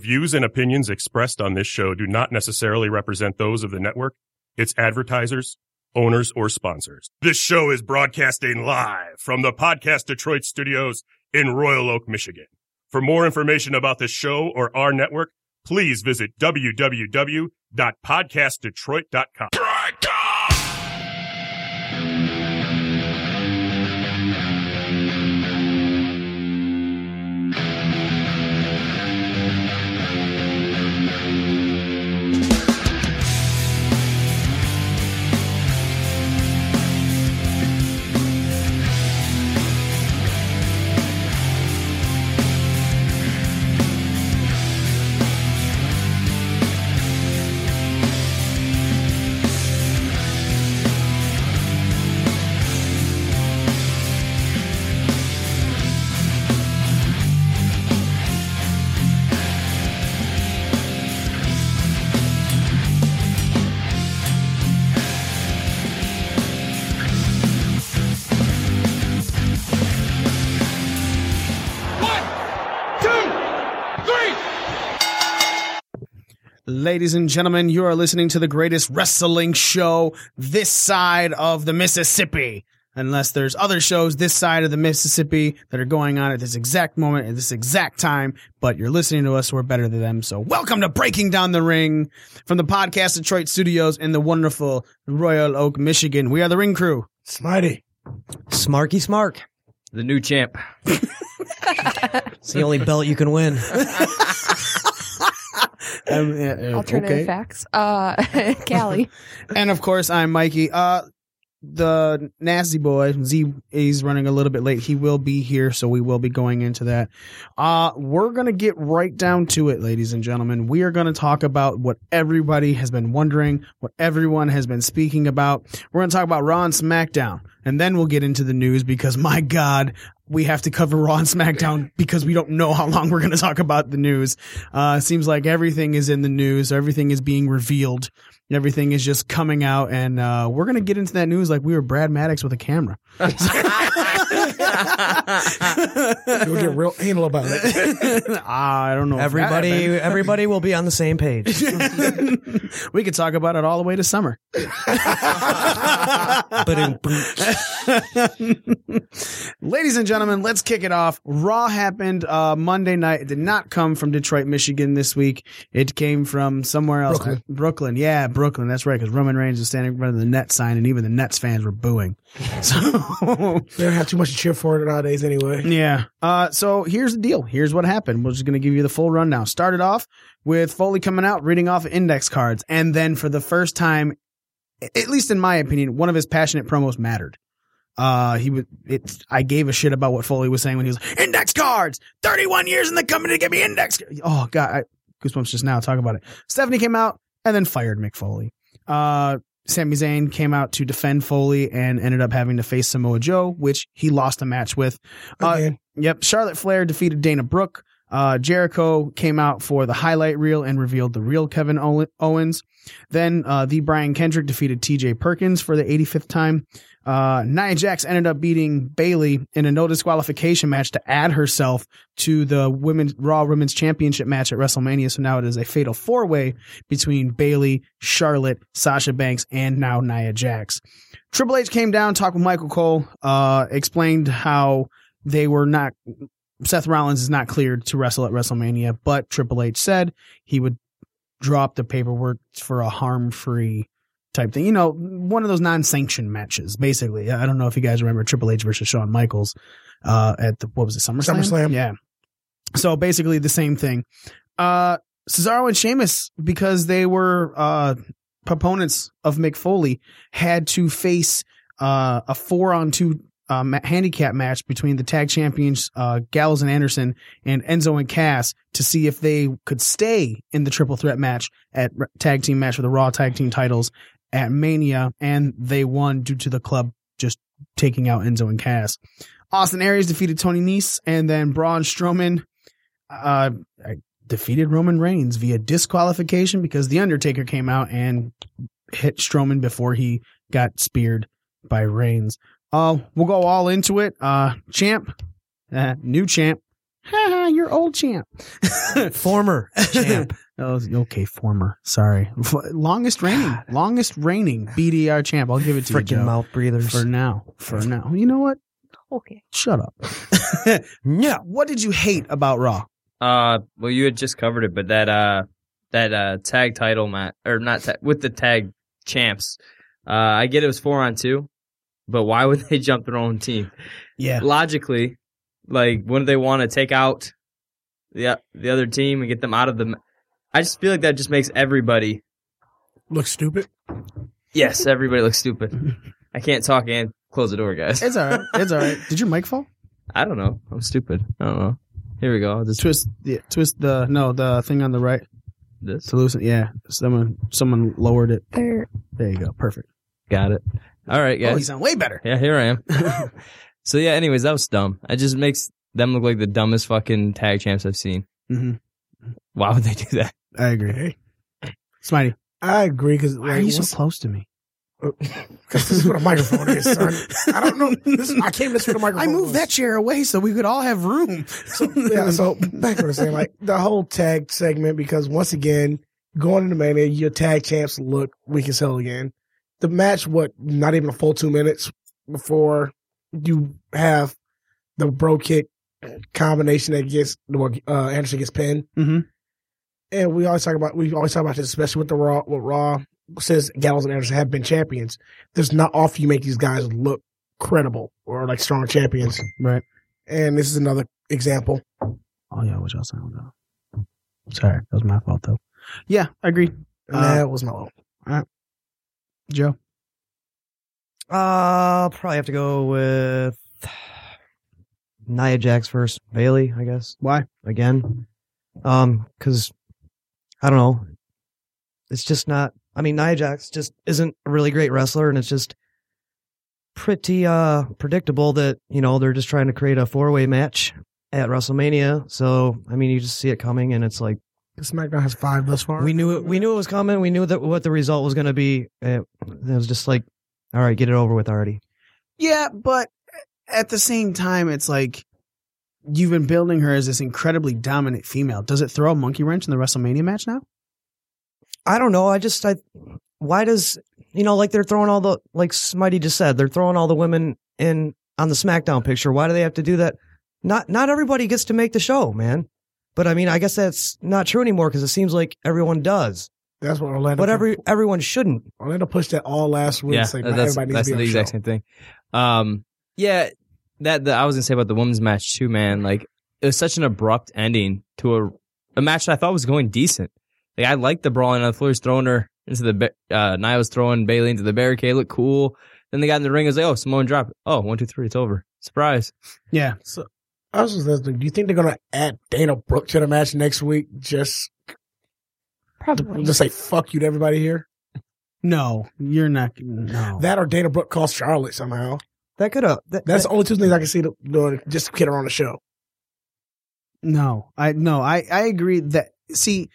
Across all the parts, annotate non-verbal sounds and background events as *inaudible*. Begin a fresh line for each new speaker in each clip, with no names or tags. Views and opinions expressed on this show do not necessarily represent those of the network, its advertisers, owners, or sponsors. This show is broadcasting live from the Podcast Detroit studios in Royal Oak, Michigan. For more information about this show or our network, please visit www.podcastdetroit.com.
One, two, three.
Ladies and gentlemen, you are listening to the greatest wrestling show this side of the Mississippi. Unless there's other shows this side of the Mississippi that are going on at this exact moment, at this exact time, but you're listening to us, we're better than them. So welcome to Breaking Down the Ring from the Podcast Detroit Studios in the wonderful Royal Oak, Michigan. We are the Ring Crew.
Smitey.
Smarky Smark.
The
*laughs*
new champ.
It's the only belt you can win.
Um, uh, uh,
Alternative
okay.
facts. Uh, *laughs* Callie.
And of course, I'm Mikey. Uh, the nasty boy Z is running a little bit late. He will be here, so we will be going into that. Uh, we're gonna get right down to it, ladies and gentlemen. We are gonna talk about what everybody has been wondering, what everyone has been speaking about. We're gonna talk about Raw and SmackDown, and then we'll get into the news because my God, we have to cover Raw and SmackDown because we don't know how long we're gonna talk about the news. Uh, it seems like everything is in the news, everything is being revealed and everything is just coming out and uh, we're gonna get into that news like we were brad maddox with a camera *laughs*
You'll get real anal about it.
Ah, i don't know if that
*laughs*
*laughs*
Everybody, everybody will be on the same page.
happened. *laughs* we could talk about it all the way to summer
But in
*laughs* Ladies and gentlemen, let's kick it off. Raw happened uh, Monday night. It did not come from Detroit, Michigan this week. It came from somewhere else.
Brooklyn.
Brooklyn. Yeah, Brooklyn. That's right, because Roman Reigns was standing in front of the Nets sign, and even the Nets fans were booing. *laughs* So,
They don't have too much to cheer for nowadays anyway.
yeah. Uh, so here's the deal. Here's what happened. We're just going to give you the full rundown. Started off with Foley coming out, reading off index cards. And then for the first time, a- at least in my opinion, one of his passionate promos mattered. Uh, he was, it, I gave a shit about what Foley was saying when he was like, index cards, 31 years in the company to give me index. ca-" Oh God. I, goosebumps just now. Talk about it. Stephanie came out and then fired Mick Foley. Uh, Sami Zayn came out to defend Foley and ended up having to face Samoa Joe, which he lost a match with. Uh,
Again.
Yep. Charlotte Flair defeated Dana Brooke. Uh, Jericho came out for the highlight reel and revealed the real Kevin Owen- Owens. Then uh, the Brian Kendrick defeated T.J. Perkins for the 85th time. Uh, Nia Jax ended up beating Bailey in a no disqualification match to add herself to the women's Raw Women's Championship match at WrestleMania. So now it is a fatal four way between Bailey, Charlotte, Sasha Banks, and now Nia Jax. Triple H came down, talked with Michael Cole, uh, explained how they were not Seth Rollins is not cleared to wrestle at WrestleMania, but Triple H said he would drop the paperwork for a harm free type thing. You know, one of those non sanctioned matches, basically. I don't know if you guys remember Triple H versus Shawn Michaels uh, at the, what was it, SummerSlam?
SummerSlam.
Yeah. So basically the same thing. Uh, Cesaro and Sheamus, because they were uh, proponents of Mick Foley, had to face uh, a four on two um, handicap match between the tag champions uh, Gallows and Anderson and Enzo and Cass to see if they could stay in the triple threat match at r- tag team match for the Raw tag team titles at Mania, and they won due to the club just taking out Enzo and Cass. Austin Aries defeated Tony Nese, and then Braun Strowman uh, defeated Roman Reigns via disqualification because The Undertaker came out and hit Strowman before he got speared by Reigns. Uh, we'll go all into it. Uh, champ, uh, new champ. nah, you're old champ.
Former
*laughs*
*laughs*
champ.
Oh, okay, former. Sorry. F- longest reigning, longest reigning BDR champ. I'll give it to you,
Freaking
Joe.
mouth breathers.
For now. For now. You know what?
Okay.
Shut *laughs* up. yeah. What did you hate about Raw?
Uh, well, you had just covered it, but that uh, that uh, tag title match or not ta- with the tag champs. Uh, I get it was four on two, but why would they jump their own team?
Yeah.
Logically, like wouldn't they want to take out the uh, the other team and get them out of the? ma- I just feel like that just makes everybody.
Look stupid.
Yes, everybody
*laughs*
looks stupid. I can't talk and close the door, guys.
It's all right. It's all right. Did your mic fall?
I don't know. I'm stupid. I don't know. Here we go. I'll just
Twist the twist the no, the thing on the right
this.
to loosen. Yeah. Someone someone lowered it.
There.
There you go. Perfect.
Got it. All right, guys.
Oh, you sound way better.
Yeah, here I
*laughs*
am. so yeah, anyways, that was dumb. It just makes them look like the dumbest fucking tag champs I've seen.
Mm-hmm.
Mhm.
Why would they do that?
I agree.
Hey,
Smitey,
I agree because
why are you so close to me?
*laughs* uh, this is what a microphone is, son. I don't
*laughs*
know. This, I came to this with a
I
microphone.
moved
was.
that chair away so we could all have room. *laughs*
yeah, so back to what I was saying, like the whole tag segment, because once again, going into Mania, your tag champs look weak as hell again. The match, what, not even a full two minutes before you have the bro kick combination that gets, well, uh, Anderson gets pinned.
Mhm.
And we always talk about, we always talk about this, especially with the Raw, with Raw, since Gallows and Anderson have been champions. There's not often you make these guys look credible or like strong champions.
Right.
And this is another example.
Oh yeah, which else I don't know. Sorry, that was my fault though. Yeah, I agree.
And
Uh,
that was my one.
Joe.
Uh, I'll probably have to go with Nia Jax first. Bailey, I guess.
Why?
Again. Um, cause I don't know. It's just not, I mean, Nia Jax just isn't a really great wrestler and it's just pretty, uh, predictable that, you know, they're just trying to create a four way match at WrestleMania. So, I mean, you just see it coming and it's like,
SmackDown has five thus far.
we knew it. We knew it was coming. We knew that what the result was going to be. It, it was just like, all right, get it over with already.
Yeah, but at the same time, it's like you've been building her as this incredibly dominant female. Does it throw a monkey wrench in the WrestleMania match now?
I don't know. I just, I, why does you know, like they're throwing all the like Smitey just said, they're throwing all the women in on the SmackDown picture. Why do they have to do that? Not not everybody gets to make the show, man. But I mean, I guess that's not true anymore because it seems like everyone does,
That's what Orlando.
but every everyone shouldn't.
Orlando pushed that all last week.
yeah,
saying
that-
not
that's,
everybody
that's
needs to
the
be on
exact
the show.
same thing. Um, yeah, that the, I was gonna say about the women's match too, man. Like it was such an abrupt ending to a a match that I thought was going decent. Like I liked the brawling on the floor, He was throwing her into the ba- uh, Nia was throwing Bailey into the barricade. Looked cool. Then they got in the ring. It was like, oh, Simone drop. it. Oh, one, two, three. It's over. Surprise.
Yeah.
I was just listening. Do you think they're gonna add Dana Brooke to the match next week? Just
Probably.
just say fuck you to everybody here.
No, you're not. No.
That or Dana Brooke calls Charlotte somehow.
That could have. That,
That's
that-
the only two things I can see doing. Just to get her on the show.
No, I no, I I agree that see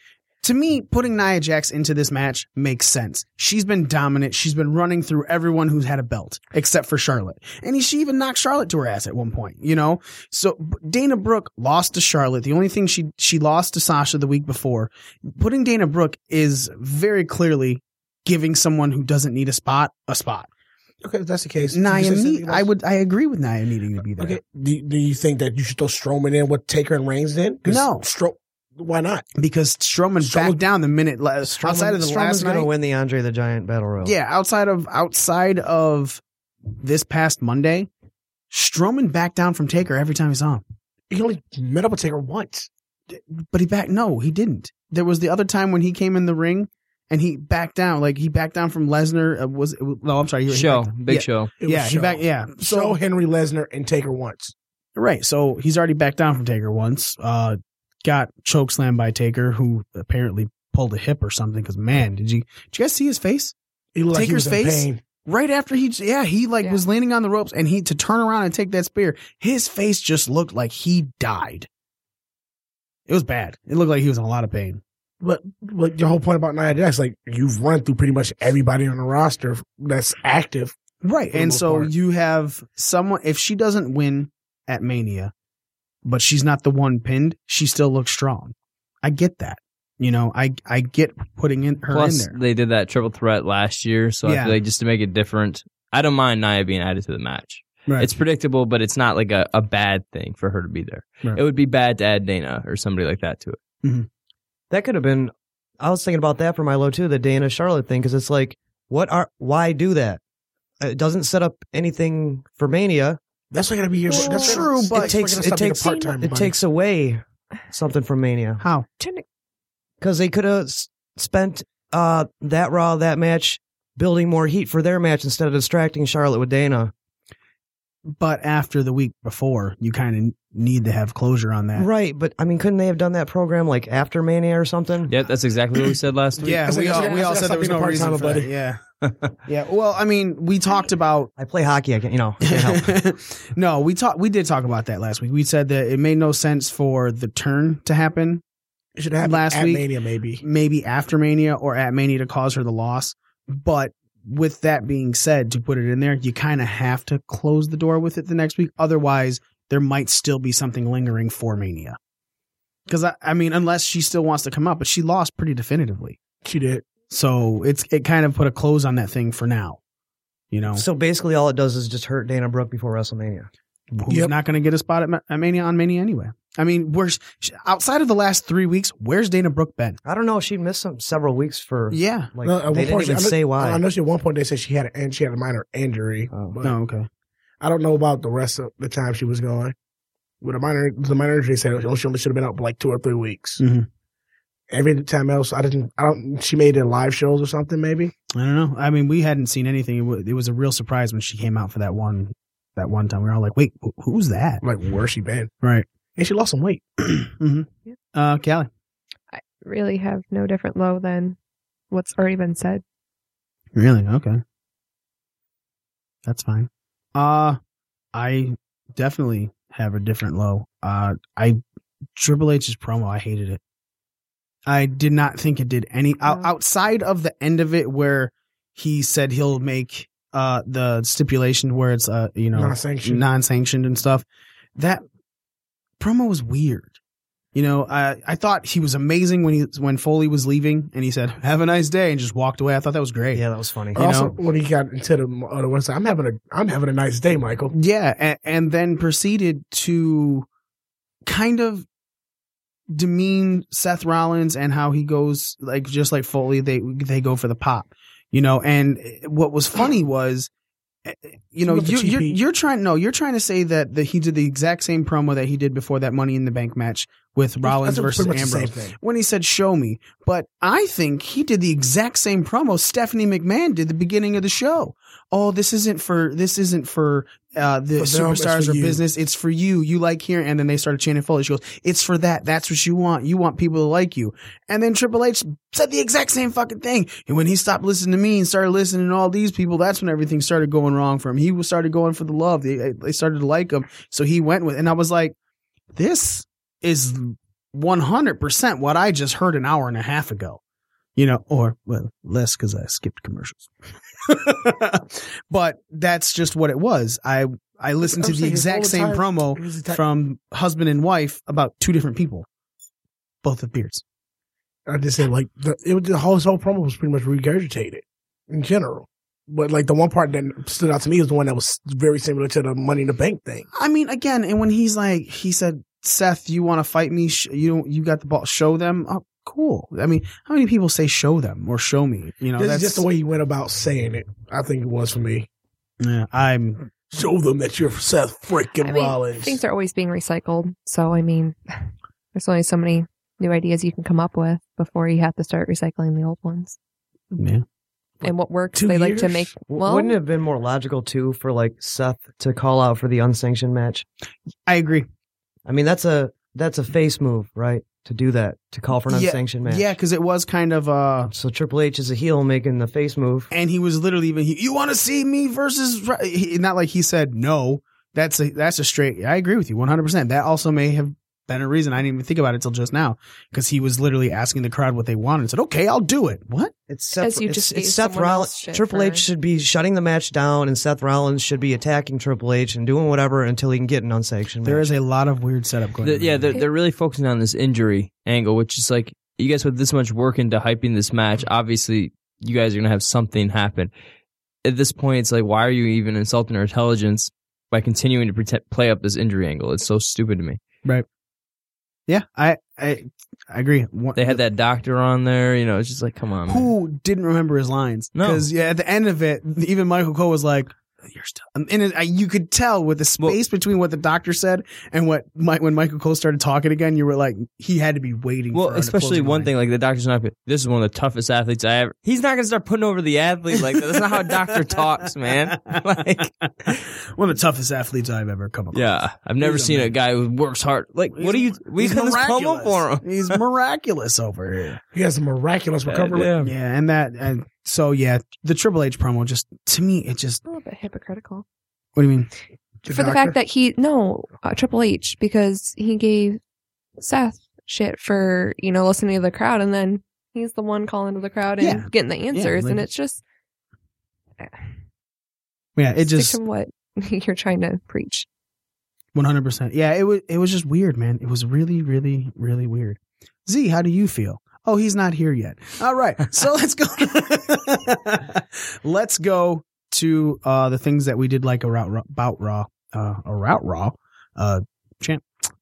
to me putting Nia Jax into this match makes sense. She's been dominant. She's been running through everyone who's had a belt except for Charlotte. And she even knocked Charlotte to her ass at one point, you know? So b- Dana Brooke lost to Charlotte. The only thing she she lost to Sasha the week before. Putting Dana Brooke is very clearly giving someone who doesn't need a spot a spot.
Okay, if that's the case.
Nia
you
need,
said something
I
else?
would I agree with Nia needing to be there.
Okay. Do, do you think that you should throw Strowman in with Taker and Reigns then? 'Cause
No.
Stro- why not?
Because Strowman, backed
Strowman-
down the minute la-
Strowman-
outside of the
Strowman's
last night.
gonna win the Andre the Giant Battle Royal.
Yeah, outside of outside of this past Monday, Strowman backed down from Taker every time he saw him.
He only met up with Taker once.
But he backed no, he didn't. There was the other time when he came in the ring and he backed down, like he backed down from Lesnar. Uh, was no, I'm sorry, he- he
Show.
backed down.
Big
yeah,
show.
It
yeah,
was
he
Show.
back, yeah.
So,
So
Henry Lesnar and Taker once.
right, so he's already backed down from Taker once. Uh, got choke slammed by Taker, who apparently pulled a hip or something. Because man, did you did you guys see his face?
He looked
Taker's
like he was
face?
in pain.
right after he yeah he like
Yeah.
was leaning on the ropes and he to turn around and take that spear his face just looked like he died it was bad it looked like he was in a lot of pain
But but your whole point about Nia Jax, like you've run through pretty much everybody on the roster that's active.
right
For the
and
most
so
part.
you have someone if she doesn't win at mania but she's not the one pinned, she still looks strong. I get that. You know, I I get putting in her
Plus,
in there.
they did that triple threat last year, so I
Yeah.
feel like just to make it different, I don't mind Nia being added to the match.
Right.
It's predictable, but it's not like a, a bad thing for her to be there.
Right.
It would be bad to add Dana or somebody like that to it.
That could have been. I was thinking about that for Milo too, the Dana Charlotte thing, because it's like, what are why do that? It doesn't set up anything for Mania.
That's not gonna be your.
Well,
that's
true, but- It takes- it takes-
part time.
It takes away something from Mania
How?
because they could have s- spent uh, that Raw that match building more heat for their match instead of distracting Charlotte with Dana.
But after the week before, you kind of need to have closure on that.
Right, but I mean, couldn't they have done that program like after Mania or something?
Yep, that's exactly what we said last week.
Yeah,
That's
we
like-
all,
that's
we all
like
said there was no
something
reason
part-time,
for that.
buddy.
Yeah, *laughs* yeah. Well, I mean, we talked *laughs* about
I play hockey. I can, you know, I can't help.
*laughs*
*laughs* no, we talked. We did talk about that last week. We said that it made no sense for the turn to happen,
It should happen
last
at
week.
Mania, maybe.
maybe after Mania or at Mania to cause her the loss. But with that being said, to put it in there, you kind of have to close the door with it the next week. Otherwise, there might still be something lingering for Mania. Because I, I mean, unless she still wants to come out, but she lost pretty definitively,
She did.
so it's it kind of put a close on that thing for now. You know,
So basically, all it does is just hurt Dana Brooke before WrestleMania.
who's
Yep.
not going to get a spot at, Ma- at Mania on Mania anyway. I mean, where's sh- outside of the last three weeks? Where's Dana Brooke been?
I don't know. She missed some several weeks for
Yeah.
like
No, at one
they didn't
point she-
even
I know-
say why.
I know she at one point they said she had an, she had a minor injury,
Oh.
but
No. Okay.
I don't know about the rest of the time she was going. With a minor, the minor injury said oh, she only should have been out for like two or three weeks.
Mhm.
Every time else, I didn't. I don't. She made it live shows or something, maybe.
I don't know. I mean, we hadn't seen anything. It, wa- it was a real surprise when she came out for that one. That one time, we were all like, "Wait, wh- who's that?"
Like where she been?
Right.
And she lost some weight.
*clears throat* mm-hmm. Uh, Callie.
really have no different low than what's already been said.
Really? Okay. That's fine. Uh I definitely have a different low. Uh I Triple H's promo, I hated it. I did not think it did any out
Yeah.
outside of the end of it where he said he'll make uh the stipulation where it's uh you know
Non-sanctioned.
non-sanctioned and stuff. That promo was weird. You know, I I thought he was amazing when he when Foley was leaving and he said, "Have a nice day," and just walked away. I thought that was great.
yeah, that was funny.
You
also,
know-
when he got into the other one, said, "I'm having a, I'm having a nice day, Michael."
Yeah, and, and then proceeded to kind of demean Seth Rollins and how he goes like just like Foley they they go for the pop, you know. And what was funny was, eh, you know,
With the
you, you're
cheapie.
you're trying no, you're trying to say that that he did the exact same promo that he did before that Money in the Bank match with Rollins
That's
versus
pretty much the same
Ambrose
thing.
when he said "show me," but I think he did the exact same promo Stephanie McMahon did the beginning of the show. Oh, this isn't for this isn't for uh, the
For them, it's
superstars
for
or
you.
business. It's for you. You like here, and then they started chanting Foley. She goes, "It's for that. That's what you want. You want people to like you." And then Triple H said the exact same fucking thing. And when he stopped listening to me and started listening to all these people, that's when everything started going wrong for him. He was- started going for the love. They, they started to like him, so he went with. And I was like, this is 100% what I just heard an hour and a half ago. You know, or well, less because I skipped commercials. *laughs* but that's just what it was. I I listened to
I'm
the
saying his
exact
whole
same
entire-
promo
his entire-
from husband and wife about two different people, both with beards.
I just said like the it was, the whole his whole promo was pretty much regurgitated in general. But like the one part that stood out to me was the one that was very similar to the Money in the Bank thing.
I mean, again, and when he's like, he said, "Seth, you want to fight me? Sh- you don't. You got the ball. Show them." Oh, cool. I mean, how many people say "show them" or "show me"? You know,
this
that's
is just the way he went about saying it. I think it was for me.
Yeah, I'm
Show them that you're Seth freaking
I mean,
Rollins.
things are always being recycled. So, I mean, *laughs* there's only so many new ideas you can come up with before you have to start recycling the old ones.
yeah.
And what works,
two
they like to
years?
make.
W-
Well,
Wouldn't it have been more logical too for like Seth to call out for the unsanctioned match?
I agree.
I mean, that's a that's a face move, right? To do that, to call for an
Yeah,
unsanctioned match.
Yeah, because it was kind of uh,
So Triple H is a heel making the face move.
and he was literally even. He, you want to see me versus? Ra-" He, not like he said no. That's a that's a straight. I agree with you one hundred percent. That also may have been a reason I didn't even think about it till just now because he was literally asking the crowd what they wanted. and Said, "Okay, I'll do it." What?
It's Seth.
As you
it's,
just
it's
gave
Seth
someone
Rollins.
else shit
Triple
for-
H should be shutting the match down, and Seth Rollins should be attacking Triple H and doing whatever until he can get an unsanctioned.
There
match.
is a lot of weird setup going.
The-
on.
yeah, they're, they're really focusing on this injury angle, which is like you guys put this much work into hyping this match. Obviously, you guys are gonna have something happen. At this point, it's like, why are you even insulting her intelligence by continuing to pretend, play up this injury angle? It's so stupid to me.
yeah. I I, I agree. One-
They had that doctor on there, you know. It's just like, come on, man.
who didn't remember his lines.
No.
because yeah, at the end of it, even Michael Cole was like, "You're still," and it, I, you could tell with the space
Well-
between what the doctor said and what Mike when Michael Cole started talking again. You were like, he had to be waiting.
Well,
for her to
especially
close
one
the line.
thing like the doctor's not. This is one of the toughest athletes I ever. He's not gonna start putting over the athlete like that. That's not how
*laughs*
a doctor talks, man. *laughs* Like,
one of the toughest athletes I've ever come across.
yeah, I've never
He's a
seen a
man.
guy who works hard. Like, what
He's-
do you? We
he's
cut this
miraculous.
promo for him. *laughs*
He's miraculous over here.
He has a miraculous recovery.
Yeah.
Yeah, and that and so yeah, the Triple H promo just to me it just
A little bit hypocritical.
what do you mean?
for the fact that he no uh, Triple H because he gave Seth shit for you know listening to the crowd and then he's the one calling to the crowd and
Yeah.
getting the answers
like-
and it's just
Yeah, it
stick
just
to what you're trying to preach.
one hundred percent. Yeah, it was it was just weird, man. It was really, really, really weird. Z, how do you feel? Oh, he's not here yet. All right,
*laughs*
so let's go. *laughs* let's go to uh, the things that we did like about Raw- about Raw, uh, about Raw.
*laughs*
Uh,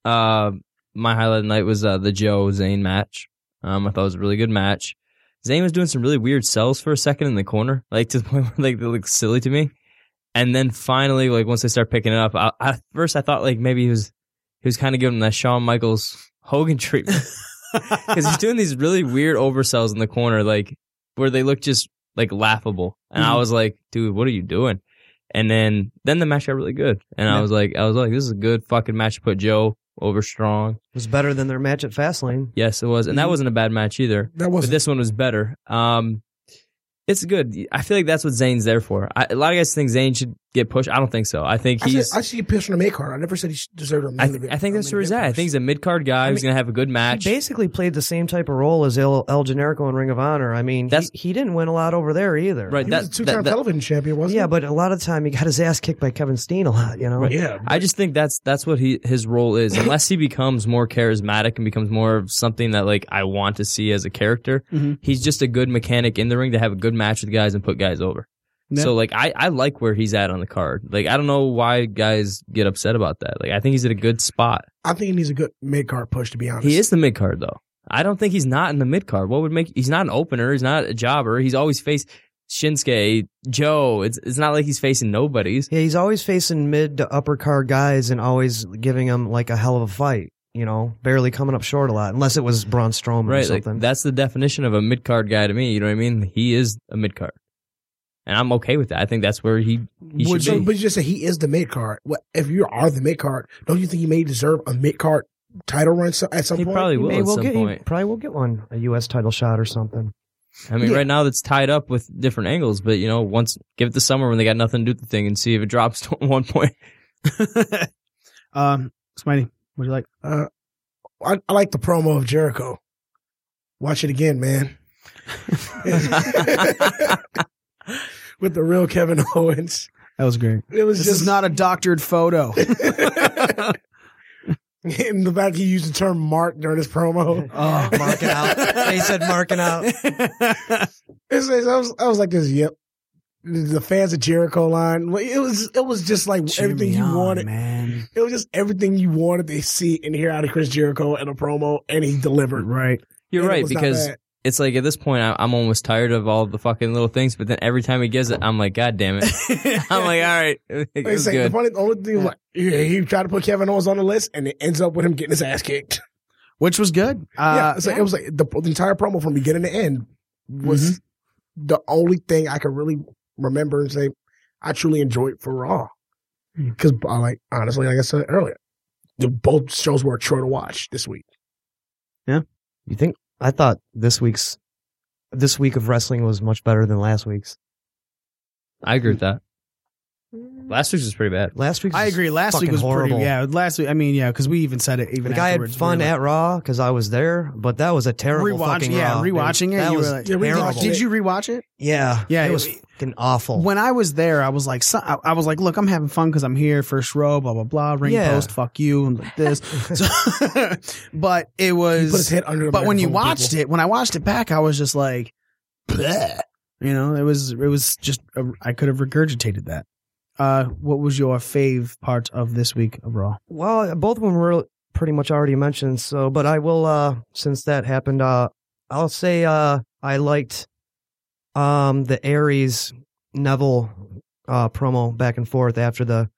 Uh, my highlight of the night was uh, the Joe Zane match. Um, I thought it was a really good match. Zane was doing some really weird sells for a second in the corner, *laughs* like to the point where like they looked silly to me. And then finally, like once they start picking it up, I, I- at first I thought like maybe he was he was kind of giving them that Shawn Michaels Hogan treatment because he's doing these really weird oversells in the corner, like where they look just like laughable. And I
Mhm.
was like, dude, what are you doing? And then then the match got really good, and I
Yeah.
was like, I was like, this is a good fucking match to put Joe over strong.
It was better than their match at Fastlane.
Yes, it was, and that
Mhm.
wasn't a bad match either.
that
But
was
this one was better. Um, it's good. I feel like that's what Zane's there for. I, a lot of guys think Zane should get pushed. I don't think so. I think
I, said,
he's.
I see a pitch on a make card. I never said he should deserve a main
I, th-
event-
I think
a
that's
main
where he's
event
at. I
push.
think he's a mid card guy who's gonna have a good match.
He basically played the same type of role as El, El Generico in Ring of Honor. I mean,
That's-
he, he didn't win a lot over there either.
Right,
He
that-
was a two-time
that- that-
television champion, wasn't
Yeah,
he?
but a lot of the time he got his ass kicked by Kevin Steen a lot. You know.
yeah,
I just think that's that's what he his role is. Unless he becomes more charismatic and becomes more of something that like I want to see as a character,
Mhm.
he's just a good mechanic in the ring to have a good match with guys and put guys over.
Yeah.
So like I I like where he's at on the card. Like I don't know why guys get upset about that. Like I think he's at a good spot.
I think he needs a good mid card push. To be honest,
He is the mid card though. I don't think he's not in the mid card. What would make he's not an opener, he's not a jobber. He's always faced Shinsuke, Joe. It's it's not like he's facing nobodies.
Yeah, he's always facing mid to upper car guys and always giving them like a hell of a fight. You know, barely coming up short a lot, unless it was Braun Strowman or
Right, like
something.
that's the definition of a mid card guy to me. You know what I mean? He is a mid card, and I'm okay with that. I think that's where he he
Would
should
you,
be.
but you just say he is the mid card. What if you are the mid card? Don't you think he may deserve a mid card title run so, at some
He
point?
probably will
Hey,
at
we'll
some
get, he
point.
probably will get one a U.S. title shot or something.
I mean,
Yeah.
right now that's tied up with different angles, but you know, once give it the summer when they got nothing to do with the thing and see if it drops *laughs* to one point.
um, Smitey, what do you like?
Uh, I, I like the promo of Jericho. Watch it again,
*laughs*
man. *laughs* With the real Kevin Owens,
That was great.
it was
This
just
is not a doctored
*laughs*
photo.
In the fact he used the term "mark" during his promo.
Oh, marking
*laughs*
out. They said marking out.
It's- it's- I was, I was like, "This, yep." The fans of Jericho line. well, It was, it was just like everything
*laughs* Cheer me
you
on,
wanted.
man.
It was just everything you wanted to see and hear out of Chris Jericho in a promo, and he delivered.
Right.
*laughs* You're
And it
right
was not
because
bad.
it's like at this point I, I'm almost tired of all the fucking little things, but then every time he gives it, I'm like, God
*laughs*
damn it! I'm like, all right, *laughs* it
Like I
was
say, the
good.
funny, the only thing like yeah, he tried to put Kevin Owens on the list, and it ends up with him getting his ass kicked.
Which was good.
yeah,
Uh,
it's like, it was like the, the entire promo from beginning to end was
Mm-hmm.
the only thing I could really remember and say I truly enjoyed for Raw.
Hmm.
Because I like honestly, like I said earlier, the both shows were short to watch this week.
You think? I thought this week's this week of wrestling was much better than last week's.
I agree with that. Last week's was pretty bad.
Last week,
I agree. Last week was
horrible.
pretty. Yeah, last week. I mean, yeah, because we even said it. Even
Like I had
afterwards.
fun
We were
at Raw because I was there, but that was a terrible
like, rewatching.
fucking
Yeah,
Raw, dude.
rewatching it.
That
you
was
were like,
Yeah, we
terrible. Oh.
watched
did you rewatch it?
Yeah,
Yeah,
it,
it
was
was-
fucking awful.
When I was there, I was like, so, I, I was like, look, I'm having fun because I'm here, first row, blah blah blah, ring
Yeah.
post, fuck you, and like
*laughs*
this. So, *laughs* but it
He put his
was.
head under. The
But when you
microphone,
watched
people.
it, when I watched it back, I was just like, bleh. you know, it was it was just a, I could have regurgitated that. Uh, what was your fave part of this week of Raw?
Well, both of them were pretty much already mentioned. So, but I will, uh, since that happened, uh, I'll say, uh, I liked, um, the Aries Neville, uh, promo back and forth after the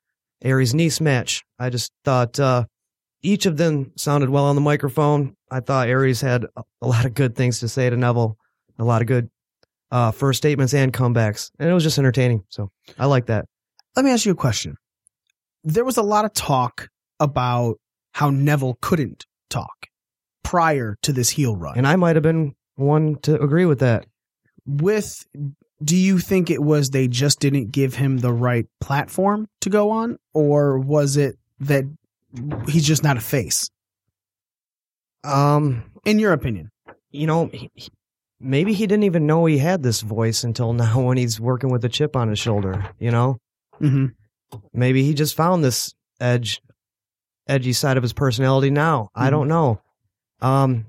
Aries niece match. I just thought, uh, each of them sounded well on the microphone. I thought Aries had a- a lot of good things to say to Neville, a lot of good, uh, first statements and comebacks. And it was just entertaining. So I like that.
let me ask you a question. There was a lot of talk about how Neville couldn't talk prior to this heel run.
And I might have been one to agree with that.
With do you think it was they just didn't give him the right platform to go on or was it that he's just not a face
Um,
in your opinion?
you know, he, he- maybe he didn't even know he had this voice until *laughs* now when he's working with a chip on his shoulder, you know?
Mhm.
Maybe he just found this edge edgy side of his personality now.
Mm-hmm.
I don't know. Um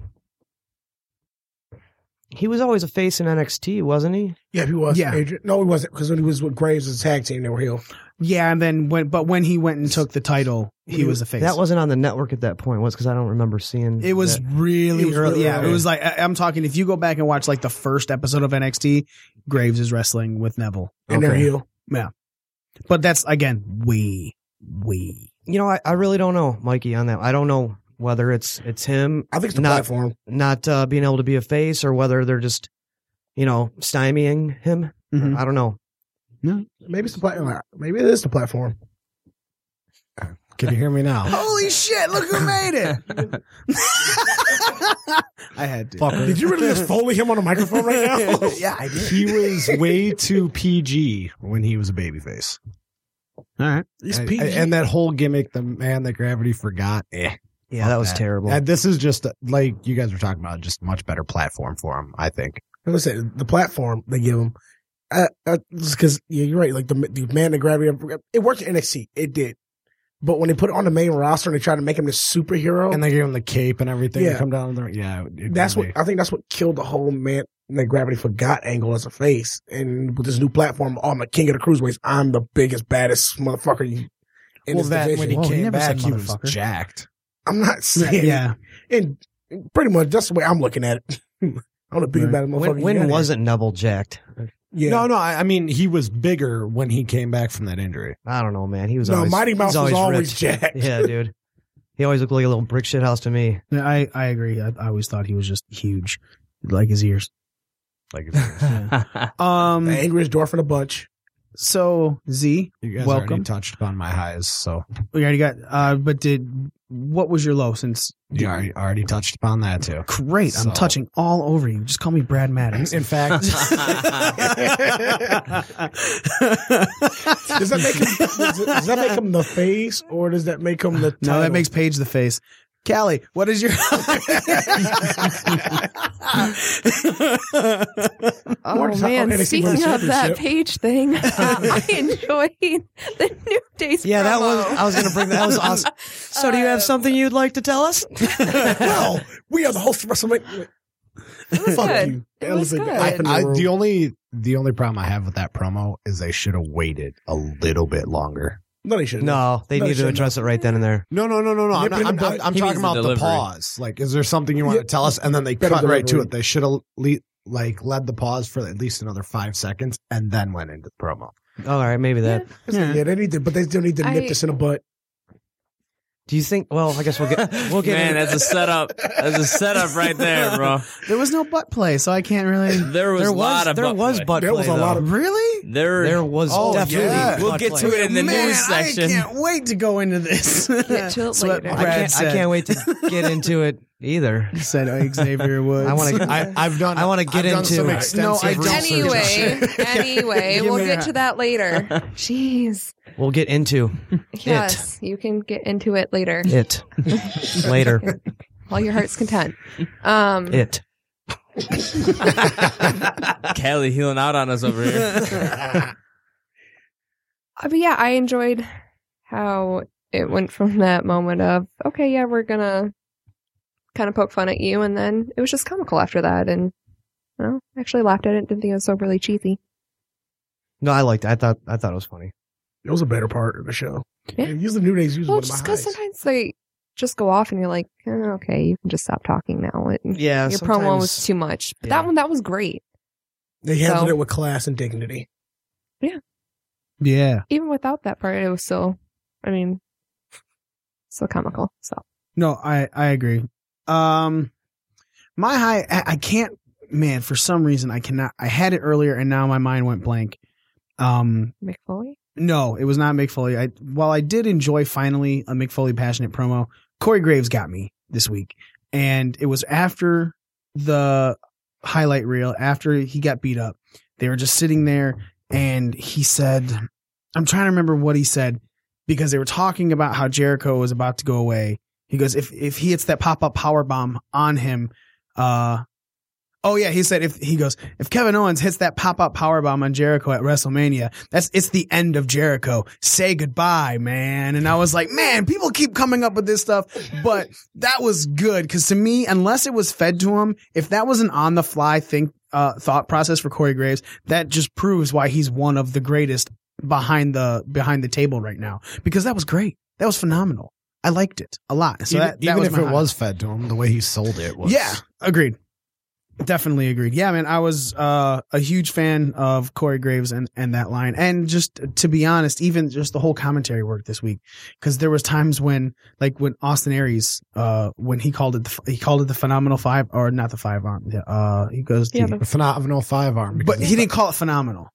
He was always a face in NXT, wasn't he?
yeah, he was.
Yeah.
Adrian. No, he wasn't because when he was with Graves as a tag team, they were heel.
Yeah, and then when but when he went and took the title, he was a face.
That wasn't on the network at that point, was cuz I don't remember seeing
It was
that.
really
It was
early.
really
yeah,
early.
it was like I- I'm talking. If you go back and watch like the first episode of NXT, Graves is wrestling with Neville.
and they're
Okay.
heel.
But that's again we we.
You know, I, I really don't know, Mikey, on that. I don't know whether it's it's him
I think it's the
Not-
platform.
not uh, being able to be a face or whether they're just, you know, stymieing him.
Mm-hmm.
Mhm.
I don't know.
Maybe it's the platform. Maybe it is the platform.
Can you hear me now?
*laughs*
Holy shit! Look who made *laughs* it. I had to.
Fucker.
Did you really
*laughs*
just foley him on a microphone right now? *laughs*
yeah, I did.
He was way too PG when he was a babyface.
All right.
He's
And-
PG.
And that whole gimmick, the man that gravity forgot. Eh.
Yeah,
Fuck
that was
that.
terrible.
And this is just like you guys were talking about, just a much better platform for him, I think.
Like I said, the platform they give him. Because uh, 'cause, yeah, you're right. Like the, the man that grabbed me, it worked in NXT. It did. But when they put it on the main roster and they tried to make him the superhero,
And they gave him the cape and everything
Oh. Yeah.
to come down. The, yeah, it
that's
really-
what I think. That's what killed the whole man that gravity forgot angle as a face. And with this new platform, oh, I'm the king of the cruiserweights. I'm the biggest, baddest motherfucker. You, in
well,
this
that when
division.
he
Whoa, he
came
never said
back, he was
motherfucker.
jacked.
I'm not saying.
Yeah.
And pretty much that's the way I'm looking at it. *laughs* I'm the
Right.
biggest, baddest motherfucker.
when
you
when
got
wasn't Neville jacked?
here. Yeah.
No, no, I, I mean he was bigger when he came back from that injury.
I don't know, man. He was
No,
always
Mighty Mouse
he's
was always
ripped.
jacked.
*laughs* Yeah, dude. He always looked like a little brick shit house to me.
No, I I agree. I, I always thought he was just huge, like his ears.
Like
*laughs*
Um.
the angriest dwarf in a bunch.
So Z,
you guys
Welcome.
already touched upon my highs, so
we already got. Uh. But did what was your low? Since
you already, already touched upon that too.
great,
So-
I'm touching all over you. Just call me Brad Maddox.
In
*laughs*
fact,
Does that make him, does, it- does that make him
*laughs*
the face or does that make him the? Title?
no? That makes Paige the face. Callie, what is your? *laughs*
Oh
Mortal
Mm. Oh, man,
Kombat
speaking of that page
Championship.
thing, *laughs* I enjoyed the New Day's
Yeah, that was.
promo.
I was gonna bring that. That was awesome. So, do you have something you'd like to tell
*laughs*
us?
*laughs* well, we are the host of WrestleMania.
It was
*laughs* Fuck
good.
you.
It
That
was
was a-
*laughs*
good.
I,
in the
I- the
room.
only the only problem I have with that promo is they should have waited a little bit longer.
No, they shouldn't.
No, they
No,
need to
shit,
address it right then and there.
No, no, no, no, no. I'm,
Nip
not,
in
I'm,
the
I'm,
butt.
I'm
He
talking
means the
about the
delivery.
pause. Like, is there something you want
Yeah.
to tell us? And then they
Better
cut right to
delivery.
it. They should have le- like led the pause for at least another five seconds and then went into the promo.
All right, maybe that.
Yeah, they need to, but they still need to nip
I-
this in the butt.
Do you think? Well, I guess we'll get. We'll get.
Man,
in-
that's a setup. That's a setup right there, bro.
there was no butt play, so I can't really.
There was
there
a lot
was
of
there
butt
was
play.
butt
There was
play,
a lot
though.
of-
Really?
There,
There was
Oh,
definitely.
yeah.
butt
We'll get
play.
to it in the
Man,
news
I
section.
can't wait to go into this.
Get
*laughs*
to it
That's what
later.
I
Brad
can't, I
said.
*laughs*
can't wait to get into it either.
*laughs* said Xavier Woods.
I want to.
I, I've done.
I wanna
I've
get
done
into-
some
No, I
extensive
don't-
research.
Anyway,
*laughs*
anyway,
Give
we'll
me
get
that.
to that later. Jeez.
We'll get into
Yes, you can get into it later.
it later.
All your heart's content.
*laughs*
Um,
*laughs*
It.
Kelly healing out on us over here.
Uh, but yeah, I enjoyed how it went from *laughs* that moment of okay, yeah, we're gonna kind of poke fun at you, and then it was just comical after that, and you know, I actually laughed at it. Didn't think it was soberly cheesy.
*laughs* No, I liked. It. I thought. I thought it was funny.
It was a better part of the show.
Yeah.
Usually New Day's usually
Well,
one of my
just because
highs.
sometimes they just go off, and you're like, "Eh, okay, you can just stop talking now. It,
Yeah,
your promo was too much, but
Yeah.
that one that was great.
They
So-
handled it with class and dignity.
yeah.
Even without that part, it was still, I mean, still comical. So
No, I I agree. Um, my high, I, I can't. Man, for some reason, I cannot. I had it earlier, and now my mind went blank. Um,
McFoley,
no, it was not Mick Foley. I while I did enjoy finally a Mick Foley passionate promo, Corey Graves got me this week, and it was after the highlight reel after he got beat up. They were just sitting there, and he said, "I'm trying to remember what he said because they were talking about how Jericho was about to go away." He goes, "If if he hits that pop up power bomb on him, uh." Oh yeah, he said if he goes if Kevin Owens hits that pop up power bomb on Jericho at WrestleMania, that's it's the end of Jericho. Say goodbye, man. And I was like, man, people keep coming up with this stuff, but that was good because to me, unless it was fed to him, if that was an on the fly think uh, thought process for Corey Graves, that just proves why he's one of the greatest behind the behind the table right now because that was great. That was phenomenal. I liked it a lot. So
even
that, that
even
was
if
my
it
high.
was fed to him, the way he sold it was.
Yeah, agreed. Definitely agreed. Yeah, man, I was uh, a huge fan of Corey Graves and, and that line. And just to be honest, even just the whole commentary work this week, because there was times when, like when Austin Aries, uh, when he called it, the, he called it the phenomenal five or not the five arm. yeah, Uh, he goes,
yeah,
the,
the
A phenomenal five arm.
but he didn't call it phenomenal.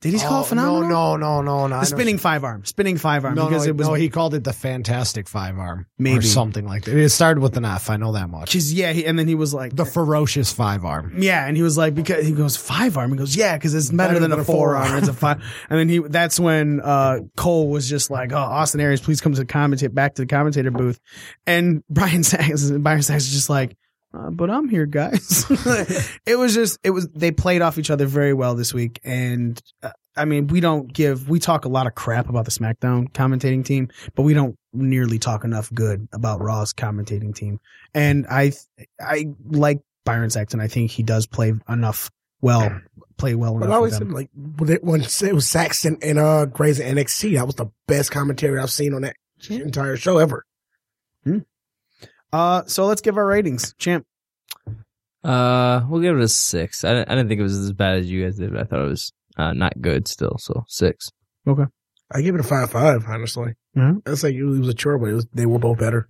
Did he call it phenomenal?
Oh, No, no, no, no, no. I know-
The spinning five arm, spinning five arm,
No,
because
no,
it was
no, he called it the fantastic five arm,
Maybe.
or something like that. It started with an F. I know that much.
'cause, yeah, he, and then he was like
The ferocious five arm.
Yeah, and he was like, because he goes five arm. He goes, yeah, because it's better, than, a forearm. it's a five. And then he, that's when uh, Cole was just like, oh, Austin Aries, please come to the commentate back to the commentator booth. And *laughs* Brian Sachs, Brian Sachs is just like, uh, but I'm here, guys. *laughs* it was just, it was. They played off each other very well this week, and uh, I mean, we don't give, we talk a lot of crap about the SmackDown commentating team, but we don't nearly talk enough good about Raw's commentating team. And I, I like Byron Saxton. I think he does play enough well, play well
But I
enough. With
always
them.
said, like when it, when it was Saxon and uh Gray's and NXT, that was the best commentary I've seen on that entire show ever.
Uh, so let's give our ratings, champ.
Uh, we'll give it a six. I didn't, I didn't think it was as bad as you guys did. But I thought it was uh, not good still. So six.
I give it a five five, honestly.
Mhm.
That's like it was a chore, but it was, they were both better.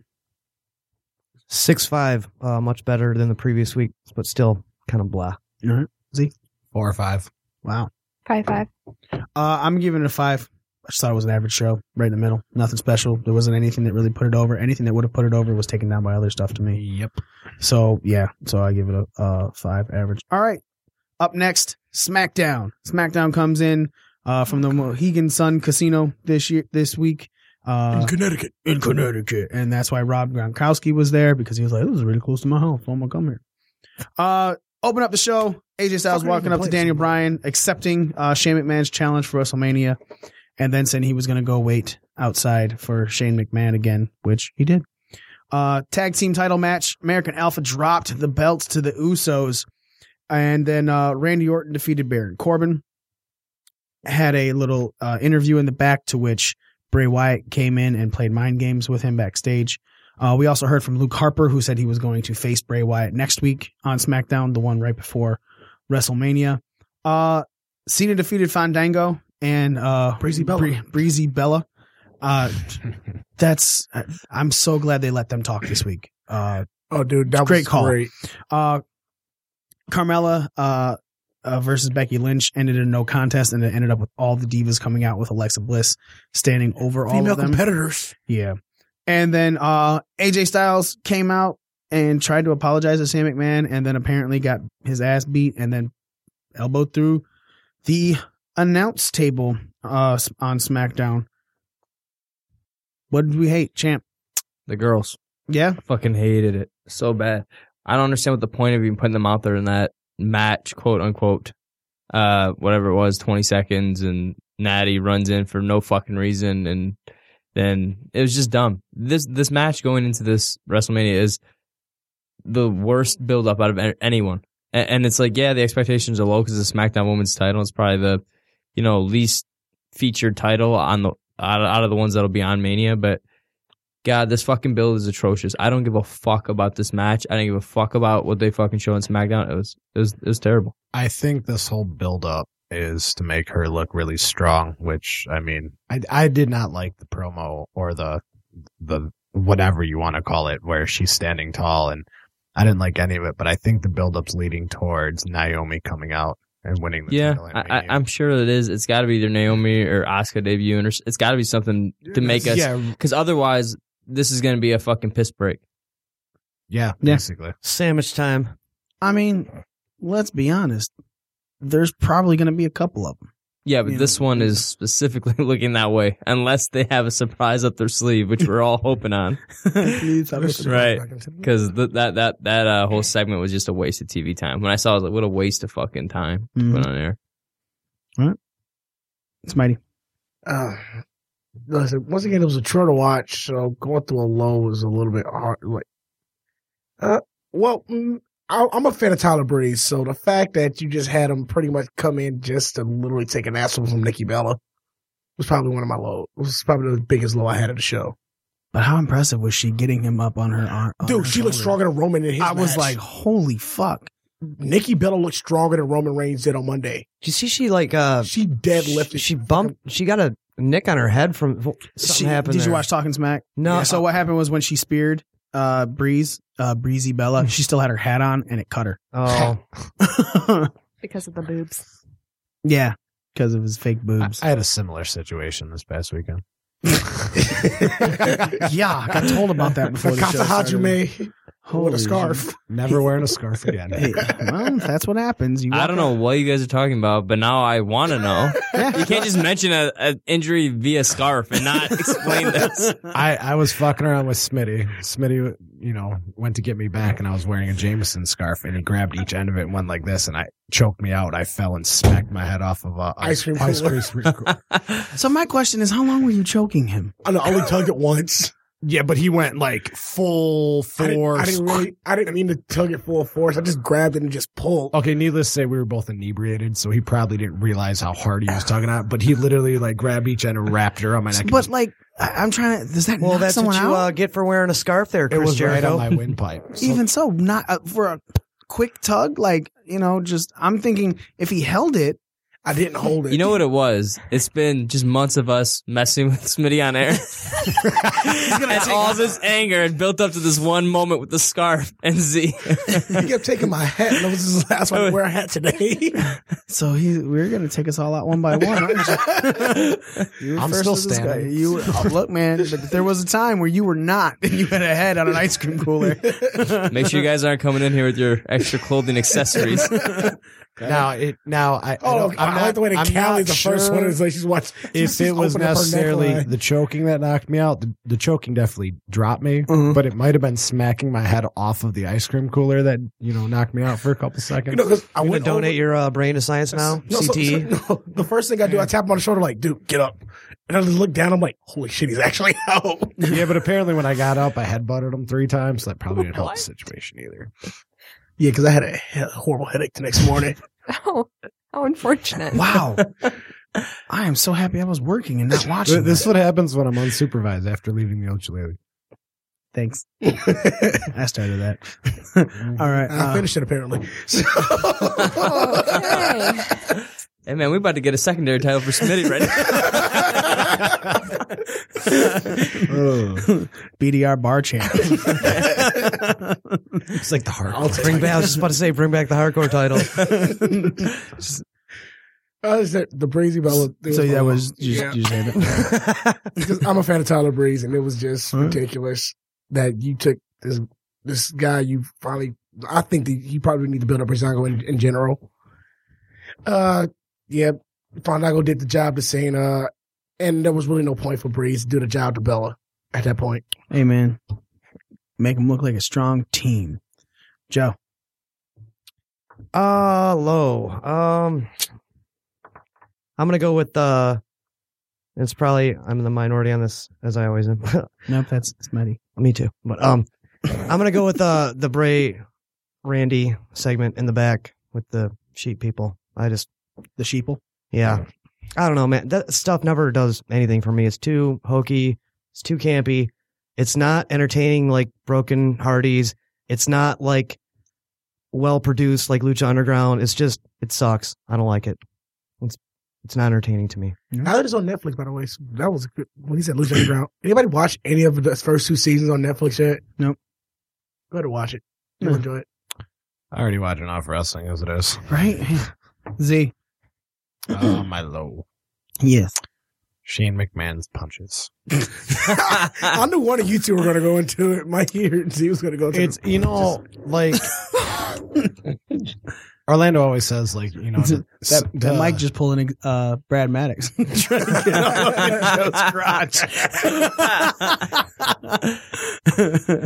Six five, uh, much better than the previous week, but still kind of blah.
Four or five.
Wow.
five five.
Uh, I'm giving it a five. I just thought it was an average show, right in the middle. Nothing special. There wasn't anything that really put it over. Anything that would have put it over was taken down by other stuff to me.
Yep.
So yeah, so I give it a, a five average. All right. Up next, SmackDown. SmackDown comes in uh, from the Mohegan Sun Casino this year, this week. Uh,
Connecticut.
in Connecticut, and that's why Rob Gronkowski was there because he was like, "This is really close to my house. I'm gonna come here." Uh, open up the show. AJ Styles
Fucker
walking
even
up to
plays.
Daniel Bryan, accepting uh, Shane McMahon's challenge for WrestleMania, and then saying he was gonna go wait outside for Shane McMahon again, which he did. Uh, tag team title match. American Alpha dropped the belts to the Usos, and then uh, Randy Orton defeated Baron Corbin. Had a little uh, interview in the back to which Bray Wyatt came in and played mind games with him backstage. Uh, we also heard from Luke Harper, who said he was going to face Bray Wyatt next week on SmackDown, the one right before WrestleMania. Uh, Cena defeated Fandango and uh,
Breezy Bella.
Bree- Breezy Bella.
*laughs*
Uh, that's I- I'm so glad they let them talk this week. Uh,
Oh, dude, that
Great
was
call.
great.
uh, Carmella uh, uh, versus Becky Lynch ended in no contest, and it ended up with all the divas coming out with Alexa Bliss standing over all
Female
of them.
competitors.
Yeah. And then uh AJ Styles came out and tried to apologize to Sam McMahon, and then apparently got his ass beat and then elbowed through the announce table uh, s- on SmackDown. What did we hate, champ?
The girls
Yeah,
*laughs* fucking hated it so bad. I don't understand what the point of even putting them out there in that match, quote unquote, uh, whatever it was, twenty seconds, and Natty runs in for no fucking reason, and then it was just dumb. This this match going into this WrestleMania is the worst build up out of a- anyone, A- and, it's like yeah, the expectations are low because the SmackDown Women's title is probably the you know least featured title on the out of, out of the ones that'll be on Mania, but God, this fucking build is atrocious. I don't give a fuck about this match. I don't give a fuck about what they fucking show on SmackDown. It was it was it was terrible.
I think this whole build up is to make her look really strong, which I mean, I, I did not like the promo or the the whatever you want to call it where she's standing tall and I didn't like any of it, but I think the build up's leading towards Naomi coming out and winning the
Yeah,
title. at
I, I,
Mania.
I'm sure it is. It's got to be either Naomi or Asuka debuting, or s- it's got to be something to make us.
Yeah,
Because otherwise, this is gonna be a fucking piss break.
yeah,
Yeah.
basically.
Sandwich time.
I mean, let's be honest. There's probably going to be a couple
*laughs*
of them.
Yeah, but
Yeah.
this one is specifically *laughs* looking that way, unless they have a surprise up their sleeve, which we're all
*laughs*
hoping on. Right. Because th- that that that uh, whole segment was just a waste of TV time. When I saw, it, I was like, what a waste of fucking time to put
Mhm.
on air.
It's mighty.
Uh, listen, once again, it was a chore to watch, so going through a low was a little bit hard. Like, uh, well, mm, I, I'm a fan of Tyler Breeze, so the fact that you just had him pretty much come in just to literally take an asshole from Nikki Bella was probably one of my low. Was probably the biggest low I had at the show.
But how impressive was she getting him up on her arm? on
Dude,
her
she looked
shoulder?
stronger than Roman in his.
I was
match.
like, holy fuck.
Nikki Bella looked stronger than Roman Reigns did on Monday.
Did you see she like uh
She deadlifted.
She, she bumped. She got a nick on her head from something
She-
happened.
Did you
there.
watch Talking Smack?
No.
So what happened was when she speared uh, Breeze, uh, Breezy Bella, she still had her hat on and it cut
Oh,
her. *laughs*
because of the boobs.
yeah, because of his fake
I,
boobs.
I had a similar situation this past weekend. *laughs*
yeah, I got told about that before the show.
Kata
started.
Hajime
Holy
with a scarf.
Never wearing a scarf
*laughs*
again.
shit. Hey, well, that's what happens. You
I
walk
don't
up-
know what you guys are talking about, but now I want to know. You can't just mention a- an injury via scarf and not explain this.
I, I was fucking around with Smitty. Smitty, you know, went to get me back, and I was wearing a Jameson scarf, and he grabbed each end of it and went like this, and I choked me out. I fell and smacked my head off of a, a
Ice cream
Ice
cooler. *laughs*
cream cooler.
So my question is, how long were you choking him?
I know, I only tugged it once.
yeah, but he went like full
I didn't-
force.
I didn't, really. I didn't mean to tug it full force. I just grabbed it and just pulled.
Okay, needless to say, we were both inebriated, so he probably didn't realize how hard he was tugging at. But he literally like grabbed each end and wrapped it around my neck. and
But
just-
like, I- I'm trying to. Does that
well,
knock
that's
someone
what you
out?
uh, get for wearing a scarf, there,
it
Chris
was right
Jericho.
on my
*laughs*
windpipe. So- *laughs*
Even so, not uh, for a quick tug. Like you know, just I'm thinking if he held it,
I didn't hold it.
You know what it was? It's been just months of us messing with Smitty on air. *laughs* and all this anger had built up to this one moment with the scarf and Z.
He kept taking my hat, and I was just like, "That's why I wear a hat
*laughs*
today."
so he we're gonna take us all out one by one. aren't we? You were
I'm
first
still
with this guy.
standing.
You were, oh, look, man. But there was a time where you were not, and you had a head on an ice cream
*laughs*
cooler.
Make sure you guys aren't coming in here with your extra clothing accessories.
Now it now I I
oh,
don't-
I,
I'm
like the way that
I'm
Callie's the
not
first one.
sure
Is like she's watching.
if
she's
it was
opening up her
necessarily
neckline.
the choking that knocked me out, the, the choking definitely dropped me,
Mm-hmm.
but it might have been smacking my head off of the ice cream cooler that you know knocked me out for a couple
you
seconds.
know, 'cause I
I'm gonna
went
donate
over-
your uh, brain to science now.
oh.
E?
No, so-
CTE.
so- no, the first thing I do, I tap him on the shoulder, like, "Dude, get up!" And I just look down. I'm like, "Holy shit, he's actually *laughs* out."
yeah, but apparently when I got up, I headbutted him three times. So that probably didn't help the situation either.
Yeah, because I had a he- horrible headache the next morning.
*laughs* Oh, how unfortunate.
Wow. I am so happy I was working and not watching.
This
This
is what happens when I'm unsupervised after leaving
*laughs*
the Ochilele.
thanks.
*laughs* I
I started that. all right. uh,
finished it apparently. *laughs* So-
Oh,
*laughs*
Okay.
Hey man, we about to get a secondary title for Smitty right
uh, BDR bar champ. *laughs*
It's like the heart.
Bring back. I was just about to say, bring back the hardcore title.
I was at the Breezy Bella. it
so
my
that
low.
*laughs* was you just,
Yeah.
you just had it.
'Cause I'm a fan of Tyler Breeze, and it was just
Huh?
ridiculous that you took this this guy you finally I think that he probably need to build up Brizango in, in general. Uh yeah, Fondago did the job to Cena, and there was really no point for Breeze to do the job to Bella at that point.
Hey, man. Make them look like a strong team. Joe.
Uh low. Um I'm gonna go with uh it's probably I'm the minority on this as I always am. *laughs*
Nope, that's it's Maddie.
Me too. But um I'm gonna go with uh the Bray Randy segment in the back with the sheep people. I just
The sheeple.
yeah. I don't know, man. That stuff never does anything for me. It's too hokey. It's too campy. It's not entertaining like Broken Hardies. It's not like well produced like Lucha Underground. It's just it sucks. I don't like it. It's it's not entertaining to me.
I heard it's on Netflix, by the way. So that was a good when he said Lucha Underground. Anybody watch any of the first two seasons on Netflix yet?
Nope.
Go ahead and watch it. You'll
Hmm.
enjoy it.
I already watch enough wrestling as it is.
Right? Z.
Oh, my low.
Yes.
Shane McMahon's punches.
*laughs*
*laughs*
I knew one of you two were going to go into it. My ear, he was going to go. into
It's
it.
you know
*laughs*
like Orlando always says like you know
That,
s-
that
uh,
Mike just pulled an uh, Brad Maddox. *laughs* Trying to get on Joe's crotch.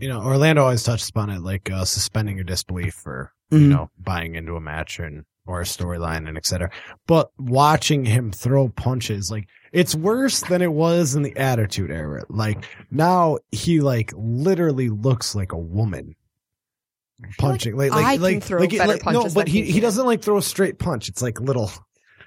you know Orlando always touches upon it like uh, suspending your disbelief for you
Mm-hmm.
Mhm.
know buying into a match and or a storyline and etc. But watching him throw punches like it's worse than it was in the Attitude Era. Like now he like literally looks like a woman punching like like
I
like,
can
like,
throw
it-
better
like- no,
punches
but
than
he
he
he
can.
doesn't like throw a straight punch. It's like little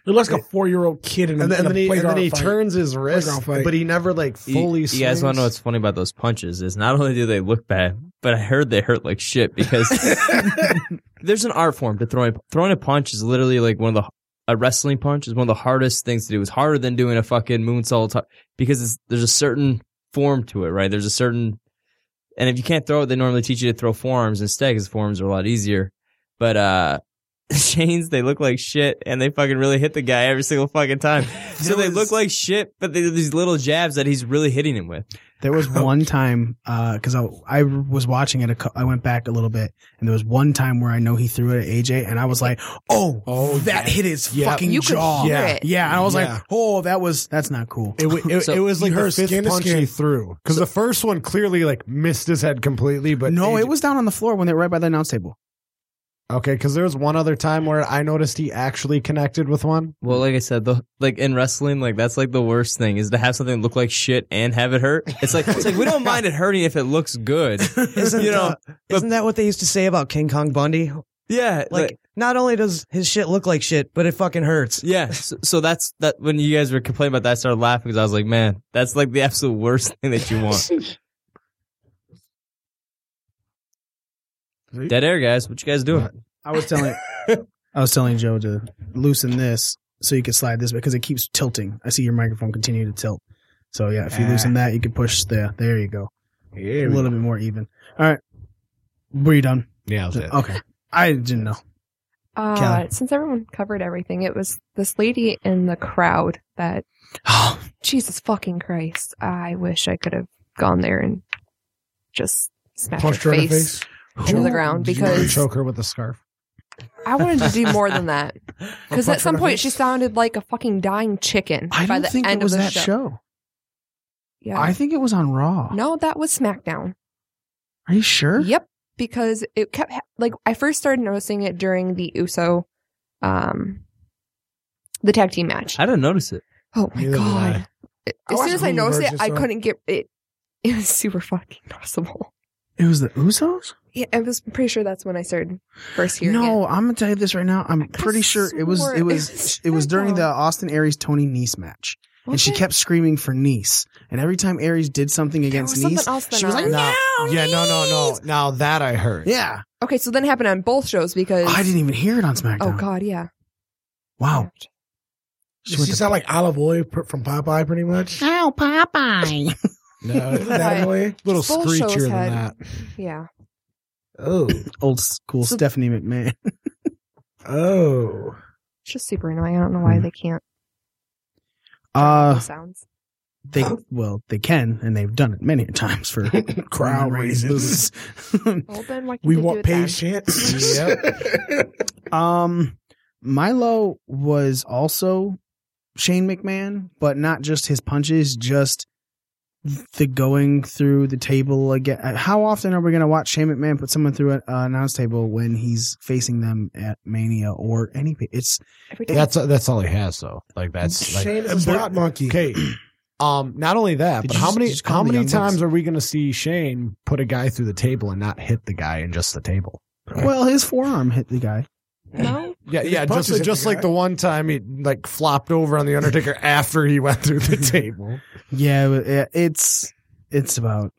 It looks like a four year old kid in a,
and then,
in
and
a
then he, and
playground
then he
fight.
turns his wrist,
Playground fight.
but he never like fully.
you, you guys want to know
swings.
what's funny about those punches is not only do they look bad, but I heard they hurt like shit
*laughs*
because there's an art form to throwing. Throwing a punch is literally like one of the a wrestling punch is one of the hardest things to do. It's harder than doing a fucking moonsault hu- because it's, there's a certain form to it, right? There's a certain, and if you can't throw it, they normally teach you to throw forearms instead because forearms are a lot easier. But uh, *laughs* chains, they look like shit, and they fucking really hit the guy every single fucking *laughs* time. so they look like shit, but they're these little jabs that he's really hitting him with.
There
*laughs*
was one time because I I was watching it. A cou- I went back a little bit, and there was one time where I know he threw it at AJ, and I was like, "Oh,
Oh,
that
yeah.
hit his
Yeah.
fucking
You could
jaw."
hear
yeah,
it.
yeah. And I was
Yeah.
like, "Oh, that was that's not cool."
It, wa- it,
So-
it was like
Her
her fifth
skin to
punch
skin.
he threw because the first one clearly like missed his head completely. But
no,
AJ
it was down on the floor when they were right by the announce table.
okay because there was one other time where I noticed he actually connected with one.
Well, like I said, the like in wrestling, like that's like the worst thing is to have something look like shit and have it hurt. It's like it's like we *laughs* don't mind it hurting if it looks *laughs* good.
Isn't
you know,
uh, isn't that what they used to say about King Kong Bundy?
yeah,
Like,
like
not only does his shit look like shit, but it fucking hurts.
yeah. So, so that's that. When you guys were complaining about that, I started laughing because I was like, man, that's like the absolute worst thing that you want. Dead air, guys. What you guys doing?
I was
*laughs*
telling I was telling Joe to loosen this so you could slide this because it keeps tilting. I see your microphone continue to tilt. So yeah,
Ah.
if you loosen that, you can push there. There you go. a little bit more even. All right. Were you done?
Yeah, that was it.
Okay. I didn't know.
Uh,
Kelly.
since everyone covered everything, it was this lady in the crowd that Jesus fucking Christ! I wish I could have gone there and just smashed
Punched
her
her in
face,
the face.
into the ground
Did you really
because
choke her with a scarf.
I wanted to do more than that. Because at
punch her in
some
the
point
face?
she sounded like a fucking dying chicken
I
by
don't
the
think
end
it was
of the
that show.
Yeah.
I think it was on Raw.
no, that was SmackDown.
Are you sure?
Yep, because it kept ha- like I first started noticing it during the USO, um, the tag team match.
I didn't notice it.
Oh my
Neither did
god!
I
As soon
watched
as I
Hulu
noticed it,
versus,
I
uh,
couldn't get it. *laughs* It was super fucking noticeable.
It was the Usos?
Yeah, I was pretty sure that's when I started first hearing
no,
it.
I'm gonna tell you this right now. I'm
could've
pretty sure it was
swore
it
it
was
was
it was during the
SmackDown.
Austin Aries Tony Nice match. And she
Was it?
kept screaming for Nice. And every time Aries did something
There
against
was something
Nice,
else that
she was
I-
like, "No,
yeah, no, no, no. Now that I heard.
Yeah.
Okay, so then it happened on both shows because
I didn't even hear it on SmackDown.
Oh god, yeah.
Wow.
She, she sound like olive oil pr- from Popeye,
*laughs*
pretty
*laughs*
much. uh,
Ow, Popeye. *laughs*
no,
That way.
little
Full show's
screechier than
head.
that.
Yeah.
Oh,
Old school
So-
Stephanie
*laughs*
McMahon.
oh.
It's just super annoying. I don't know why they can't.
Hmm. Uh,
those sounds. *laughs*
They well, they can, and they've done it many times for
Crowd
*laughs*
raises.
losers.
Well, then why can't
We
you do
want
it then?
patience. *laughs*
Um, Milo was also Shane McMahon, but not just his punches, just the going through the table again. How often are we going to watch Shane McMahon put someone through an announce table when he's facing them at Mania or any? It's
Every time.
That's that's all he has though. Like that's like,
Shane is not monkey.
Okay. Um, not only that,
Did
but
you
how
just-
many
just call
how
him the
many
Young Bucks?
times are we going to see Shane put a guy through the table and not hit the guy in just the table?
well, his forearm hit the guy.
no.
Yeah,
His
yeah,
punches hit
just
the
just
guy.
like the one time he like flopped over on the Undertaker after he went through *laughs* the table.
Yeah, but, uh, it's it's about.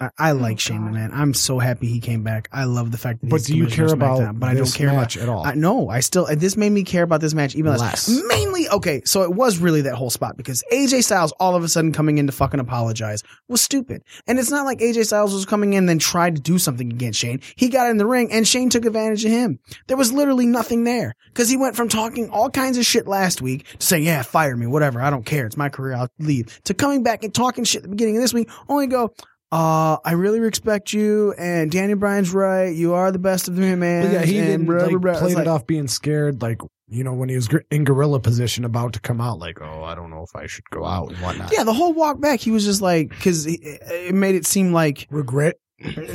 I, I like Shane McMahon. I'm so happy he came back. I love the fact that.
But
he's
do you
commissioner
care
of SmackDown,
about?
But I don't
this
care about
match at all.
I no, I still and this made me care about this match even less.
Less.
Mainly, okay, so it was really that whole spot because AJ Styles all of a sudden coming in to fucking apologize was stupid. And it's not like AJ Styles was coming in and then tried to do something against Shane. He got in the ring and Shane took advantage of him. There was literally nothing there because he went from talking all kinds of shit last week to saying, "Yeah, fire me, whatever, I don't care, it's my career, I'll leave," to coming back and talking shit at the beginning of this week, only go. Uh, I really respect you, and Danny Bryan's right. You are the best of the man.
But yeah, he
and
didn't
blah, blah,
like,
blah. It's
played it
like-
off being scared, like you know when he was gr- in gorilla position about to come out, like oh I don't know if I should go out and whatnot.
Yeah, the whole walk back, he was just like, because it made it seem like,
Regret.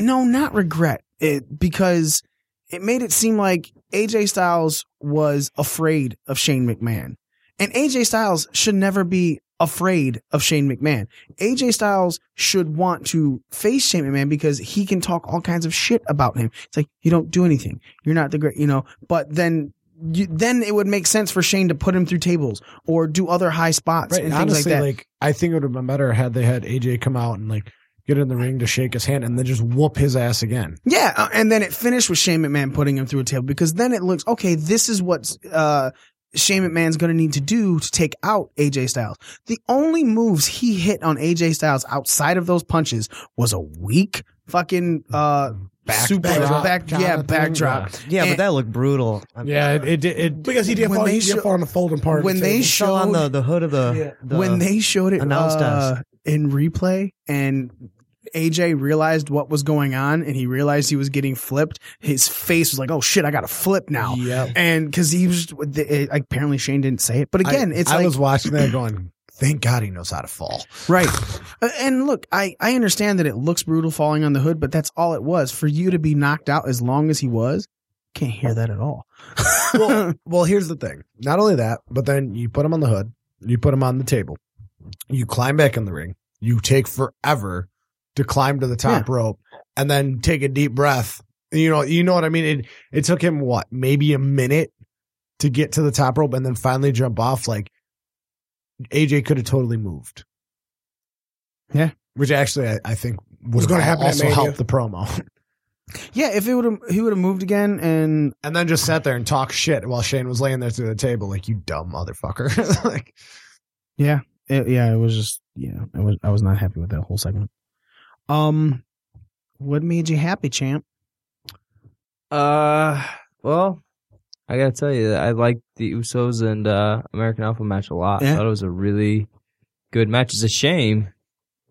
no, not regret, it, because it made it seem like AJ Styles was afraid of Shane McMahon. And AJ Styles should never be afraid of Shane McMahon. AJ Styles should want to face Shane McMahon because he can talk all kinds of shit about him. It's like, you don't do anything. You're not the great, you know, but then. You, then it would make sense for Shane to put him through tables or do other high spots
right.
and
And
things
honestly,
like that.
like, I think it would have been better had they had AJ come out and like get in the ring to shake his hand and then just whoop his ass again.
Yeah, uh, and then it finished with Shane McMahon putting him through a table because then it looks okay. This is what uh, Shane McMahon's going to need to do to take out AJ Styles. The only moves he hit on AJ Styles outside of those punches was a weak fucking uh, super
drop
back,
kinda
yeah,
thing.
backdrop.
Yeah,
And-
but that looked brutal. I mean,
Yeah, it it, it,
Because he did
When
fall,
they
he did
show-
fall on the folding part. of
when
the
they
table.
sh-
fell on
showed-
the, the hood of the,
Yeah.
the-
when they showed it
announced
uh,
us.
in replay and AJ realized what was going on and he realized he was getting flipped, his face was like, "Oh shit, I got to flip now."
Yep.
And because he was the- it- apparently Shane didn't say it, but again,
I,
it's
I
like
was watching that going, thank God he knows how to fall.
*laughs* right. Uh, And look, I I understand that it looks brutal falling on the hood, but that's all it was for you to be knocked out as long as he was. Can't hear that at all.
*laughs*
well, well, here's the thing. Not only that, but then you put him on the hood, you put him on the table, you climb back in the ring, you take forever to climb to the top rope, and then take a deep breath. You know, you know what I mean. It it took him what maybe a minute to get to the top rope and then finally jump off. Like AJ could have totally moved.
Yeah.
which actually I, I think was
gonna
going to
happen
happen.
at
Also
Mania.
helped the promo.
Yeah, if it would have he would have moved again and
and then just sat there and talk shit while Shane was laying there through the table, like you dumb motherfucker. *laughs* like,
It- yeah, it was just yeah, I was I was not happy with that whole segment. Um, what made you happy, champ?
Uh, well, I gotta tell you, that I liked the Usos and uh, American Alpha match a lot.
Yeah.
I thought it was a really good match. It's a shame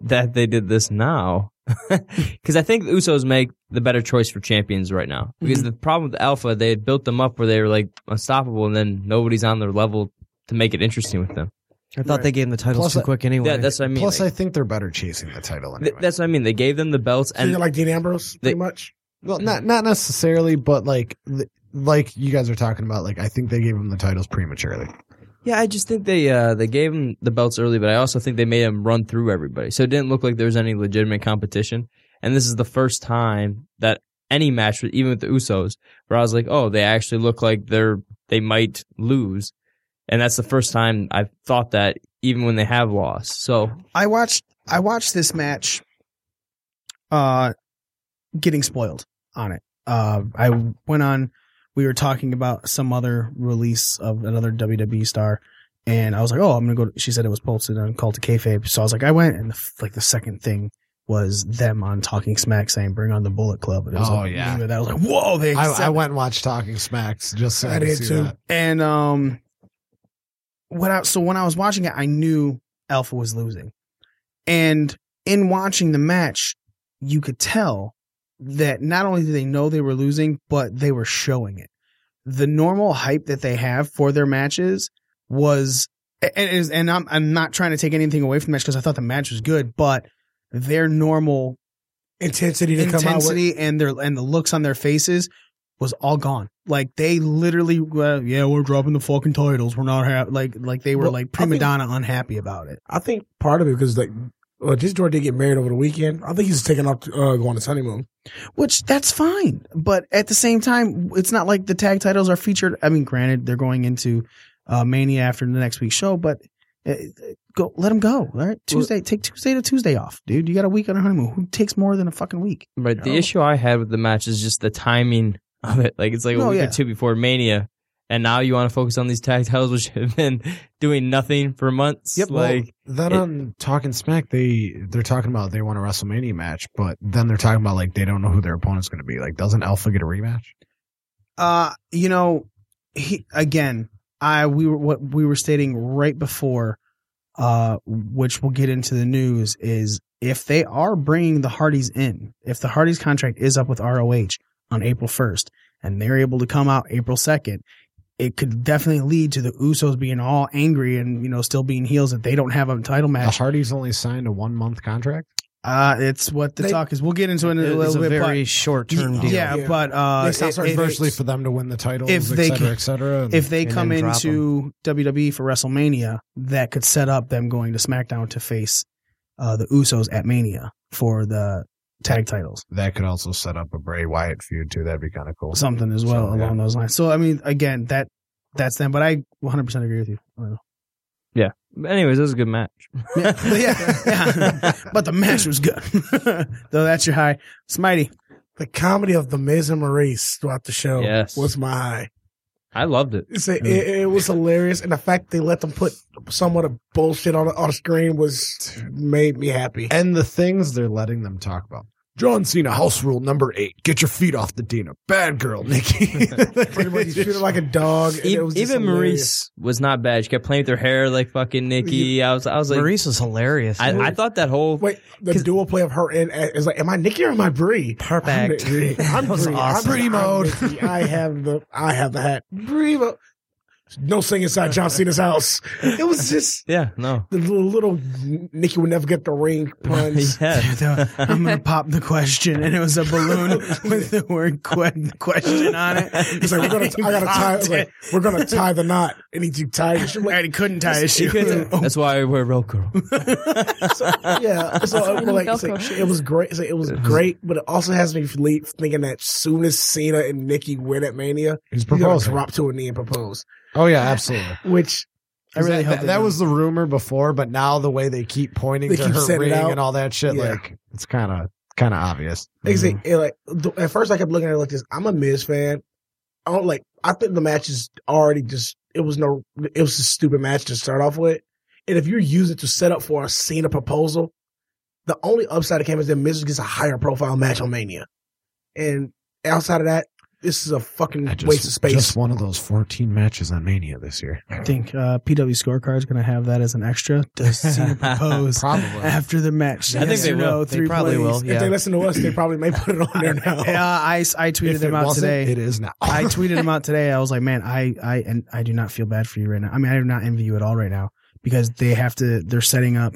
that they did this now, *laughs* because I think the Usos make the better choice for champions right now. Because the problem with Alpha, they had built them up where they were like unstoppable, and then nobody's on their level to make it interesting with them.
I thought they gave him the titles
Plus
too
I-
quick anyway.
Yeah, that's what I mean.
plus I
like,
think they're better chasing the title. Anyway.
th- that's what I mean. They gave them the belts,
So
and
you're like Dean Ambrose, pretty
They-
much.
well, not not necessarily, but like th- like you guys are talking about. Like, I think they gave him the titles prematurely.
Yeah, I just think they uh, they gave him the belts early, but I also think they made him run through everybody, so it didn't look like there was any legitimate competition. And this is the first time that any match, with- even with the Usos, where I was like, oh, they actually look like they're they might lose, and that's the first time I've thought that, even when they have lost. So
I watched I watched this match uh getting spoiled on it. Uh I went on we were talking about some other release of another WWE star and I was like, "Oh, I'm going to go to-" she said it was posted on Call to Kayfabe." So I was like, "I went and the, f- like the second thing was them on Talking Smack saying, "Bring on the Bullet Club." And it was
Oh,
like,
yeah.
That I was like, "Whoa, they
I, I
accept-
went and watched Talking Smacks just so
I
I did
did too.
That.
and um, when I so when I was watching it, I knew Alpha was losing. And in watching the match, you could tell that not only did they know they were losing, but they were showing it. The normal hype that they have for their matches was, and, and- and I'm, I'm not trying to take anything away from the match because I thought the match was good, but their normal
Intensity to come out with.
intensity and their and the looks on their faces was all gone. Like they literally, well, yeah, we're dropping the fucking titles. We're not happy. Like like they were
Well,
like
I think-
prima donna unhappy about it.
I think part of it because like, well, just George did get married over the weekend. I think he's taking off to uh, go on his honeymoon.
Which that's fine, but at the same time, it's not like the tag titles are featured. I mean, granted, they're going into uh, Mania after the next week's show, but uh, go let them go. All right, Tuesday, take Tuesday to Tuesday off, dude. You got a week on a honeymoon. Who takes more than a fucking week?
But the issue I had with the match is just the timing of it. Like it's like a
No,
week
Oh, yeah.
or two before Mania, and now you want to focus on these tag titles, which *laughs* have been doing nothing for months.
Yep, well,
Like
That
It-
on Talking Smack, they they're talking about they want a WrestleMania match, but then they're talking about like they don't know who their opponent's going to be. Like, doesn't Alpha get a rematch?
Uh, you know, he, again, I we were what we were stating right before, uh, which we'll get into the news is if they are bringing the Hardys in, if the Hardys contract is up with ROH on April first, and they're able to come out April second. It could definitely lead to the Usos being all angry and you know still being heels that they don't have a title
The
match.
Hardys only signed a one month contract.
Uh, it's what the
They-
talk is. We'll get into it in a
It's
little
a
bit. but-
very short term deal.
yeah,
Yeah.
but uh,
They sound
it-
sort of
it-
Virtually for them to win the titles,
if they
et cetera,
can-
et cetera. and-
if they
and
come
then drop
into WWE for WrestleMania, that could set up them going to SmackDown to face uh, the Usos at Mania for the tag titles,
that could also set up a Bray Wyatt feud too. That'd be kind of cool. *laughs*
something as well
So, yeah.
along those lines. So I mean, again, that that's them. But I 100 percent agree with you. I don't know.
But anyways, it was a good match.
yeah, *laughs* yeah. But the match was good, *laughs* though. That's your high, Smitey.
The comedy of the Miz and Maurice throughout the show
Yes.
was my high.
I loved it.
It's a, it, it was hilarious, and the fact they let them put somewhat of bullshit on on screen was made me happy.
and the things they're letting them talk about.
John Cena, house rule number eight: get your feet off the Dina. Bad girl,
*laughs*
Nikki.
Pretty much, you treat it like a dog. and
E-
it was just
even
hilarious.
Maurice was not bad. She kept playing with her hair like fucking Nikki. I was, I was like,
Maurice is hilarious.
I, I thought that whole
Wait, the dual play of her and is like, am I Nikki or am I Bree?
Perfect.
I'm Nikki. I'm
That was
Bree.
awesome.
I'm,
Bree
I'm
mode.
Nikki. *laughs* I have the I have the hat. Bree mode. No singing inside John Cena's house. It was just
yeah no
*laughs* the little, little Nikki would never get the ring
*laughs*
puns.
*laughs*
yeah.
I'm gonna pop the question, and it was a balloon with the word que- question on it.
He's like,
*laughs*
we're gonna, I gotta tie.
Popped it.
Like, we're gonna tie the knot, and he tied. it. I'm like,
and he couldn't tie his shoe. *laughs* Oh,
That's why I wear Velcro.
yeah, so uh, well, like, it's
Velcro
like,
shoes.
it was great. It's like, it was great, but it also has me leap thinking that soon as Cena and Nikki win at Mania,
He's
he's gonna
proposing.
drop to a knee and propose.
Oh yeah, absolutely.
Which
I really
that,
hope
that-
they
that
don't.
was the rumor before, but now the way they keep pointing
They
to
keep
her
setting
ring
it out.
and all that shit,
Yeah.
like it's kind of kind of obvious. Mm-hmm.
Exactly. And, Like th- at first, I kept looking at it like this. I'm a Miz fan. I don't like. I think the match is already just. It was no. It was a stupid match to start off with. And if you use it to set up for a Cena proposal, the only upside it came is that Miz gets a higher profile match on Mania. And outside of that, this is a fucking
I Mm-hmm. just-
waste of space.
Just one of those 14 matches on Mania this year.
I think uh, PW scorecard's going to have that as an extra. Does Cena propose
Probably.
after the match?
I think
Yes
they
or
will.
no,
They
three
probably
plays.
will.
if
Yeah.
they listen to us, they probably may put it
*laughs*
on there now.
Yeah, I, I tweeted
If
them
it
out
wasn't,
today.
It is now. Oh, *laughs*
I tweeted them out today. I was like, man, I, I, and I do not feel bad for you right now. I mean, I do not envy you at all right now because they have to, they're setting up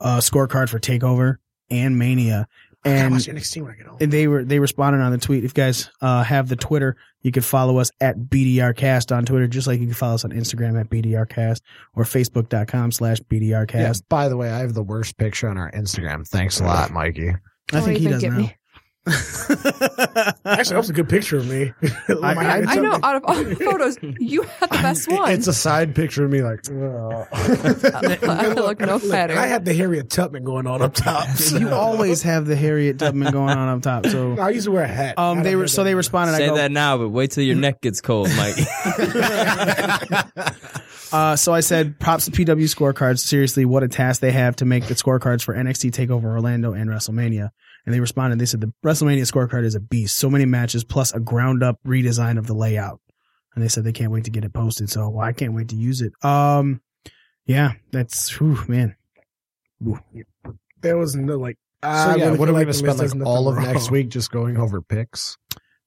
a scorecard for TakeOver and Mania.
I
And
watch NXT when I get home.
and they were they responded on the tweet. If you guys uh, have the Twitter, you can follow us at BDRcast on Twitter, just like you can follow us on Instagram at BDRcast or Facebook.com slash BDRcast.
Yeah, by the way, I have the worst picture on our Instagram. Thanks a lot,
*laughs*
Mikey.
I
Don't
think he
even
does
get
now.
me.
Actually, that was a good picture of me.
I- I-
I
*laughs*
know. Out of all the photos, you had the best
It- *laughs*
one.
It's a side picture of me, like, *laughs*
I look no fatter.
I had the Harriet Tubman going on
*laughs*
up top.
you always have the Harriet Tubman going on up top. So
*laughs*
I used to wear a hat.
um,
I
they
don't
were
have
so they
that.
responded. I
Say
go,
that now, but wait till your neck gets cold, Mike. *laughs*
Uh, so I said, props to PW scorecards. Seriously, what a task they have to make the scorecards for NXT Takeover Orlando and WrestleMania. And they responded. They said the WrestleMania scorecard is a beast. So many matches, plus a ground up redesign of the layout. And they said they can't wait to get it posted. So well, I can't wait to use it. Um, yeah, that's whew, man.
There was no like.
So yeah, what are we gonna spend like all of
next
next
week?
week just going over picks?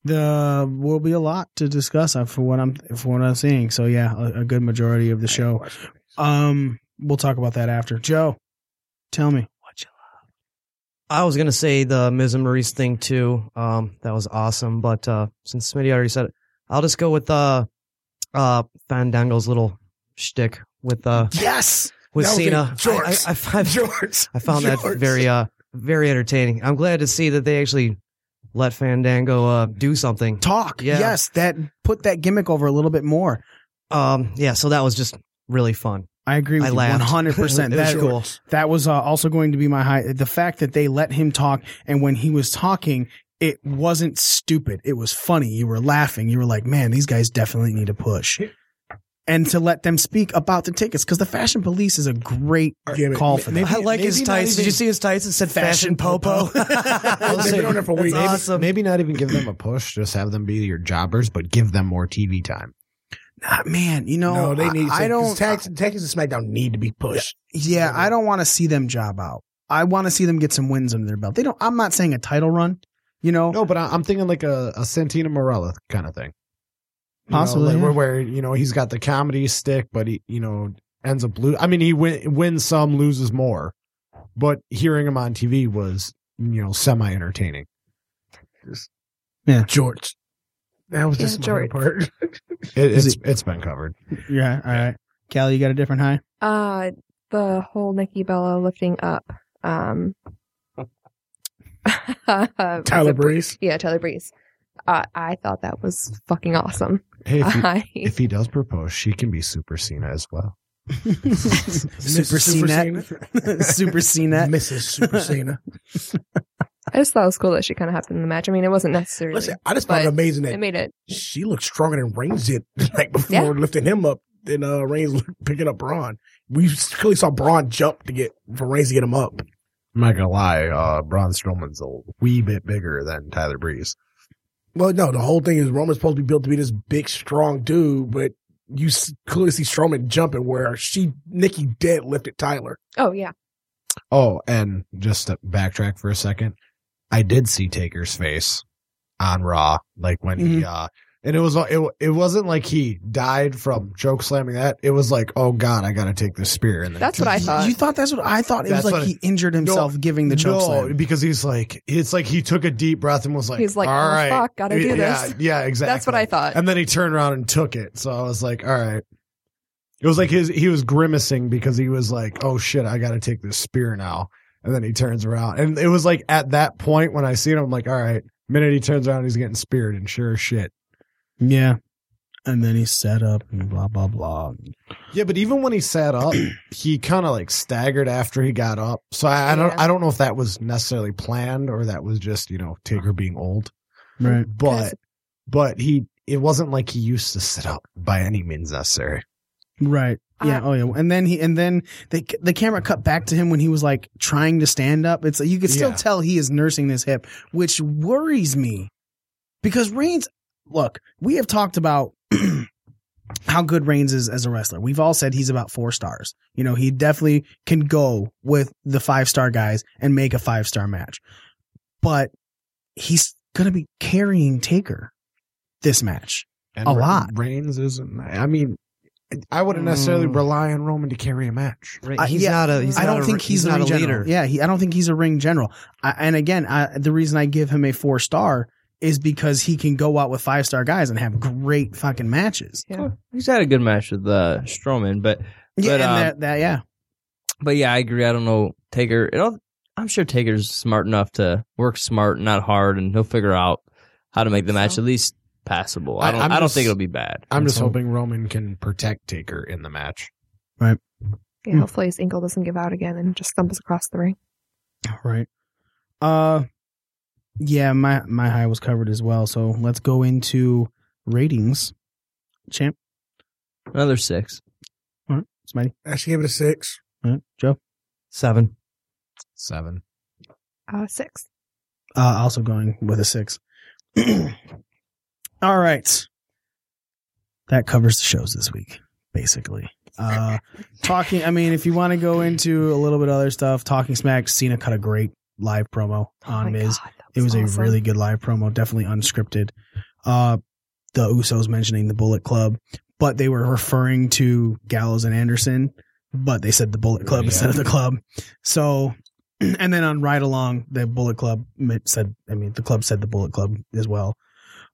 The will be a lot to discuss uh, for what I'm for what I'm seeing. So yeah, a, a good majority of the show. Um, we'll talk about that after. Joe, tell me.
I was gonna say the Miz and Maurice thing too. Um, that was awesome. But uh, since Smitty already said it, I'll just go with uh, uh, Fandango's little shtick with uh,
*laughs* Yes,
with
That was
Cena.
it. George,
I, I, I, *laughs* find-
George,
I found that
George.
very uh, very entertaining. I'm glad to see that they actually let Fandango uh, do something.
Talk.
Yeah.
Yes, that put that gimmick over a little bit more.
Um, yeah. So that was just really fun.
I agree with
I
you
laughed. *laughs*
100%.
It was
That-
cool.
That was uh, also going to be my high. The fact that they let him talk, and when he was talking, it wasn't stupid. It was funny. You were laughing. You were like, man, these guys definitely need a push. And to let them speak about the tickets, because the Fashion Police is a great
Give it-
call for that.
maybe-
I like his
maybe not
tights. Did
even-
you see his tights? It said Fashion,
Fashion
*laughs*
Popo.
They've
That's
been on there for weeks.
awesome.
Maybe not even give them a push, just have them be your jobbers, but give them more TV time.
Ah, man, you know,
No, they need.
I, I don't.
Texas, Texas and SmackDown need to be pushed.
yeah, I don't want to see them job out. I want to see them get some wins under their belt. They don't. I'm not saying a title run. You know,
No, but I, I'm thinking like a, a Santina Morella kind of thing. You know,
Possibly,
like
yeah.
where, where you know he's got the comedy stick, but he you know ends up lose. I mean, he win, wins some, loses more. But hearing him on TV was you know semi entertaining.
George. That was
Yeah,
just my
George. *laughs*
part.
It,
Is
it's it's been covered.
yeah. All right, Cal, you got a different *laughs* high.
Uh, the whole Nikki Bella lifting up. Um, *laughs*
Tyler Breeze.
Yeah, Tyler Breeze. Uh, I thought that was fucking awesome.
Hey, if he,
*laughs* I,
if he does propose, she can be Super Cena as well.
Super CNET. *laughs* Super
*laughs*
CNET.
Mrs.
*laughs*
Super Cena.
I just thought it was cool that she kind of hopped in the match. I mean, it wasn't necessarily.
Listen, I just found
But
it amazing that
it made it.
she looked stronger than Reigns did *laughs* like before
Yeah.
lifting him up than uh, Reigns *laughs* looked- picking up Braun. We clearly saw Braun jump to get for Reigns to get him up.
I'm not gonna lie, uh, Braun Strowman's a wee bit bigger than Tyler Breeze.
Well, no, the whole thing is Roman's supposed to be built to be this big, strong dude, but you s- clearly see Strowman jumping where she Nikki deadlifted Tyler.
Oh yeah,
Oh, and just to backtrack for a second, I did see Taker's face on Raw, like when he
Mm-hmm.
uh, and it was it it wasn't like he died from choke slamming that. It was like, oh god, I gotta take this spear. And then
That's what I thought.
You thought that's what I thought. It
That's
was
what
like
I-
he injured himself giving the choke
no,
slam.
because he's like, it's like he took a deep breath and was like,
He's like,
all
"Oh,
right,
fuck, gotta do
yeah,
this." *laughs*
Yeah, exactly.
that's what I thought.
And then he turned around and took it. So I was like, all right. It was like his he was grimacing because he was like, oh shit, I got to take this spear now. And then he turns around, and it was like at that point when I see it, I'm like, all right. Minute he turns around, he's getting speared, and sure as shit.
Yeah. And then he set up and blah blah blah.
Yeah, but even when he sat up, he kind of like staggered after he got up. So I, I don't,
Yeah.
I don't know if that was necessarily planned or that was just you know Taker being old.
Right.
But, but he, it wasn't like he used to sit up by any means necessary.
Right. Yeah.
I-
oh yeah. And then he and then the the camera cut back to him when he was like trying to stand up. It's you could still
Yeah.
tell he is nursing this hip, which worries me because Reigns. Look, we have talked about *clears throat* how good Reigns is as a wrestler. We've all said he's about four stars. You know, he definitely can go with the five star guys and make a five star match, but he's gonna be carrying Taker this match.
And
A
Re-
lot.
Reigns isn't. I mean, I wouldn't necessarily
Mm.
rely on Roman to carry a match.
I-
He's
yeah,
not a. He's
I
not
don't
a-
think he's,
he's
a
not
ring
a
general.
leader.
Yeah, he, I don't think he's a ring general. I, and again, I, the reason I give him a four star is because he can go out with five star guys and have great fucking matches.
yeah.
He's had a good match with uh, Strowman, but
Yeah,
But,
and
um,
that, that yeah,
but yeah, I agree. I don't know Taker. It all, I'm sure Taker's smart enough to work smart, not hard, and he'll figure out how to make the match at least passable. I
I-
don't. I,
I'm
don't
just-
think it'll be bad.
I'm just
So-
hoping Roman can protect Taker in the match.
mm.
yeah. Hopefully his ankle doesn't give out again and just stumbles across the ring.
right. Uh, yeah, my my high was covered as well. So let's go into ratings. Champ,
another six,
Smitty,
Actually, gave it a six.
all right, Joe.
Seven.
Seven.
Uh, six.
Uh, also going with a six. *clears throat* all right, that covers the shows this week. basically. Uh, talking. I mean, if you want to go into a little bit other stuff, talking smack. Cena cut a great live promo on Miz. it was a really good live promo, definitely unscripted. Uh, the Usos mentioning the Bullet Club, but they were referring to Gallows and Anderson, but they said the Bullet Club instead of the club. So, *clears throat* and then on Ride Along, the Bullet Club mi- said, I mean, the club said the Bullet Club as well.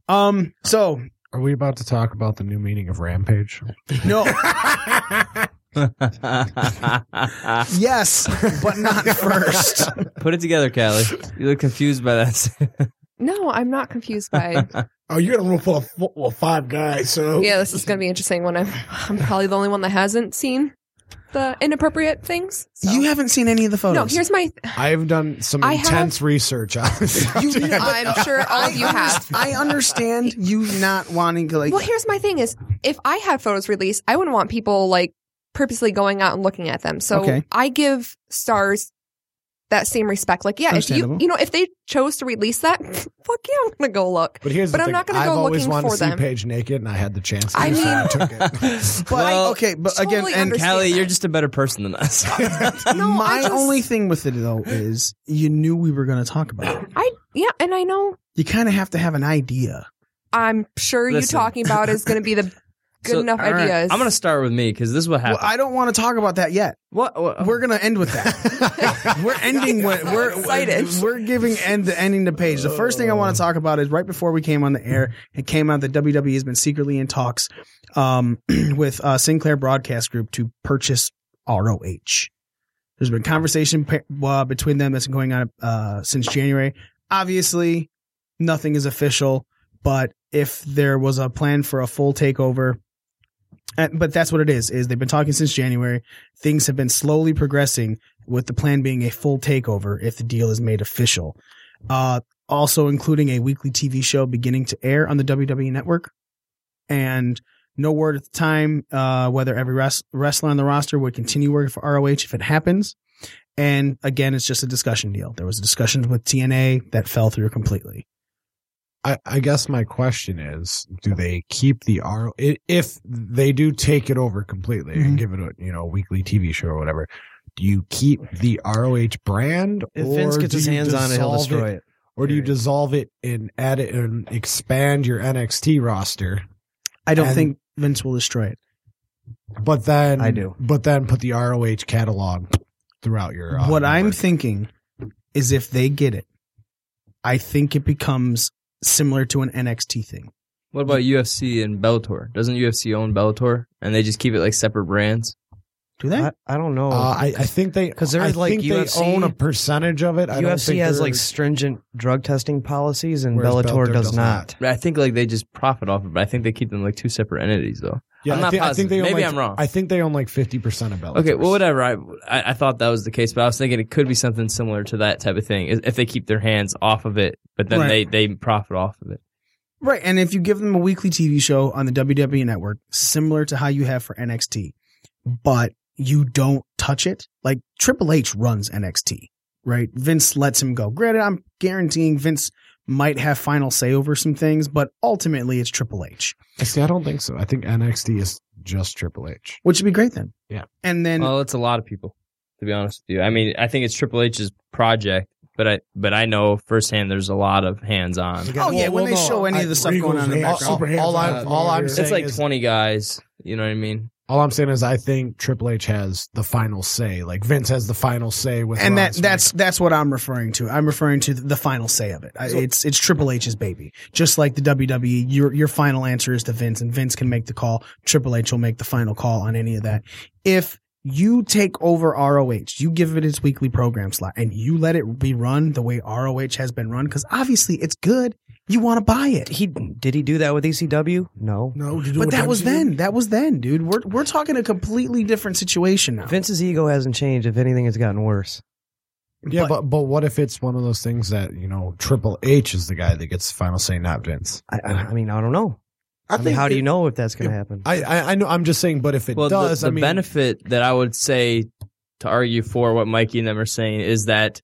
Um, so
Are we about to talk about the new meaning of Rampage?
no,
*laughs*
Yes,
but
*laughs*
not first.
Put it together, Callie. You look confused
*laughs*
by that.
No, I'm not confused by.
Oh, you're in a room full of full, well, five guys, so
yeah, this is going to be interesting. When I'm, I'm probably the only one that hasn't seen the inappropriate things.
you haven't seen any of the photos.
No, here's my.
I've done some
I have-
intense research on this.
You-
*laughs*
I'm sure all of you have.
I understand you not wanting to like.
Well, here's my thing: is if I had photos released, I wouldn't want people like purposely going out and looking at them. So
Okay.
I give stars that same respect. Like, yeah, if you
Understandable.
you know if they chose to release that, *laughs* fuck yeah, I'm gonna go look.
But here's
But
the
I'm
thing.
not gonna
I've
go
always
looking
wanted
for
to see
them.
Paige naked, and I had the chance. To
I
do so
mean-
took it.
*laughs*
*laughs*
but I, okay, but
totally
again, and
understand
Callie,
that.
you're just a better person
*laughs*
than us.
No, I
my
just-
only thing with it though is you knew we were going to talk about it.
I yeah, and I know
You kind of have to have an idea.
I'm sure
Listen.
you talking about is gonna
*laughs*
be the good
*laughs* So,
enough
all right,
ideas.
I'm gonna start with me because this is what
Well,
happened.
I don't want to talk about that yet.
what? what-
We're going to end with that. *laughs* we're ending with
so
we're
excited.
we're giving end the ending the page. The first thing I want to talk about is right before we came on the air, it came out that WWE has been secretly in talks um, *clears throat* with uh, Sinclair Broadcast Group to purchase ROH. There's been conversation pa- uh, between them that's been going on uh, since January. Obviously, nothing is official, but if there was a plan for a full takeover, and, but that's what it is. Is they've been talking since January. Things have been slowly progressing, with the plan being a full takeover if the deal is made official. Uh, also including a weekly TV show beginning to air on the WWE network, and no word at the time uh, whether every res- wrestler on the roster would continue working for ROH if it happens. And again, it's just a discussion deal. There was discussions with TNA that fell through completely.
I, I guess my question is, do they keep the R i- if they do take it over completely
Mhm.
Mm-hmm.
and give it a you know weekly TV show or whatever? Do you keep the ROH brand,
If Vince
or
gets
do
his
you
hands on it, he'll
dissolve
destroy it.
or do you
period.
dissolve it and add it and expand your NXT roster?
I don't
And-
think Vince will destroy it.
But then
I do.
But then put the ROH catalog throughout your. uh,
what I'm
network.
thinking is if they get it, I think it becomes similar to an NXT thing.
what about UFC and Bellator? Doesn't UFC own Bellator and they just keep it like separate brands?
Do they?
I, I don't know.
Uh, I, I think they
'Cause there
I
is, like,
think
UFC
they own a percentage of it. I don't
UFC
think
has
they're-
like stringent drug testing policies, and
Whereas
Bellator,
Bellator
does,
does
not.
I think like they just profit off of it. I think they keep them like two separate entities though.
Yeah,
I'm
I
not
thi- I
positive.
think they own,
Maybe
like-
I'm wrong.
I think they own like fifty percent of Bellator.
Okay, well, whatever. I, I I thought that was the case, but I was thinking it could be something similar to that type of thing. If if they keep their hands off of it, but then
Right.
they they profit off of it.
Right. And if you give them a weekly TV show on the WWE network, similar to how you have for NXT, but you don't touch it, like Triple H runs NXT, right? Vince lets him go. Granted, I'm guaranteeing Vince might have final say over some things, but ultimately it's Triple H,
See, I don't think so. I think NXT is just Triple H.
which would be great then.
Yeah.
And then
well, it's a lot of people, to be honest with you. I mean, I think it's Triple H's project, but I but I know firsthand there's a lot of hands on.
Oh yeah, when they show any of the uh, stuff going on in the
Regal's
background.
hands-
all
super
I'm-
hands
all
on
I'm
it.
saying-
It's like
is-
20 guys. You know what I mean?
All I'm saying is, I think Triple H has the final say. Like Vince has the final say with.
and
Raw
that that's that's what I'm referring to. I'm referring to the final say of it. I- it's it's Triple H's baby, just like the WWE. Your your final answer is to Vince, and Vince can make the call. Triple H will make the final call on any of that. If you take over ROH, you give it its weekly program slot, and you let it be run the way ROH has been run, because obviously it's good. You want to buy it.
He did he do that with ECW? No.
No, you do
But
what
that was
WCW?
then. That was then, dude. We're we're talking a completely different situation now.
Vince's ego hasn't changed. If anything, it's gotten worse.
Triple- yeah, but, but what if it's one of those things that you know Triple H is the guy that gets the final say, not Vince?
I, I I mean, I don't know.
I
I mean, how do
it-
you know if that's going to
it-
happen?
I I, I know. I'm just saying. But if it
Well,
does,
the, the
I mean,
benefit that I would say to argue for what Mikey and them are saying is that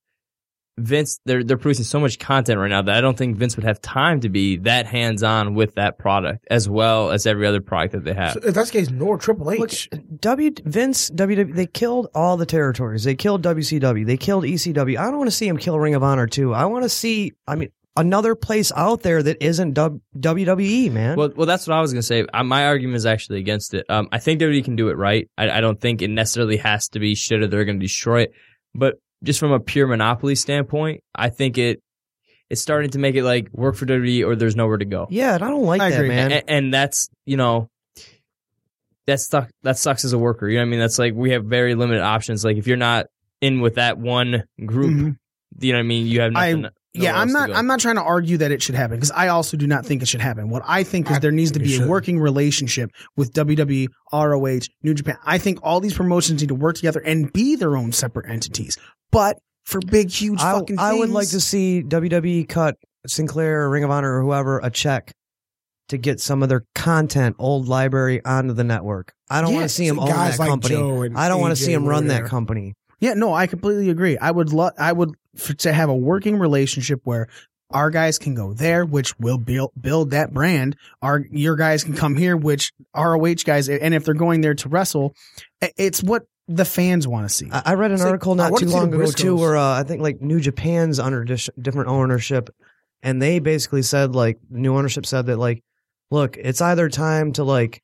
Vince, they're they're producing so much content right now that I don't think Vince would have time to be that hands on with that product as well as every other product that they have.
So if that's the case, nor Triple H.
Look, W Vince WW they killed all the territories. They killed WCW. They killed ECW. I don't want to see him kill Ring of Honor too. I want to see. I mean, another place out there that isn't w- WWE, man.
Well, well, that's what I was gonna say. Uh, my argument is actually against it. Um, I think WWE can do it right. I, I don't think it necessarily has to be shit or they're gonna destroy it. But just from a pure monopoly standpoint, I think it it's starting to make it like work for WWE or there's nowhere to go.
yeah, and I don't like
I
that,
agree.
man.
and, and that's you know that suck that sucks as a worker. You know what I mean? That's like we have very limited options. Like if you're not in with that one group,
Mhm.
you know what I mean? You have
I-
nothing.
yeah,
nowhere
I'm
else to
not.
go.
I'm not trying to argue that it should happen because I also do not think it should happen. What I think is
I
there needs to
think it
be a
should.
working relationship with E, WWE, ROH, New Japan. I think all these promotions need to work together and be their own separate entities. But for big, huge
I,
fucking,
I would
things-
like to see WWE cut Sinclair or Ring of Honor or whoever a check to get some of their content, old library, onto the network. I don't want to
Yes,
see him own
guys
that
like
company.
Joe and
I don't want to
AJ
see him run that
Warrior.
company.
Yeah, no, I completely agree. I would love. I would f- to have a working relationship where our guys can go there, which will build build that brand. Our your guys can come here, which ROH guys, and if they're going there to wrestle, i- it's what the fans want to see.
I, I read an
It's like,
article
I
not
wanna
too
see the
long ago too,
Briscoes.
where uh, I think like New Japan's under dis- different ownership, and they basically said like new ownership said that like, look, it's either time to like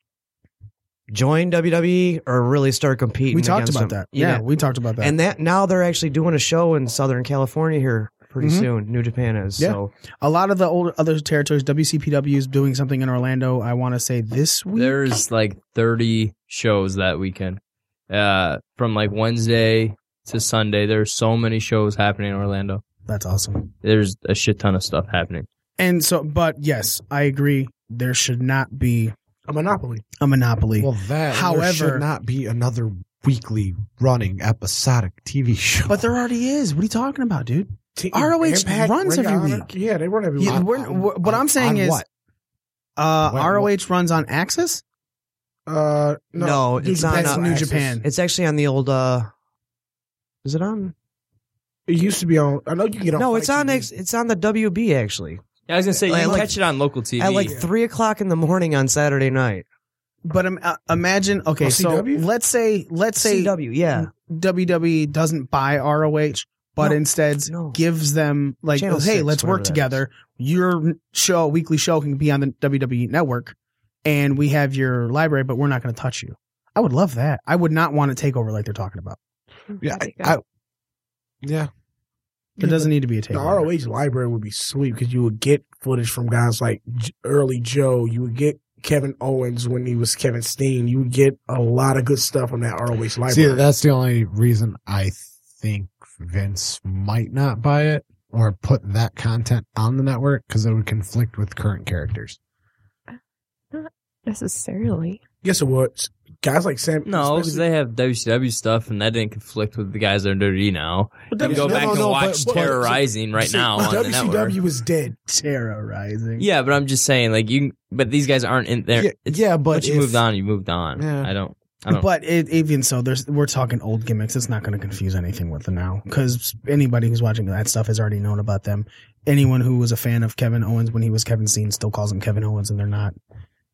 join WWE or really start competing.
we talked
against
about
them.
that.
You
Yeah,
know?
we talked about that.
and that now they're actually doing a show in Southern California here pretty
Mhm.
soon. New Japan is
Yeah.
so
a lot of the older other territories, WCPW is doing something in Orlando. I want to say this week.
There's like 30 shows that weekend. Uh, from like Wednesday to Sunday, there's so many shows happening in Orlando.
That's awesome.
There's a shit ton of stuff happening.
And so, but yes, I agree. There should not be
a monopoly.
a monopoly.
Well, that however
However-
should not be another weekly running episodic TV show.
but there already is. What are you talking about, dude?
T-
ROH
Impact,
runs
Ring of
every
Honor.
week.
Yeah, they run every
*laughs*
Yeah,
week.
we're- wh- what I'm saying
on
is,
what?
Uh,
When-
ROH runs on Access.
Uh, no,
no, it's
New
not.
That's
Japan.
New
Access.
Japan.
it's actually on the old. uh Is it on?
It used to be on. I know you can get on.
No, it's
Fight
on.
TV.
X It's on the WB actually
Yeah, I was gonna say you
Like-
can
like-
catch it on local TV.
at like three o'clock in the morning on Saturday night.
But um, uh, imagine, okay,
Oh,
so
CW?
let's say let's say
CW, yeah.
WWE doesn't buy ROH, but
No,
instead
no.
gives them like,
Channel
hey,
six,
let's work
whatever that
together. Your show, weekly show, can be on the WWE network, and we have your library, but we're not going to touch you. I would love that. I would not want to take over like they're talking about.
Yeah,
There you go.
I, I- yeah.
There doesn't need to be a
The
takeover.
ROH library would be sweet because you would get footage from guys like J- early Joe. You would get Kevin Owens when he was Kevin Steen. You would get a lot of good stuff on that ROH library.
See, that's the only reason I think Vince might not buy it or put that content on the network because it would conflict with current characters.
Necessarily.
yes, it would. Guys like Sam.
no, because
especially-
they have WCW stuff, and that didn't conflict with the guys that are dirty now.
But that-
You can go
no,
back
no,
and
no,
watch
but- but-
Terrorizing right
see,
now on the network.
WCW is dead.
Terrorizing.
Yeah, but I'm just saying, like you. But these guys aren't in there.
Yeah,
It's-
yeah, but
once you
if-
moved on, you moved on.
Yeah.
I don't. I don't.
But it, even so, there's we're talking old gimmicks. It's not going to confuse anything with the now because anybody who's watching that stuff has already known about them. Anyone who was a fan of Kevin Owens when he was Kevin Steen still calls him Kevin Owens, and they're not.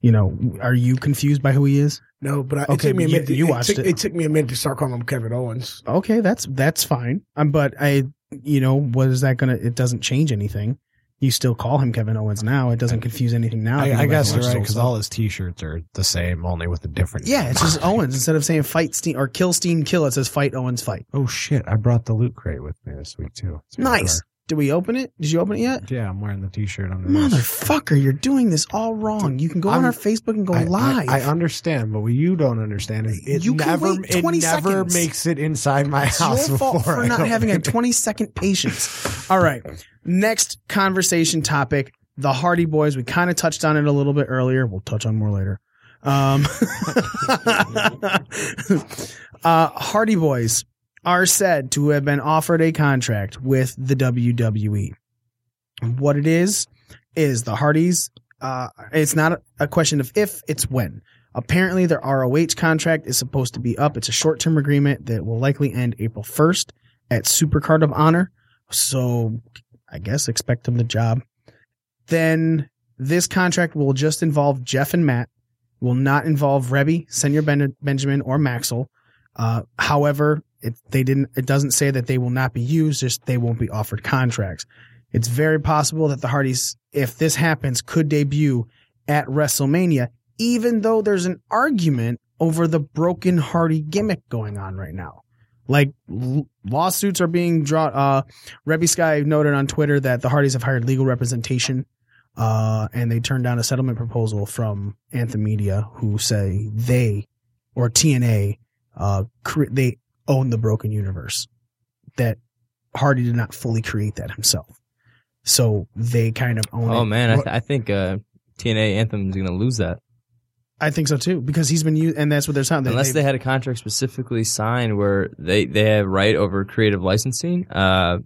You know, are you confused by who he is?
No, but I, it
Okay,
took me a
but you-
minute. to-
you
it
watched
took-
it.
It took me a minute to start calling him Kevin Owens.
Okay, that's that's fine. Um, but I, you know, what is that gonna? It doesn't change anything. You still call him Kevin Owens now. It doesn't confuse anything now.
I,
if you
I
go back
guess
and
you're
watch
right
those
because
stuff.
all his T-shirts are the same, only with a different.
yeah, it's just Owens instead of saying fight Steen or kill Steen kill. It says fight Owens fight.
Oh shit! I brought the loot crate with me this week too. It's in my
Nice. Did we open it? Did you open it yet?
car. Yeah, I'm wearing the T-shirt on.
Motherfucker, you're doing this all wrong. You can go on
I'm-
our Facebook and go
I,
live.
I, I understand, but what you don't understand is it
You can
never
wait 20
it never
seconds.
makes it inside my
it's
house *laughs*
your fault
before
for
I
not
go
having a
*laughs* in.
20 second patience. All right. Next conversation topic the Hardy Boys. We kind of touched on it a little bit earlier. We'll touch on more later. Um, *laughs* uh, Hardy Boys are said to have been offered a contract with the WWE. What it is, is the Hardys. Uh, it's not a- a question of if, it's when. Apparently, their ROH contract is supposed to be up. It's a short term agreement that will likely end April 1st at Supercard of Honor. So I guess expect him to job. Then this contract will just involve Jeff and Matt, will not involve Rebby, Senior ben- Benjamin, or Maxwell. Uh, however, it, they didn't. It doesn't say that they will not be used; just they won't be offered contracts. It's very possible that the Hardys, if this happens, could debut at WrestleMania, even though there's an argument over the broken Hardy gimmick going on right now. Like l- lawsuits are being drawn. Uh, Rebby Sky noted on Twitter that the Hardys have hired legal representation, uh, and they turned down a settlement proposal from Anthem Media, who say they or TNA uh, cre- they own the broken universe. That Hardy did not fully create that himself, so they kind of own.
Oh
it.
man, I,
What-
th- I think uh, TNA Anthem is gonna lose that
I think so too because he's been used, and that's what they're saying. They-
unless they had a contract specifically signed where they they have right over creative licensing. Uh,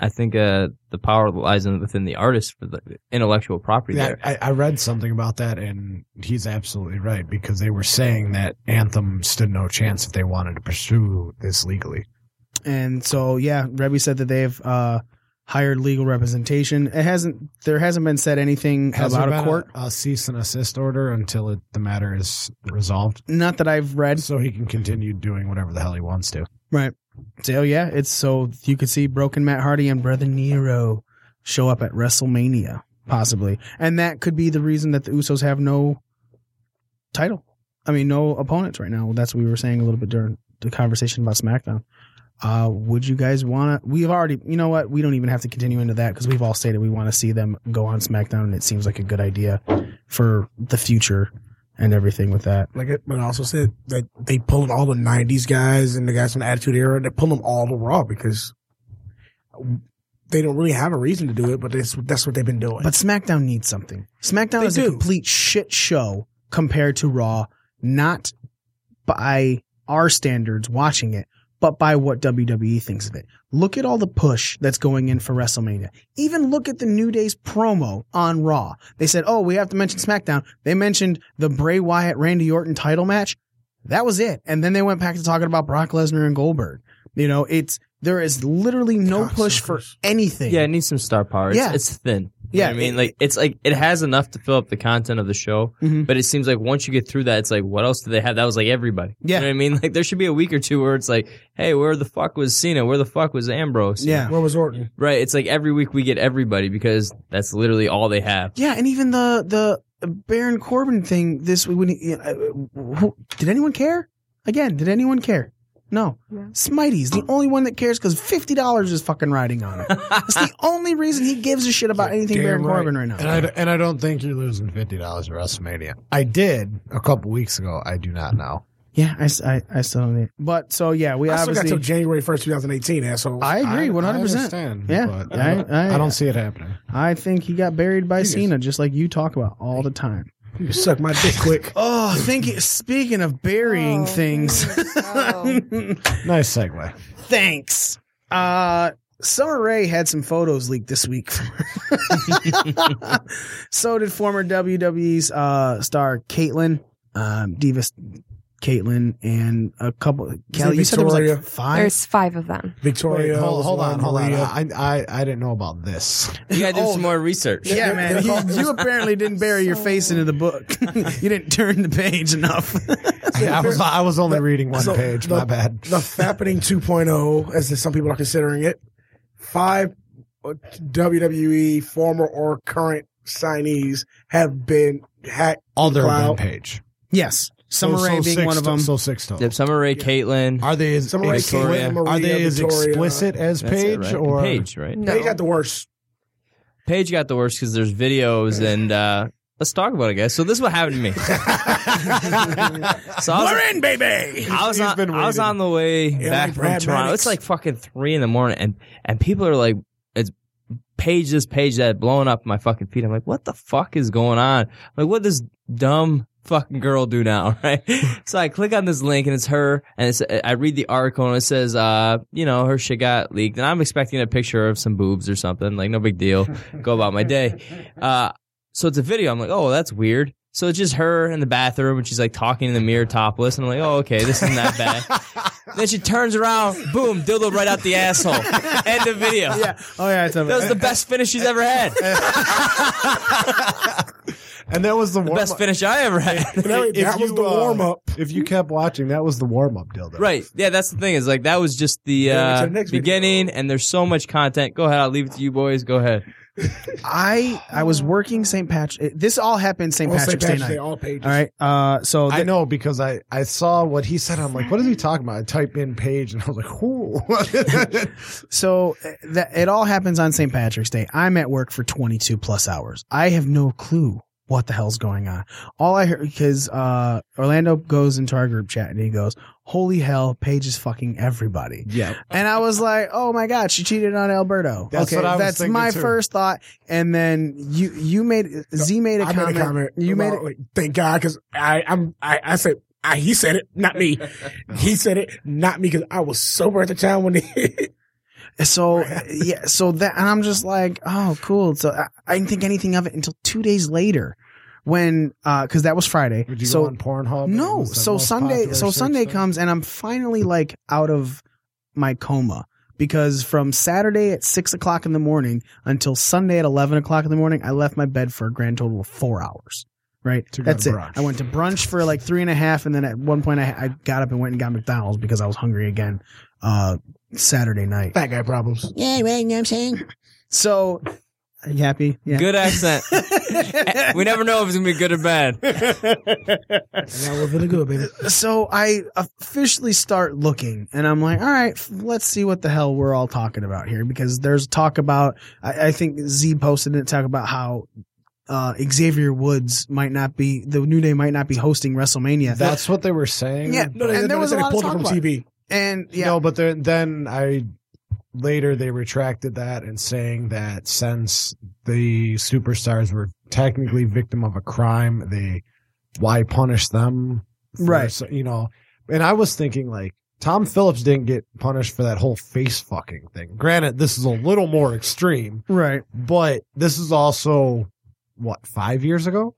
I think uh, the power lies in, within the artist for the intellectual property
Yeah,
there.
I, I read something about that, and he's absolutely right because they were saying that Anthem stood no chance if they wanted to pursue this legally.
And so, yeah, Rebby said that they've uh, hired legal representation. It hasn't. There hasn't been said anything
Has there
about a
been
court.
a, cease and assist order until it, the matter is resolved,
Not that I've read.
so he can continue doing whatever the hell he wants to.
Right. So yeah, it's so you could see Broken Matt Hardy and Brother Nero show up at WrestleMania possibly, and that could be the reason that the Usos have no title. I mean, no opponents right now. That's what we were saying a little bit during the conversation about SmackDown. Uh, would you guys want to? We've already, you know what? We don't even have to continue into that because we've all stated we want to see them go on SmackDown, and it seems like a good idea for the future and everything with that.
Like, it, but I also said that they pulled all the '90s guys and the guys from the Attitude Era. They pulled them all to Raw because they don't really have a reason to do it, but that's that's what they've been doing.
But SmackDown needs something. SmackDown
They
is a
do.
complete shit show compared to Raw, not by our standards watching it, but by what WWE thinks of it. Look at all the push that's going in for WrestleMania. Even look at the New Day's promo on Raw. They said, oh, we have to mention SmackDown. They mentioned the Bray Wyatt Randy Orton title match. That was it. And then they went back to talking about Brock Lesnar and Goldberg. You know, it's there is literally no push for anything.
Yeah, it needs some star power. It's,
Yeah.
it's thin.
Yeah,
yeah, I mean, like it's like it has enough to fill up the content of the show,
Mhm.
but it seems like once you get through that, it's like what else do they have? That was like everybody.
Yeah.
you know what I mean, like there should be a week or two where it's like, hey, where the fuck was Cena? Where the fuck was Ambrose?
Yeah.
Where was Orton?
right. It's like every week we get everybody because that's literally all
*laughs*
they have.
Yeah, and even the the Baron Corbin thing this week. When he, uh, who, did anyone care? Again, did anyone care? No.
No.
Smitey's the only one that cares because fifty dollars is fucking riding on it. That's the only reason he gives a shit about anything
damn
Baron
right.
Corbin right now.
And I and I don't think you're losing fifty dollars at WrestleMania. I did a couple weeks ago. I do not know.
yeah, I, s- I- I still don't need. But so yeah, we
I still got
obviously.
till January 1st, 2018, asshole.
I agree, one hundred percent.
understand,
Yeah,
but
I-
I, don't-
I-
I don't see it happening.
I think he got buried by Cena, just like you talk about all the time.
You suck my dick quick.
Oh, thinking. Speaking of burying
Oh,
things. *laughs*
thanks. Oh.
Nice segue.
Thanks. Uh, Summer Rae had some photos leaked this week. *laughs* from her. so did former WWE's uh, star Caitlyn, um, Divas Caitlyn, and a couple. *laughs* Kelly, you said there was
Victoria?
like five.
There's five of them.
Victoria.
Wait, hold,
was
hold
one,
on, hold on.
Maria.
I, I I didn't know
*laughs*
about this.
You gotta do
Oh.
some more research.
*laughs* Yeah, man. You, you apparently didn't bury your face into the book. *laughs* you didn't turn the page enough. *laughs*
I was I was only
the-
reading one
so
page.
the-
my bad.
the Fappening 2.0, as some people are considering it, five uh, WWE E former or current signees have been hacked.
Other
Cloud.
one page.
yes, Summer Rae being
six
one of
to-
them.
So six total.
Yep, Summer Rae, Caitlyn,
Are they as
Some like
expli-
Victoria.
Maria,
are they as
Victoria.
explicit as
That's
page
it, right?
or *laughs*
Page, right?
No.
They got the worst.
Paige got the worst because there's videos and uh, let's talk about it, guys. So this is what happened to
*laughs*
me. so I was,
in, *laughs* baby.
I was
He's
on,
been
I was
waiting.
on the way back
like
from
Brad
Toronto.
Maddox.
It's like fucking three in the morning, and and people are like, it's page this page that blowing up my fucking feed. I'm like, what the fuck is going on? like, what does dumb fucking girl do now, *laughs*
*laughs*
right? so I click on this link and it's her, and it's I read the article and it says, uh, you know, her shit got leaked, and I'm expecting a picture of some boobs or something. Like, no big
*laughs*
deal. Go about my day. Uh, so it's a video. I'm like, oh, that's weird. So it's just her in the bathroom and she's like talking in the mirror topless. And I'm like, oh, okay, this isn't that bad. Then she turns around, boom, dildo right out the asshole. End of video.
Yeah. *laughs* Oh yeah, it's a,
That was the best finish she's ever had.
And that was the,
The
warm
best
up.
finish I ever had.
If
that was
you,
the
uh,
warm up.
If you kept watching, that was the warm up
*laughs*
dildo.
Right. Yeah, that's the thing. Is like that was just the
Yeah,
uh,
to the next video.
beginning, and there's so much content. Go ahead, I'll leave it to you boys. Go ahead.
I I was working St. Patrick. This all happened St.
Well, St.
Patrick's,
Patrick's
Day
Day,
night.
all pages.
All right. Uh, so
I
th-
know because I, I saw what he said. I'm like, what is he talking about? I typed in page and I was like, *laughs* whoo.
so uh, that it all happens on St. Patrick's Day. I'm at work for 22 plus hours. I have no clue what the hell's going on. All I heard because uh, Orlando goes into our group chat and he goes, "Holy hell, Paige is fucking everybody."
yeah.
And I was like, "Oh my god, she cheated on Alberto."
That's
okay,
what I was
that's
thinking
my
too.
first thought. And then you you made Z made a,
I
comment,
made a comment.
You made
about, like, thank God, because I, I'm, I, I said, I, he said it, not me.
*laughs*
he said it, not me, because I was sober at the time when he. *laughs*
So eh, yeah, so that and I'm just like, oh, cool. So I, I didn't think anything of it until two days later, when because that was Friday.
Would you
so
go on Pornhub? It
no,
was the
so
most
Sunday,
popular
so
search
Sunday
thing.
comes and I'm finally like out of my coma because from Saturday at six o'clock in the morning until Sunday at eleven o'clock in the morning, I left my bed for a grand total of four hours. Right,
To go
that's
to
it.
brunch.
I went to brunch for like three and a half, and then at one point I, I got up and went and got McDonald's because I was hungry again. Uh, Saturday night.
Fat guy problems.
Yeah, right. You know what I'm saying? So, are you happy? Yeah. *laughs*
Good accent. *laughs* we never know if it's gonna be good or bad.
That was really good, baby.
so I officially start looking, and I'm like, all right, f- let's see what the hell we're all talking about here, because there's talk about. I, I think Z posted it, talk about how. Uh, Xavier Woods might not be the New Day might not be hosting WrestleMania.
That's what they were saying.
yeah,
No, no,
and there was a lot of
pulled it
talk
from
about it.
TV.
And yeah,
No, but then then I later they retracted that and saying that since the superstars were technically victim of a crime, they why punish them? for
Right.
so- you know, and I was thinking like Tom Phillips didn't get punished for that whole face fucking thing. Granted, this is a little more extreme,
right.
but this is also what five years ago.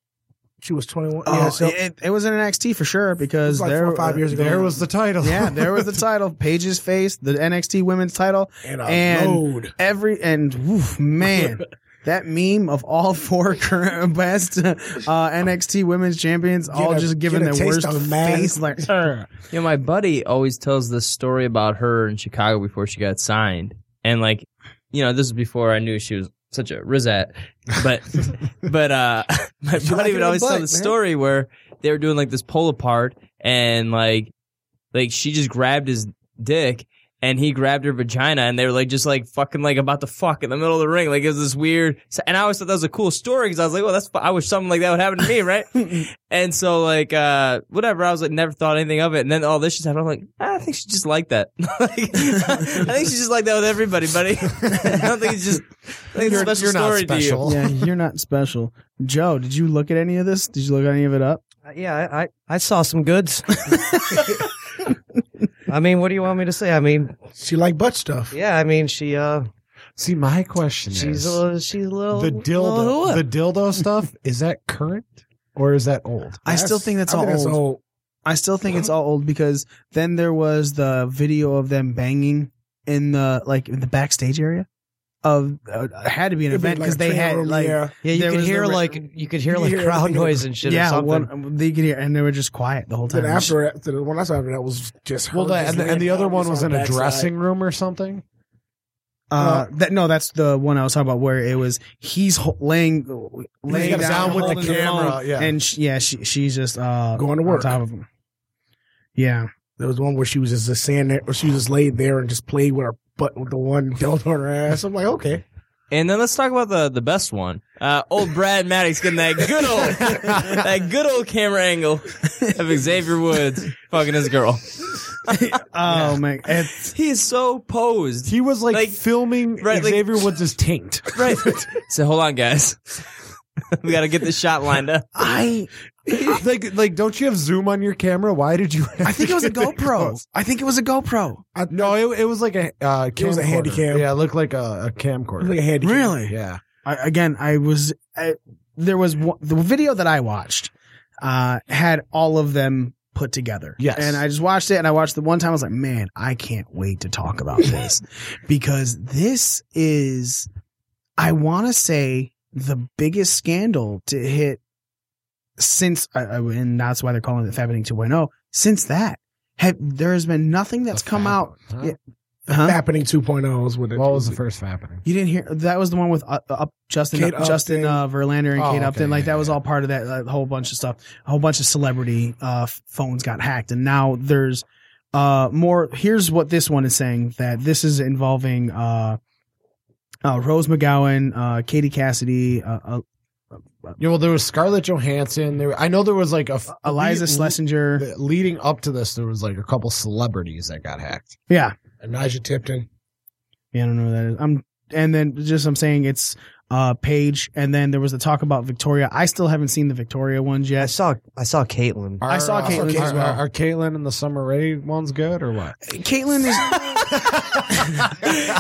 She was 21.
Oh,
yeah, so
it, it was in NXT for sure because
It was like
there
four or five years ago. *laughs*
There was the title.
Yeah,
*laughs*
there was the title, Paige's face, the NXT Women's title,
and a
and-
load.
every and oof, *laughs* man that meme of all four current *laughs* best uh, *laughs* nxt women's champions all
a-
just giving
get
their
a taste
worst
of man.
face *laughs* like
You know, my buddy always tells this story about her in Chicago before she got signed, and like, you know, this is before I knew she was such a rizat. *laughs* But, but uh, *laughs* my
She like it
buddy
in
would
the
always
butt,
tell the
man.
story where they were doing like this pull apart, and like, like she just grabbed his dick. And he grabbed her vagina, and they were like just like fucking like about to fuck in the middle of the ring, like it was this weird. And I always thought that was a cool story because I was like, well, that's fu- I wish something like that would happen to
*laughs*
me, right? And so like uh whatever, I was like never thought anything of it. And then all this shit happened. I'm like, ah, I think she just like that. *laughs* Like, I think she's just like that with everybody, buddy. *laughs* I don't think it's just I think it's a
You're-
special
you're not
story
special.
yeah you're not special joe did you look at any of this did you look any of it up
Uh, Yeah, I, I, I saw some goods. *laughs* I mean, what do you want me to say? I mean,
She liked butt stuff.
yeah, I mean, she uh,
See, my question
she's
is
a little, she's a little
the
little hooah.
dildo the dildo stuff is that current or is that old
i still think that's
I
all
think
old.
that's old.
i still think it's all old because then there was the video of them banging in the like in the backstage area of uh, it had to be an
It'd be
event
like
because they
training
had
room,
like
yeah.
yeah, you
there
could
was the
hear
ra-
like you could hear
you
*laughs* like
hear
crowd
everything.
noise and shit. or
yeah
something.
one, they could hear and they were just quiet the whole time
Then after that, the one I saw after that was just her.
well that,
just
and, the,
laying
and the other
down
one
just
was
on
in
her
a
backside.
dressing room or something
Uh, that no, that's the one I was talking about where it was he's ho- laying laying
got
down,
a sound with the
holding
camera,
phone,
yeah.
and she, yeah, she she's just uh
Going to
on
work.
top of him. Yeah,
There was one where she was just a sand there, where she was just laid there and just played with her butt with the one *laughs* dildo on her ass. I'm like, okay.
deal. And then let's talk about the the best one. Uh old Brad Maddox getting that good old
*laughs*
that good old camera angle of Xavier Woods fucking his girl.
oh *laughs* man, it's
He is so posed.
he was like,
Like-
filming
right, like-
xavier woods' taint
*laughs*
right. So hold on guys. we gotta get this shot lined up.
I
*laughs* like like don't you have zoom on your camera why did you have
I think it *laughs* was a
to get that
GoPro.
close?
I think it was a GoPro.
no it, it was like a uh camcorder.
It was a handycam.
yeah it looked like a, a
Look at
camcorder
Handy Cam.
Really?
yeah
I, again, I was I, there was one, the video that I watched uh, had all of them put together.
Yes.
And I just watched it and I watched the one time I was like, man, I can't wait to talk about this because this is, I want to say the biggest scandal to hit since, I- I- and that's why they're calling it Fappening 2.0 oh, since that. Have, there has been nothing that's come out.
huh?
Yeah. Huh?
Happening 2.0 is what it
What was the first happening?
You didn't hear that was the one with uh, up Justin
Kate
Justin uh, Verlander and
Oh,
Kate
okay,
Upton. Like
yeah,
that was
yeah.
all part of that uh, whole bunch of stuff. A whole bunch of celebrity uh, f- phones got hacked, and now there's uh, more. Here's what this one is saying: that this is involving uh, uh, Rose McGowan, uh, Katie Cassidy, uh, uh,
Yeah, well, there was Scarlett Johansson. There, I know there was like a f-
Eliza
le-
Schlesinger.
le- Leading up to this, there was like a couple celebrities that got hacked.
Yeah,
And Nigel Tipton.
yeah, I don't know who that is. I'm and then just I'm saying it's uh, Paige, and then there was the talk about Victoria. I still haven't seen the Victoria ones
I
yet.
saw I saw Caitlin.
Are,
I saw
uh,
Caitlyn's
are,
as well.
Are, are Caitlyn and the Summer Rae ones good or what?
Caitlyn
*laughs*
is.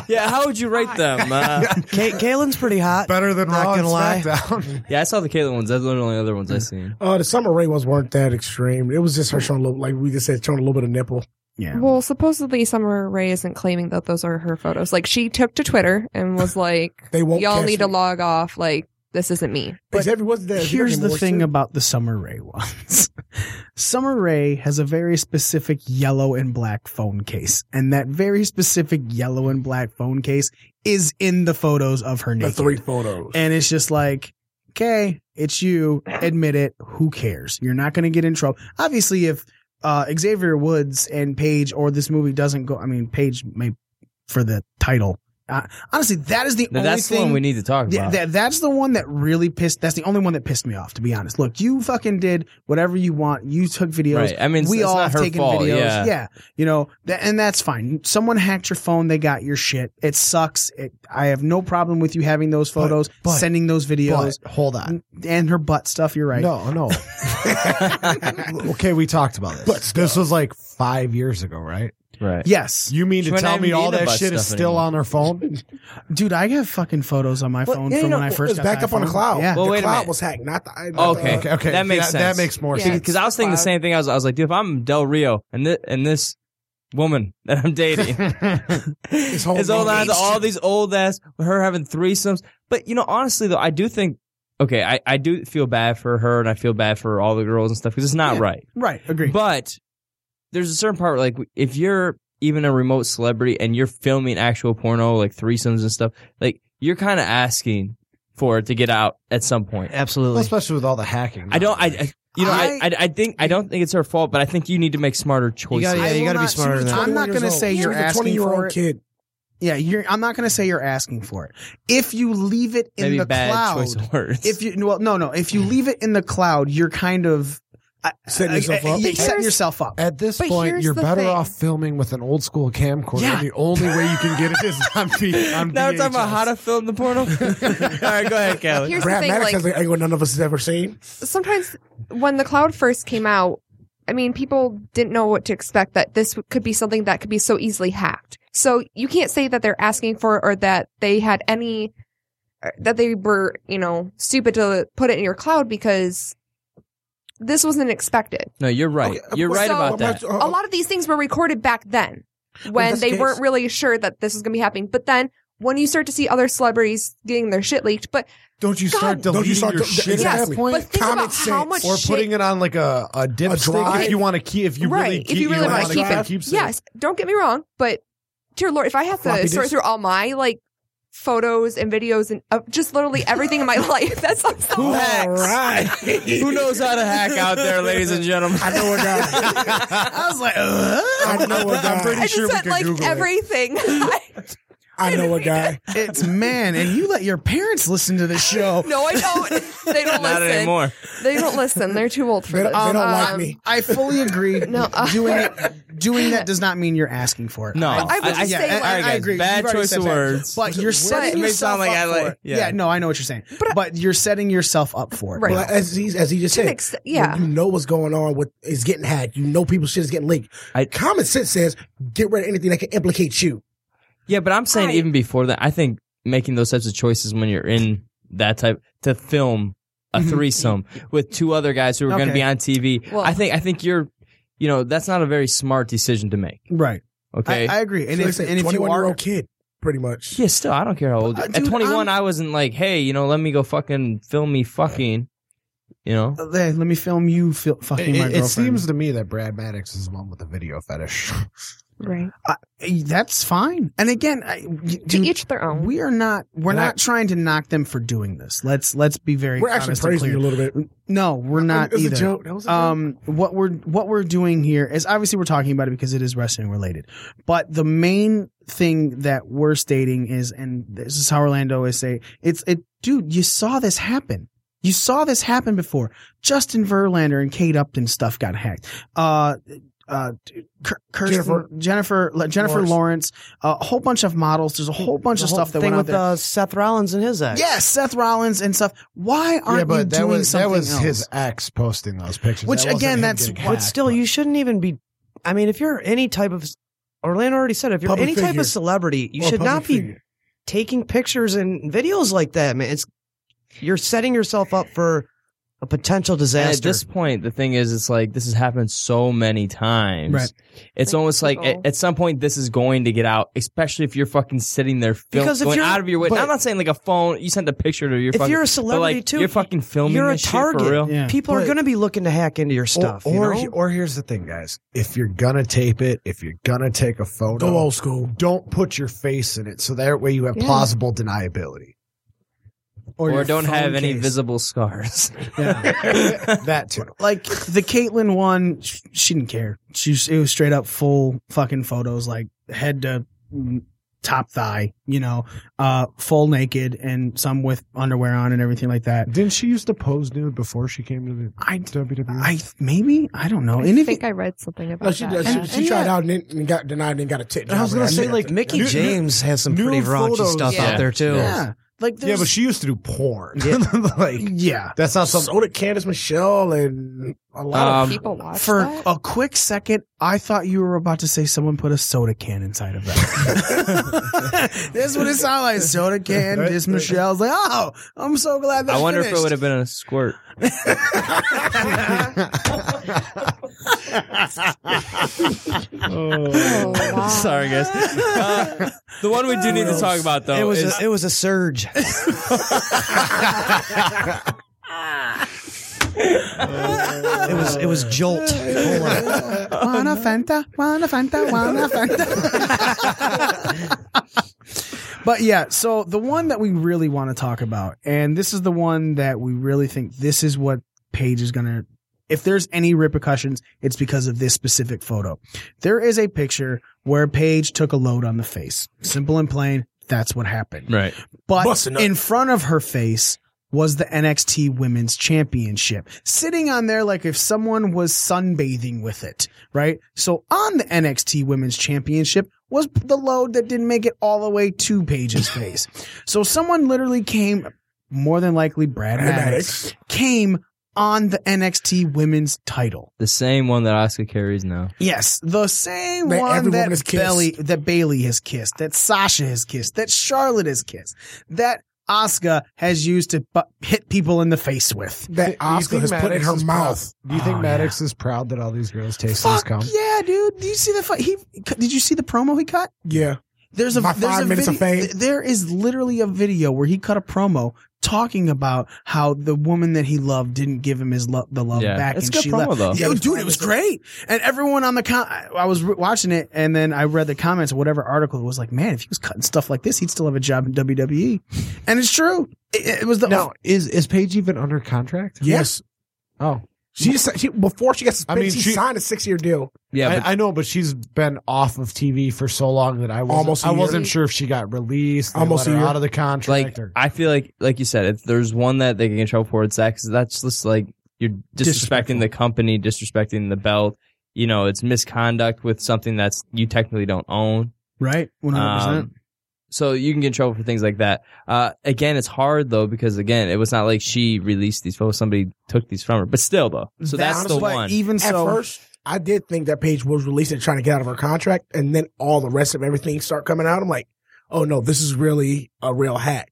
*laughs* yeah, how would you rate
*laughs*
them? Uh,
Ca- Caitlin's pretty hot.
*laughs* Better than
Not
Raw and
gonna lie.
*laughs* SmackDown.
yeah, I saw the Caitlyn ones. That's the only other ones I've
Mm.
seen.
Uh, the Summer Rae ones weren't that extreme. It was just her showing a little, like we just said, showing a little bit of nipple.
Yeah.
Well, supposedly Summer Rae isn't claiming that those are her photos. Like she took to Twitter and
*laughs*
was like,
They won't
"Y'all
catch
need to
me.
log off. Like this isn't me."
Is every- wasn't that-
Here's the
Morrison?
thing about the Summer Ray ones. *laughs* Summer Ray has a very specific yellow and black phone case, and that very specific yellow and black phone case is in the photos of her
the
naked.
three photos.
And it's just like, okay, it's you. Admit it. Who cares? You're not going to get in trouble. Obviously, if uh, Xavier Woods and Paige or this movie doesn't go, I mean, Paige may for the title. Uh, honestly, that is the
Now,
only
that's the
thing
one we need to talk
Th-
about.
that- that's the one that really pissed. That's the only one that pissed me off, to be honest. Look, you fucking did whatever you want. You took videos.
Right. I mean, it's-
we
it's
all
not
have
her
taken
fault,
videos.
yeah.
you know, tha- and that's fine. Someone hacked your phone. They got your shit. It sucks. It, I have no problem with you having those photos,
but-
sending those videos,
But hold on.
and her butt stuff. You're right.
No, *laughs* no. okay, we talked about this. But this was like five years ago, right?
right.
Yes,
You mean
She
to
might
tell
not
me
even
all
need a
that
butt
shit is
stuff
still
anymore.
on
*laughs*
her phone?
dude, I have fucking photos on my
Well,
phone
yeah, you
from
know,
when I
well,
It
first
was
got
back
my
up on the
phone.
cloud.
Yeah.
Well,
the
wait a
cloud
minute.
was hacked, not the. I- not the- uh,
Okay.
Okay, okay.
That makes
that, that
sense.
makes more
Yeah.
sense.
Because I was thinking the same thing. I was, I was like, dude, if I'm Del Rio and this, and this woman that I'm dating
*laughs*
*laughs* is
whole
holding on to all these old ass, her having threesomes. But, you know, honestly, though, I do think, okay, I, I do feel bad for her and I feel bad for all the girls and stuff because it's not
Yeah.
right.
Right, agree.
But there's a certain part, like, if you're even a remote celebrity and you're filming actual porno, like threesomes and stuff, like, you're kind of asking for it to get out at some point.
Well,
Absolutely.
especially with all the hacking.
I don't. I, I you know. I, I I think I don't think it's her fault, but I think you need to make smarter
you
choices.
gotta, yeah,
I
you
will
gotta be
not-
smarter than
I'm
that.
not gonna say you're asking
Twenty year
for
old
it.
kid.
yeah, you're. I'm not gonna say you're asking for it. If you leave it in
Maybe
the
bad
cloud,
choice of words.
if you well no no if you leave it in the cloud you're kind of I-
Setting
I-
yourself
I-
up.
you're setting
Here's-
yourself up
At this
But
point,
here's
you're
the
better
thing.
off filming with an old school camcorder.
Yeah.
The only way you can get it is on,
*laughs*
v- on
now we're talking about
VHS.
how to film the porno. *laughs* All right, go ahead, Kelly.
Here's
Brad
the thing:
Maddox
like
has an angle none of us has ever seen.
sometimes when the cloud first came out, I mean, people didn't know what to expect that this could be something that could be so easily hacked. So you can't say that they're asking for it or that they had any, or that they were, you know, stupid to put it in your cloud because this wasn't expected.
no, you're right.
Okay,
you're
well,
right
so-
about
Well,
that.
A lot of these things were recorded back then
Well,
when
that's
they
the
weren't
case.
really sure that this was going to be happening. But then when you start to see other celebrities getting their shit leaked, but
Don't you start
God.
deleting
Don't you start
your
de-
shit at
exactly.
that point?
but think
common
about how
sense.
much
or
shit
putting it on like a a dip
drive.
if you want to keep if you really keep
if you really
wanna
want to keep it,
keep it.
yes. Don't get me wrong, but dear Lord, if I have
Floppy
to sort
disk?
through all my like photos and videos and uh, just literally everything in my *laughs* life, that sounds so
Who
bad.
hacks?
*laughs*
Who knows how to hack out there, ladies and gentlemen?
I know a
*laughs*
guy.
i was like uh,
I know a guy.
I'm pretty
I just
sure we
said
can
like
Google it.
everything. *laughs*
I know a guy.
it's man and you let your parents listen to this show
no, I don't. They don't
Not
listen.
anymore.
They don't listen. They're too old for
They
this.
don't, they don't like
Um,
me.
i fully agree
*laughs* No, uh,
doing it doing that does not mean you're asking for it
No,
I would just
and-
say, like-
and
All right,
I
guys,
agree.
bad
You've already
choice
said
of
that.
words.
But you're setting
it may
yourself
sound like
up
I
for
like-
it.
yeah.
no, I know what you're saying. But,
But-
you're setting yourself up for it.
Right.
Well, as he, as he just
To an
said,
ex- yeah.
when you know what's going on with is getting hacked. You know people's shit is getting leaked.
I-
Common sense says get rid of anything that can implicate you.
Yeah, but I'm saying
I-
even before that, I think making those types of choices when you're in that type to film a
Mhm.
Mm-hmm. threesome with two other guys who are going
Okay.
to be on TV.
Well-
I think I think you're you know, that's not a very smart decision to make.
Right.
Okay.
I, I agree. And
And
if, and if you
21 year
are,
old kid, pretty much.
yeah, still, I don't care how old.
But, uh,
At
dude,
21, I wasn't like, hey, you know, let me go fucking film me fucking, you know?
hey, let me film you fil- fucking
It-
my
it,
girlfriend.
seems to me that Brad Maddox is the one with the video fetish.
Right.
Hey, that's fine. And again, I, y-
To
dude,
each their own.
we are not we're
And I-
not trying to knock them for doing this. Let's let's be very
We're actually
honest and
praising
clear.
you a little bit.
No, we're not
It's
either.
a joke. That was a joke.
um what we're what we're doing here is obviously we're talking about it because it is wrestling related but the main thing that we're stating is and this is how orlando always say it's it dude you saw this happen you saw this happen before justin verlander and kate upton stuff got hacked uh uh, Kir- Kirsten,
Jennifer.
Jennifer, Jennifer, Jennifer Lawrence, a whole bunch of models. There's a whole bunch
The
of
whole
stuff that
thing
went out
with
there.
Uh, Seth Rollins and his ex.
yes, Seth Rollins and stuff. Why aren't
yeah,
you
but that
doing
was
something
that was
else?
his ex posting those pictures.
Which,
That wasn't
again,
him
that's-
getting
but
But
hacked,
still, you shouldn't even be. I mean, if you're any type of, Orlando already said, if you're
Public
any type
figure.
of celebrity, you
Or
should
public
not be
figure.
taking pictures and videos like that, man. It's you're setting yourself up for a potential
And at
disaster.
this point, the thing is, it's like this has happened so many times.
Right.
It's
Like,
almost like
people-
at, at some point this is going to get out, especially if you're fucking sitting there film,
Because if
going
you're-
out of your way.
but-
I'm not saying like a phone. You sent a picture to your.
if
fucking,
you're a
but,
celebrity
like,
too,
you're fucking filming.
You're a
this shit
target.
for real.
Yeah.
people are
But-
going to be looking to hack into your stuff.
or,
you
or,
know?
or here's the thing, guys. If you're gonna tape it, if you're gonna take a photo,
Go old school.
don't put your face in it. So that way you have
Yeah.
plausible deniability.
Or,
your
don't have
phone
any
case.
visible
*laughs*
scars. *laughs*
That too.
like the Caitlyn one, sh- she didn't care. She was, it was straight up full fucking photos, like head to mm, top thigh, you know, uh, full naked and some with underwear on and everything like that.
Didn't she used to pose nude before she came to the E?
I,
WWE?
I maybe I don't know.
I
And if
think
it-
I read something about
No, Oh, she,
that.
does. she, she
and
tried
yeah.
out and, didn't- and got denied and got a tit job.
I was gonna
right
say,
after.
like,
Mickey
New-
James has some
new
pretty raunchy
photos.
stuff
Yeah.
out there too.
yeah, like
yeah,
there's,
but she used to do porn.
Yeah.
*laughs* like
yeah.
that's not something.
so did Candace Michelle and a lot
Um,
of
people watch
For
that.
a quick second, I thought you were about to say someone put a soda can inside of
*laughs*
that. *laughs* That's what it sounded like. Soda can. This Michelle's like, oh, I'm so glad that
I wonder if it
*laughs*
would have been a squirt.
oh, wow.
*laughs* Sorry, guys. Uh, the one we do need to talk about though
It was
is
a, it was a surge. It was it was jolt. Hold on.
Wanna Fanta, wanna Fanta, wanna Fanta. but yeah, so the one that we really want to talk about, and this is the one that we really think this is what Paige is going to. If there's any repercussions, it's because of this specific photo. There is a picture where Paige took a load on the face. Simple and plain, that's what happened.
right.
But
Busting up.
Uh, in front of her face was the NXT Women's Championship sitting on there like if someone was sunbathing with it, right? So on the NXT Women's Championship was the load that didn't make it all the way to *laughs* Paige's face. So someone literally came, more than likely Brad Maddox,
Maddox.
came on the NXT Women's title.
The same one that Oscar carries now.
Yes, the same
That
one
every
that
woman has kissed.
Bailey that Bailey has kissed, that Sasha has kissed, that Charlotte has kissed, that Asuka has used to bu- hit people in the face with.
*laughs*
that Oscar has put in her mouth.
Do you think
Oh,
Maddox is proud that all these girls taste his
Fuck
cum?
yeah, dude! Do you see the fu- he? Did you see the promo he cut?
Yeah,
There's a
My
there's
five
a
minutes of
video-
fame.
th- There is literally a video where he cut a promo talking about how the woman that he loved didn't give him his love the love
Yeah.
back,
It's
and
a good
she
promo,
left.
though.
Yo, dude, it was great. And everyone on the com- I was re- watching it, and then I read the comments, whatever article it was like, man, if he was cutting stuff like this, he'd still have a job in WWE. And it's true. It, it was the
No, is is Paige even under contract?
yes.
Oh,
She, sa- she before she got
I
suspended,
mean,
she,
she-
signed a six year deal.
Yeah, but
I, I know, but she's been off of TV for so long that I wasn't,
Almost a
I
year.
wasn't sure if she got released, they
Almost
let
a
her
year.
out of the
like
contract. or,
I feel like like you said, if there's one that they can get in trouble for, it's that 'cause that's just like you're disrespecting the company, disrespecting the belt. You know, it's misconduct with something that's you technically don't own.
right, one hundred percent.
Um, so you can get in trouble for things like that. Uh, again, it's hard though because again, it was not like she released these photos; somebody took these from her. But still, though, Um, so that's the
Honestly,
one.
Even
At
so,
first, I did think that Paige was released and trying to get out of her contract, and then all the rest of everything start coming out. I'm like, oh no, this is really a real hack.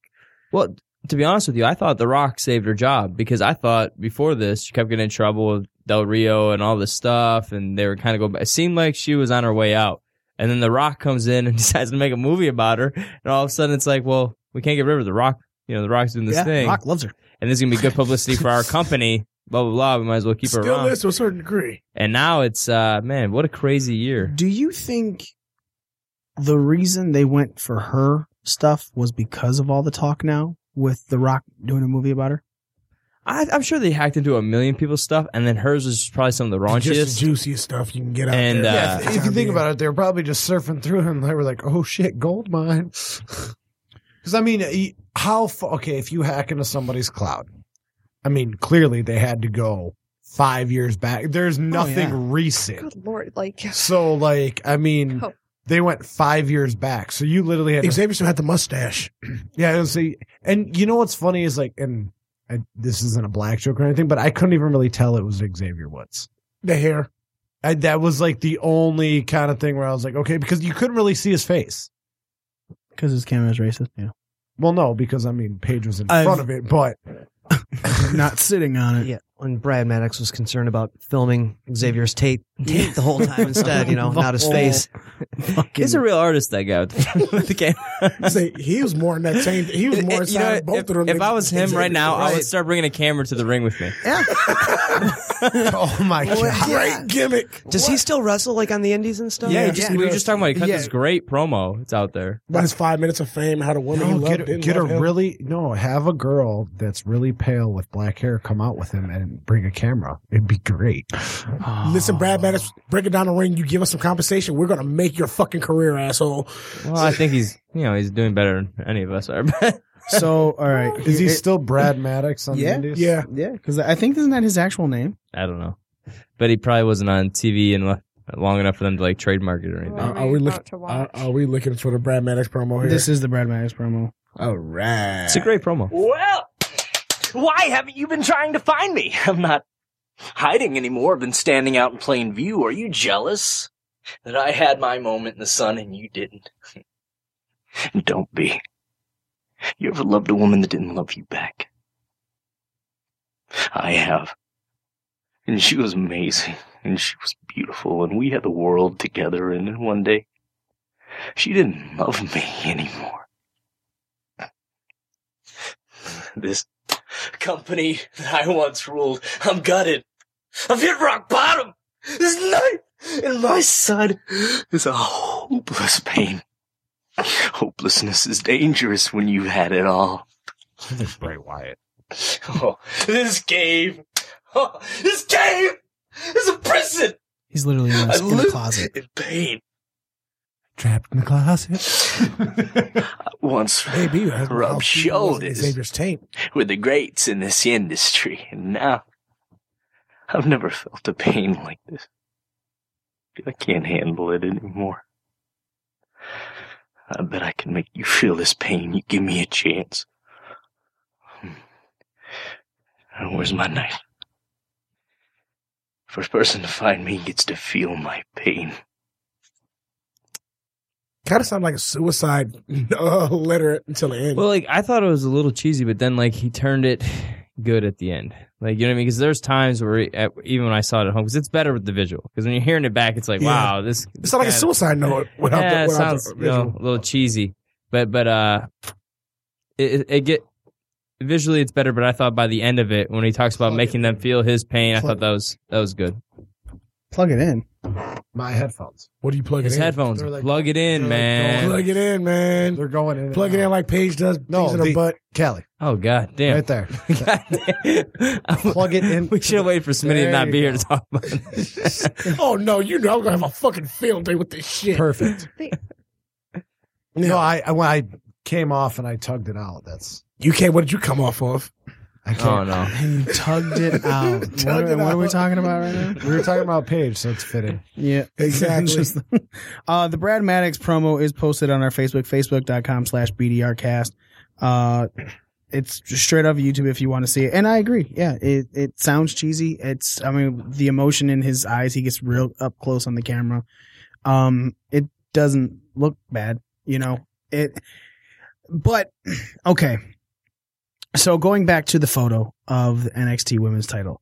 Well, to be honest with you, I thought The Rock saved her job because I thought before this she kept getting in trouble with Del Rio and all this stuff, and they were kind of going. It seemed like she was on her way out, and then The Rock comes in and *laughs* decides to make a movie about her, and all of a sudden it's like, well, we can't get rid of The Rock. You know, The Rock's doing this
yeah,
thing,
Rock loves her.
and this is gonna be good publicity for our company. Blah blah blah. We might as well keep her
Still
around.
is to a certain degree.
And now it's uh man, what a crazy year.
Do you think the reason they went for her stuff was because of all the talk now with The Rock doing a movie about her?
I, I'm sure they hacked into a million people's stuff, and then hers was probably some of the
*laughs* Just
raunchiest.
the juiciest stuff you can get out
And,
there.
uh,
Yeah, for
if
the
if you
time
think
being.
about it, they were probably just surfing through it, and they were like, "Oh shit, gold mine." *laughs* Because I mean, y- how? fa- Okay, if you hack into somebody's cloud, I mean, clearly they had to go five years back. There's
Oh,
nothing recent.
Good lord, like
So, like, I mean,
Oh.
they went five years back. So you literally had to
Xavier still had the mustache.
yeah, and see, and you know what's funny is like, and I, this isn't a black joke or anything, but I couldn't even really tell it was Xavier Woods.
The hair.
I, that was like the only kind of thing where I was like, okay, because you couldn't really see his face.
Because his camera's racist.
*laughs*
Yeah,
Well, no, because I mean, Paige was in
I've-
front of it, but
not sitting on it.
Yeah, when Brad Maddox was concerned about filming Xavier's tape, tape the whole time instead, you know,
The
not his
whole-
face.
Fucking-
He's a real artist, that guy with the, *laughs* with the camera.
Say, he was more in that same. He
*laughs*
was more
You
inside
know,
of both
if,
of them.
if
than
I was him
Xavier.
right now, I
Right.
would start bringing a camera to the ring with me.
oh *laughs* my
*laughs*
god,
Great gimmick.
Does he still wrestle like on the indies and stuff?
Yeah, just, we were just talking about he cut
Yeah.
this great promo. It's out there.
About his five minutes of fame, how the woman he
no,
loved
get,
didn't
get a
love him.
really no, have a girl that's really pale with black hair come out with him and bring a camera. It'd be great.
Listen, Brad Maddox, break it down the ring. You give us some compensation. We're gonna make your fucking career, asshole.
Well, I think he's you know he's doing better than any of us are. *laughs*
So, all right,
Is he
It-
*clears throat*
still Brad Maddox on
Yeah.
the Indies?
Yeah,
Yeah, because I think isn't that his actual name?
I don't know, but he probably wasn't on TV and le- long enough for them to like trademark it or anything.
Are- are we
about
look-
to
Are,
watch?
are we looking for the Brad Maddox promo here?
This is the Brad Maddox promo.
All right.
It's a great promo.
Well, why haven't you been trying to find me? I'm not hiding anymore. I've been standing out in plain view. Are you jealous that I had my moment in the sun and you didn't? *laughs* Don't be. You ever loved a woman that didn't love you back? I have. And she was amazing. And she was beautiful. And we had the world together. And then one day, she didn't love me anymore this company that I once ruled. I'm gutted. I've hit rock bottom. This knife in my side is a hopeless pain. Hopelessness is dangerous when you've had it all.
Bray Wyatt.
Oh, this cave. Oh, this cave is a prison.
He's literally in a,
I
in a
live
closet.
in pain.
trapped in the closet.
I once
Maybe you have
Rub shoulders.
Xavier's tape.
*laughs* with the greats in this industry, and now I've never felt a pain like this. I can't handle it anymore. I bet I can make you feel this pain. You give me a chance. Uh, Where's my knife? First person to find me gets to feel my pain.
Kind of sound like a suicide *laughs* uh, letter until the end.
Well, like I thought it was a little cheesy, but then like he turned it good at the end. Like you know what I mean? Because there's times where at, even when I saw it at home, because it's better with the visual. Because when you're hearing it back, it's like
Yeah.
wow, this
it's not like a
kinda-
suicide note without
yeah,
the
it
without
sounds
the
you know,
visual.
a little cheesy, but but uh, it, it, it get visually it's better. But I thought by the end of it, when he talks about making them feel his pain, I thought that was that was good.
Plug it in.
My headphones.
What do you plug
His
it in?
headphones,
They're like-
plug it in,
they're like
man.
Plug it in, man.
They're going in. and
Plug it in
out.
like Paige does.
No,
No, in her
the-
butt.
Callie,
oh god damn.
right there.
*laughs* God damn.
*laughs* Plug it in.
We should have waited for Smitty
There
to not
you
be here
go.
to talk about
*laughs*
it.
Oh no, you know I'm gonna have a fucking field day with this shit.
Perfect. No,
Yeah.
I, I when I came off and I tugged it out. That's
You can't. What did you come off
*laughs*
of?
I can't.
oh no.
And you tugged it out. what,
Tugged
are,
it
what are we
out.
talking about right now?
We were talking about Paige, so it's fitting.
Yeah, *laughs*
Exactly.
Just- uh, the Brad Maddox promo is posted on our Facebook, facebook.com slash BDRcast. Uh, it's just straight off of YouTube if you want to see it. And I agree. Yeah, it, it sounds cheesy. It's, I mean, the emotion in his eyes, he gets real up close on the camera. Um, it doesn't look bad, you know, it, but *clears throat* okay. So going back to the photo of the NXT women's title,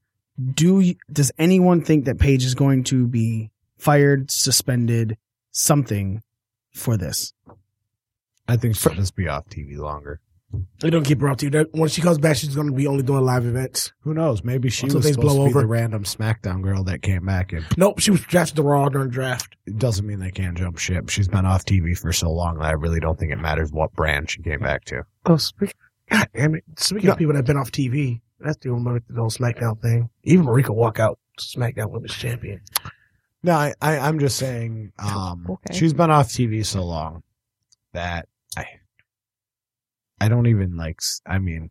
do you, does anyone think that Paige is going to be fired, suspended, something for this?
I think she'll just be off TV longer.
They don't keep her up to you. That- When she comes back, she's going to be only doing live events.
Who knows? Maybe she
Until
was
things
supposed
blow
to be
over.
the random SmackDown girl that came back. And
Nope, she was drafted to Raw during draft.
it doesn't mean they can't jump ship.
She's been off TV for so long that I really don't think it matters what brand she came back to.
Oh, speak, God damn it! Speaking of people that have been off TV, that's the one about the whole SmackDown thing. Even Marika walk out SmackDown Women's Champion.
No, I, I I'm just saying. Um,
Okay.
she's
She's been off TV so long that I, I don't even like. s- I mean,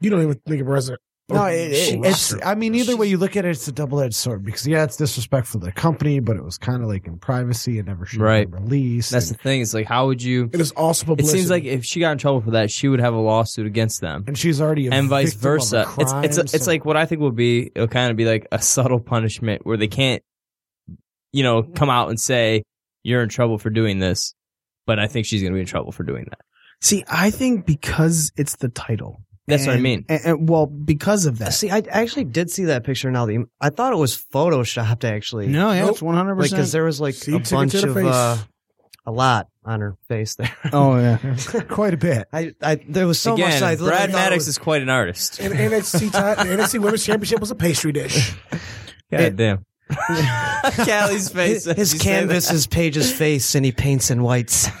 You don't even think of her as a Oh,
no, it, it-
She-
it's. I mean, either way you look at it, it's a double edged sword because yeah, it's disrespectful to the company, but it was kind of like in privacy and never should
Right.
have been released.
That's
and,
the thing. It's like, how would you?
It is also
It
publicity.
seems like if she got in trouble for that, she would have a lawsuit against them,
and she's already a
and vice
victim of a
versa. It's it's
crime,
a, it's
so-
like what I think will be. It'll kind of be like a subtle punishment where they can't, you know, come out and say you're in trouble for doing this, but I think she's gonna be in trouble for doing that.
See, I think because it's the title.
That's what I
And-
mean.
And, and- well, because of that.
*laughs* See, I actually did see that picture now. That you, I thought it was photoshopped actually.
No, yeah,
Nope.
it's one hundred
like because
percent.
there was like
She
a
took it to
bunch
the
of
face.
uh, a lot on her face there.
*laughs* Oh
*laughs*
yeah.
quite a bit.
I, I there
*laughs*
was so
Again,
much. I literally
Brad
thought it
Maddox
was-
is quite an artist.
And NXT, ti- the NXT Women's Championship was a pastry dish.
God damn. Callie's face.
his, his
You say
canvas
that.
is Paige's face, and he paints in whites.
Oh my god.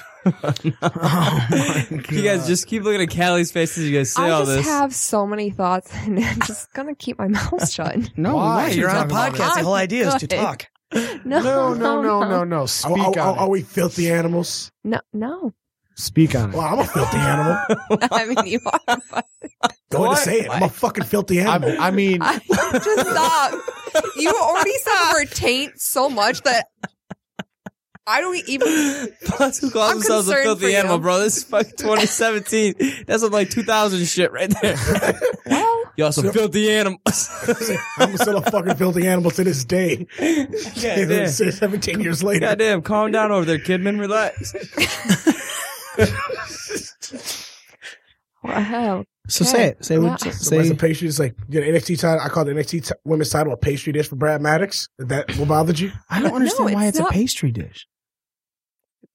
*laughs* You guys just keep looking at Callie's face as you guys say
I
all
just
this.
have so many thoughts, *laughs* and I'm just gonna keep my *laughs* mouth shut.
no,
Why?
why?
You're
You're on a
talking about
podcast.
it.
The whole idea is to
Good.
talk.
No,
No, no, no, no, no. *laughs* Speak
Are, are,
on
are, are
it.
we filthy animals?
no, no.
Speak on it.
Well, I'm a filthy animal.
*laughs* I mean, you are. But
Go ahead and say it. I'm a fucking filthy
*laughs* I'm-
animal.
I mean, *laughs*
I, just stop. You already said the word taint so much that I don't e-, even.
*laughs* Plus, who calls
I'm
themselves a
concerned for
filthy
you.
animal, bro? This is fucking 2017. That's some like 2000 shit right there.
*laughs*
Well,
Y'all some filthy animals. *laughs*
I'm still a fucking filthy animal to this day. *laughs*
Yeah, yeah.
17 years
*laughs*
later.
Goddamn, calm down over there, Kidman. Relax.
wow.
So say it. Say what.
Yeah.
*laughs* Somebody's
Say.
a pastry dish. Like, you know, NXT title. I call the NXT t- women's title a pastry dish for Brad Maddox. That will
*laughs*
bother you?
I don't
No,
understand why
it's
it's a
not-
pastry dish.
*laughs*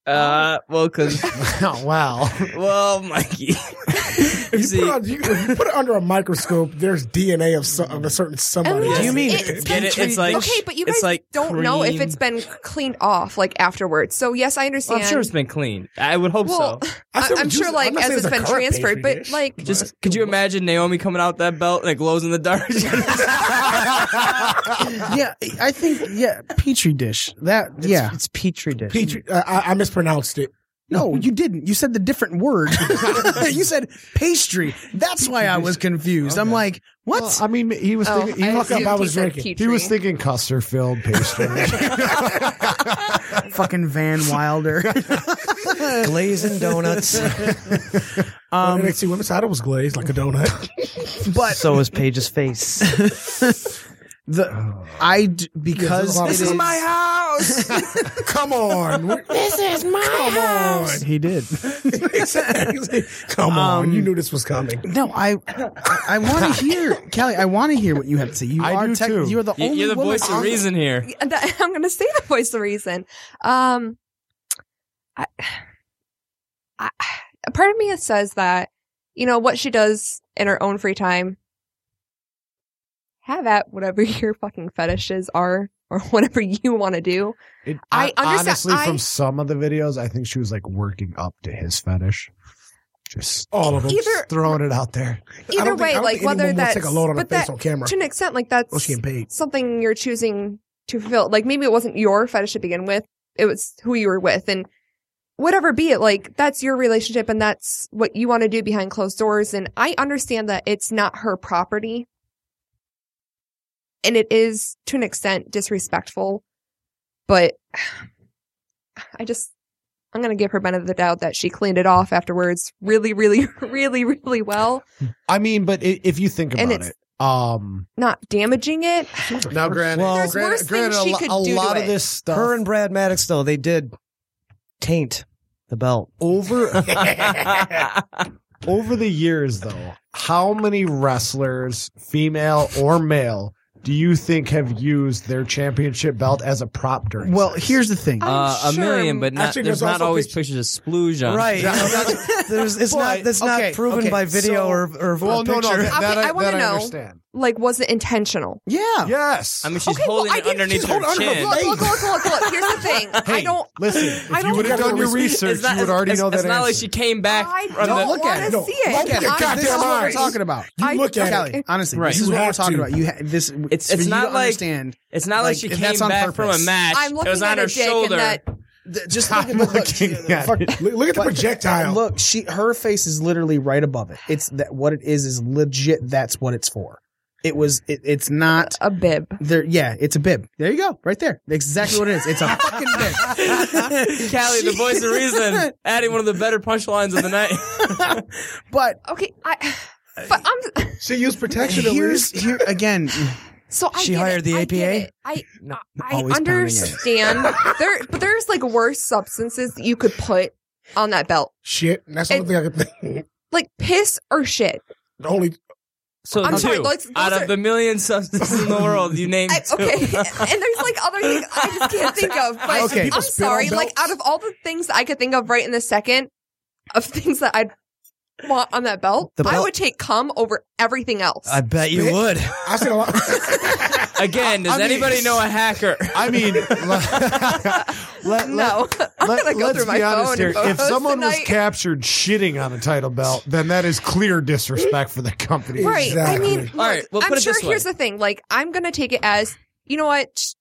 Uh, well, because,
oh, wow.
well, Mikey.
If you,
*laughs* See,
put it on, you, if you put it under a microscope, there's DNA of, so, of a certain somebody.
Unless
Do you mean-
*laughs*
it's
Get
been
it? It's like-
okay, but you
it's
guys
like
don't know if
cream.
it's been cleaned off like afterwards. So yes, I
well,
understand.
I'm sure it's been cleaned. I would hope
well,
so.
I
I,
said
I'm
reduce
sure
it.
like
I'm not
as
saying
it's
it's a
been
current
transferred,
pastry
but
dish.
like
*laughs* Just could you imagine Naomi coming out that belt and it glows in the dark? *laughs*
yeah, I think yeah, petri dish. That yeah.
it's petri dish.
Petri, uh, I, I mispronounced
*laughs*
it. *laughs*
*laughs*
No, you didn't. You said the different word. *laughs* you said pastry. That's why I was confused. I'm like, what?
Well, I mean, he was
oh,
thinking. He,
I
was-
up,
assumed
I
he
was
said
drinking.
he was
Petri.
thinking custard filled pastry.
Fucking Van Wilder.
*laughs* Glazing donuts.
*laughs* um,
NXT women's title was glazed like a donut.
but
so is Paige's face.
the I d- because
Yeah,
it
this is a lot of- This is my
house.
*laughs* Come on. this is my Come
Oh,
on.
he did.
Exactly. Come on.
Um,
you knew this was coming.
No, I I, I
*laughs*
want to hear Callie. I want to hear what you have to say. You
I
are
do too.
you are the
You-
only
You're the
woman
voice of
on-
reason here.
Yeah, that- *laughs* I'm going to say the voice of reason. Um, I, I, a part of me says that, you know, what she does in her own free time, have at whatever *laughs* your fucking fetishes are or *laughs* whatever you want to do.
It-
I understand-
Honestly,
I-
from some of the videos, I think she was like working up to his fetish. Just
All of them.
Either,
throwing it out there.
I
either
don't think- I
way,
don't
like
think
whether
anyone wants
that's,
to take a load on her
but
face
that,
on camera.
to an extent, like that's
Well, she getting paid.
something you're choosing to fulfill. Like maybe it wasn't your fetish to begin with. It was who you were with and whatever be it, like that's your relationship and that's what you want to do behind closed doors. And I understand that it's not her property. And it is to an extent disrespectful, but *sighs* I just I'm gonna give her benefit of the doubt that she cleaned it off afterwards really, really, *laughs* really, really well.
I mean, but i if you think
And
about
it's-
it, um,
Not damaging it.
now granted,
Well,
There's worse things
a
she
lo-
could
a
do to
lot of
it.
this
*laughs*
stuff
Her and Brad Maddox though
*laughs*
they did taint the belt.
over over the years, though, how many wrestlers, female or male, do you think have used their championship belt as a prop during?
Well,
*laughs*
here's the thing.
Uh, a million, but not,
Actually,
there's
there's
not
also
always pictures, of splooge on it.
Right.
*laughs*
Yeah.
There's, it's not, that's not
okay,
proven
okay,
by video
so-
or, or,
Well,
or
no, no,
picture. *laughs*
that- that
okay,
I-
I, want
that
to
I
know.
understand.
Like, was it intentional?
yeah.
Yes.
I mean, she's
Okay, well,
holding
I
it
didn't-
underneath
she's
her
holding
chin.
Look, look, look, look, look. Here's the thing. I don't.
Listen, if
I
you
don't
would have
know.
done your research,
It's not-
you would already
it's-
know that
It's not like
answer.
she came back
I
from
don't
the.
look at it. see
Oh,
it.
Look at your
I-
goddamn
this is
That's what we're
eyes.
talking about.
You
I-
look at
Kelly,
it.
honestly,
Right.
this is
You
what we're
have
talking
to.
about. You ha- this
It's-
for
it's
you
not
to
like-
understand.
It's not like,
Like,
she
if
came
that's on
back from
purpose.
a match.
I'm
it
looking
was
at
on
a
her
dick
shoulder.
and that.
Th- Just look at the look. Fuck,
Look, look at the
But-
projectile.
Look, she her face is literally right above it. It's that what it is is legit. That's what it's for. It was. It, it's not.
A bib.
There, yeah, it's a bib. There you go, right there. Exactly what it is. It's a
*laughs*
fucking bib.
*laughs* Callie, the
She-
voice of
*laughs*
reason, adding one of the better punchlines of the night.
But
Okay, I. But I'm
she used protection at
here's
least.
here again.
so I
She
get
hired
it,
the
I get
APA?
it. I
No,
I
always pounding it.
understand there, but there's like worse substances that you could put on that belt,
Shit. That's the only thing I could think.
like piss or shit.
The only
Oh,
So
I'm
two
sorry, those- those
out
are-
of the million substances in
*laughs*
the world, you named
I,
two.
okay, *laughs* and there's like other things I just can't think of.
Okay.
But I'm
People
spit on
sorry, like out
belts.
of all the things that I could think of right in this second, of things that I'd want on that belt,
The
I
belt-
would take cum over everything else.
I bet you
Spit?
would.
I seen a lot. *laughs*
Again,
*laughs*
does
I mean-
anybody know a hacker?
*laughs*
I mean, *laughs* let, let-
no, *laughs* I'm gonna go
let's
through my
be
phone. and
honest here. If
photos
someone was
tonight.
captured shitting on a title belt, then that is clear disrespect for the company.
Right.
Exactly.
I mean, look,
All right, well,
I'm
put it
sure
this way.
here's the thing. Like, I'm going to take it as, you know what? Sh-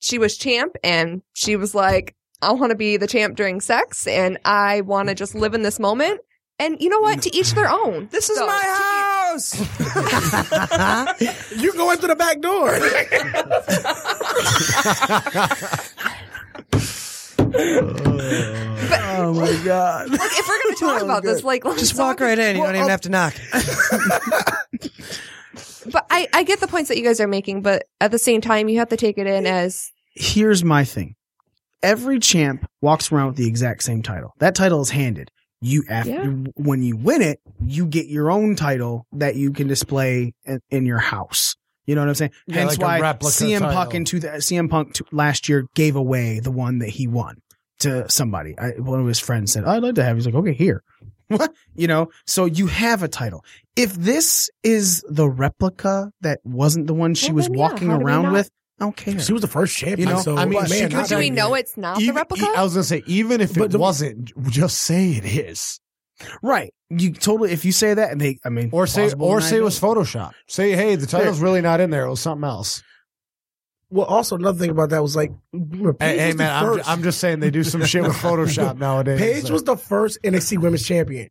She was champ and she was like, I want to be the champ during sex and I want to just live in this moment. And you know what? To each their own. This is
my house.
you go into the back door.
Oh my god.
Like, if
*laughs*
we're going to talk
Oh,
about this, like, let's
Just walk
talk-
right in. You don't even have to knock.
But I, I get the points that you guys are making, but at the same time, you have to take it in as,
Here's my thing. Every champ walks around with the exact same title. That title is handed. You after
Yeah.
when you win it, you get your own title that you can display in, in your house. You know what I'm saying?
Yeah,
Hence
like a
why
replica
CM Punk
title.
in two, CM Punk t- last year gave away the one that he won to somebody. I, one of his friends said, "I'd like to have." it." He's like, "Okay, here." *laughs* you know, so you have a title. If this is the replica that wasn't the one she
Well,
was
then, yeah,
walking
how do we
around
not?
with, I don't care.
she was the first champion.
You know,
so
I mean,
man,
she
I
could
do
think-
we know it's not the
Even- e,
replica?
I was gonna say, even if
But
it
the-
wasn't, j- just say it is,
Right. You totally. If you say that, they. I mean,
or say,
plausible
or say it
deniability.
was Photoshop. Say, hey, the title's really not in there. It was something else.
Well, also another thing about that was like, remember, Paige
Hey, hey,
was the
man, I'm, ju-
first.
I'm just saying they do some shit with Photoshop nowadays.
Paige
so-
was the first NXT Women's Champion.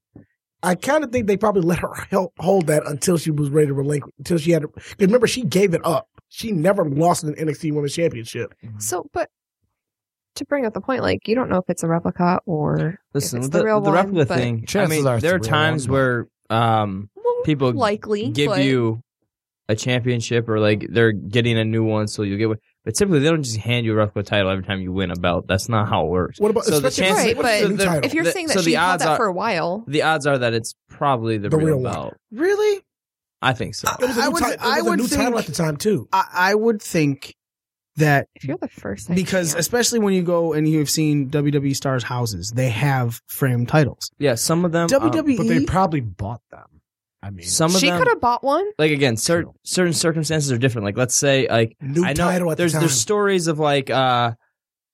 I kind of think they probably let her help hold that until she was ready to relinquish. Until she had, to, 'cause remember, she gave it up. She never lost an NXT Women's Championship.
so, but to bring up the point, like, you don't know if it's a replica or
Listen,
it's
the,
the real
the
one,
replica
but-
thing. I
Chances
mean,
are it's
there
the
are
real
times
one,
where um,
well,
People
likely
give
but-
you a championship or like they're getting a new one, so you'll get one. But typically, they don't just hand you a replica title every time you win a belt. That's not how it works.
What about
So the
especially
chances-
Right,
what
but
is the new
the-
title?
If you're
The-
saying that
so the
she held
odds
that
are-
for a while,
The odds are that it's probably the,
The
real,
real one.
belt.
really.
I think so.
it was a
I
new,
would-
ti- it was
I
a
would
new title
think-
at the time too.
I, I would think that
if you're the first, I
because
can't.
especially when you go and you've seen WWE stars' houses, they have framed titles. E,
Yeah, some of them. um,
WWE.
but they probably bought them. I
E.
mean,
some of
she
them.
could have bought one.
like again, cer- certain circumstances are different. Like let's say, like
New
I know
title at
there's
the time.
there's stories of like uh,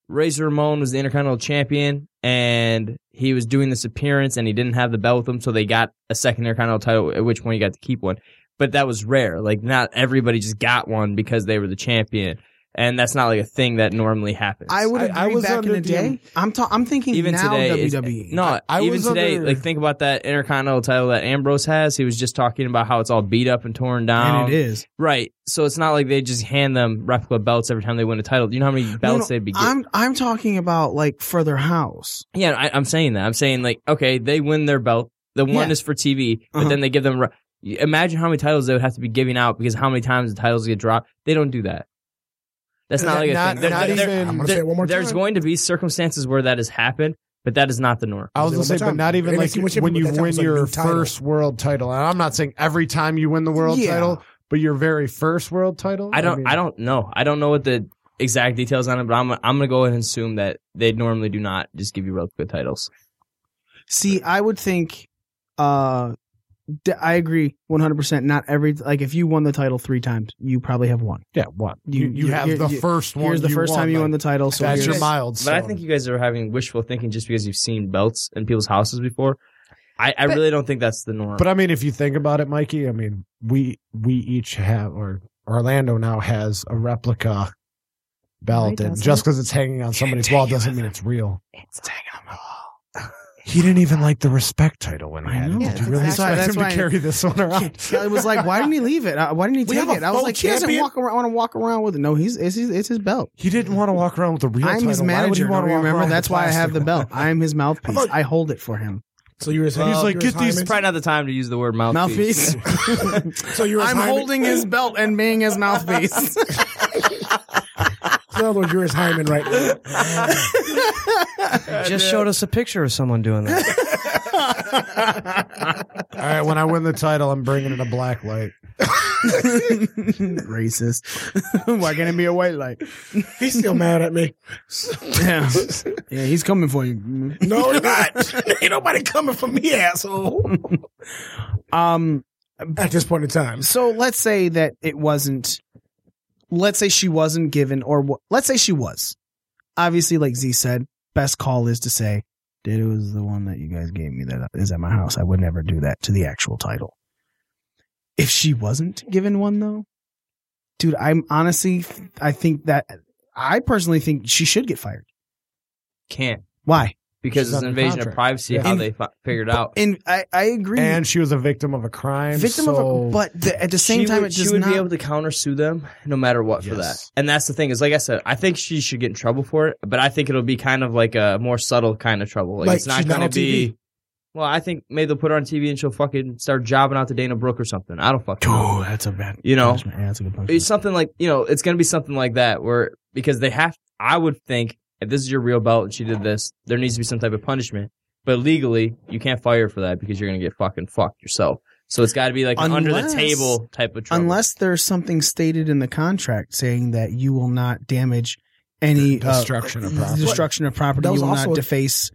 Razor Ramon was the Intercontinental Champion and he was doing this appearance and he didn't have the belt with him, so they got a second Intercontinental title. At which point he got to keep one, but that was rare. Like not everybody just got one because they were the champion, and that's not like a thing that normally happens.
I would
I-
agree
I was
back in
under
the
the-
day. I'm ta- I'm thinking
even
now E.
today, it's-
WWE.
No,
I
even
was
today,
under-
like think about that Intercontinental title that Ambrose has. He was just talking about how it's all beat up and torn down.
and it is.
Right. So it's not like they just hand them replica belts every time they win a title. You know how many
No,
belts
no,
they'd be getting?
I'm I'm talking about like further house.
yeah, I, I'm saying that. I'm saying like, okay, they win their belt. The one
Yeah.
is for TV, but
Uh-huh.
then they give them. Re- Imagine how many titles they would have to be giving out because how many times the titles get dropped. They don't do that. That's not like a
Not-
thing. They're-
not
they're-
even-
I'm gonna
there-
say it one more
there's
time.
going to be circumstances where that has happened, but that is not the norm.
I was gonna say, but not even like when you win your first world title. And I'm not saying every time you win the world
Yeah.
title, but your very first world title.
I don't. I,
mean,
don't know. I don't know what the exact details on it, but I'm I'm gonna go ahead and assume that they normally do not just give you replicate titles.
See, I would think, uh, d- I agree 100%. Not every, like, if you won the title three times, you probably have won.
Yeah, one. You- you have the first one
Here's the
you
first
won,
time you
like,
won the title. So
that's
here's-
your
But I think you guys are having wishful thinking just because you've seen belts in people's houses before. I, I really don't think that's the norm.
But I mean, if you think about it, Mikey, I mean, we we each have, or Orlando now has a replica belt, and
doesn't.
just because it's hanging on somebody's wall doesn't mean it's real. It's hanging on the
"Oh,
wall. He didn't even like the respect title when I had it. Did you really
That's why-
expect
that's
him to
why-
carry this one around?
I was like, why didn't he leave it? Uh, Why didn't he
We
take
have
it?
a
I was
full
like, he doesn't
champion.
walk around, want to walk around with it. No, he's it's his, it's his belt.
*laughs* He didn't want to walk around with a real
I'm his
title. Why would
manager.
he wanna
don't you
walk around
remember
with
that's
a
why I have
plastic
the belt. I'm his mouthpiece. I hold it for him.
So you're
He's like, get these. Probably not the time to use the word
*laughs*
mouthpiece.
*laughs* so you're.
I'm
Hyman-
holding his belt and being his mouthpiece. *laughs*
*laughs*
In other words, you're as Hyman right now.
Just showed us a picture of someone doing
*laughs*
that.
All right, when I win the title, I'm bringing in a black light.
Racist. *laughs* Why can't it be a white light?
He's still mad at me.
Yeah. yeah, he's coming for you.
*laughs* No, he's not. Ain't nobody coming for me, asshole.
Um,
*laughs* At this point in time,
so let's say that it wasn't. Let's say she wasn't given, or wh- let's say she was. Obviously, like Z said, best call is to say, "Dude, it was the one that you guys gave me that is at my house. I would never do that to the actual title." If she wasn't given one, though, dude, I'm honestly, I think that I personally think she should get fired.
Can't
Why?
because
She's
it's an
under
invasion
contract.
of privacy.
Yeah.
How
In-
they fi- figured out.
And I, I agree.
And she was a victim of a crime.
victim of,
so-
a, but the, at the same
she
time,
would,
it
she
does
would
not.
be able to countersue them no matter what for that.
Yes.
And that's the thing is, like I said, I think she should get in trouble for it, but I think it'll be kind of like a more subtle kind of trouble. Like,
Like,
it's not
she's not
going to
on TV.
be. Well, I think maybe they'll put her on TV and she'll fucking start jobbing out to Dana Brooke or something. I don't fucking. know.
Oh, that's a bad.
You know?
punishment. Yeah, that's a good punishment.
It's something like you know, it's going to be something like that where because they have. I would think if this is your real belt and she did this, there needs to be some type of punishment. But legally, you can't fire her for that because you're going to get fucking fucked yourself. So it's got to be like an under the
Unless-
table type of trouble.
Unless there's something stated in the contract saying that you will not damage any uh,
Destruction of property.
destruction of property. You
That was
will not
also-
deface.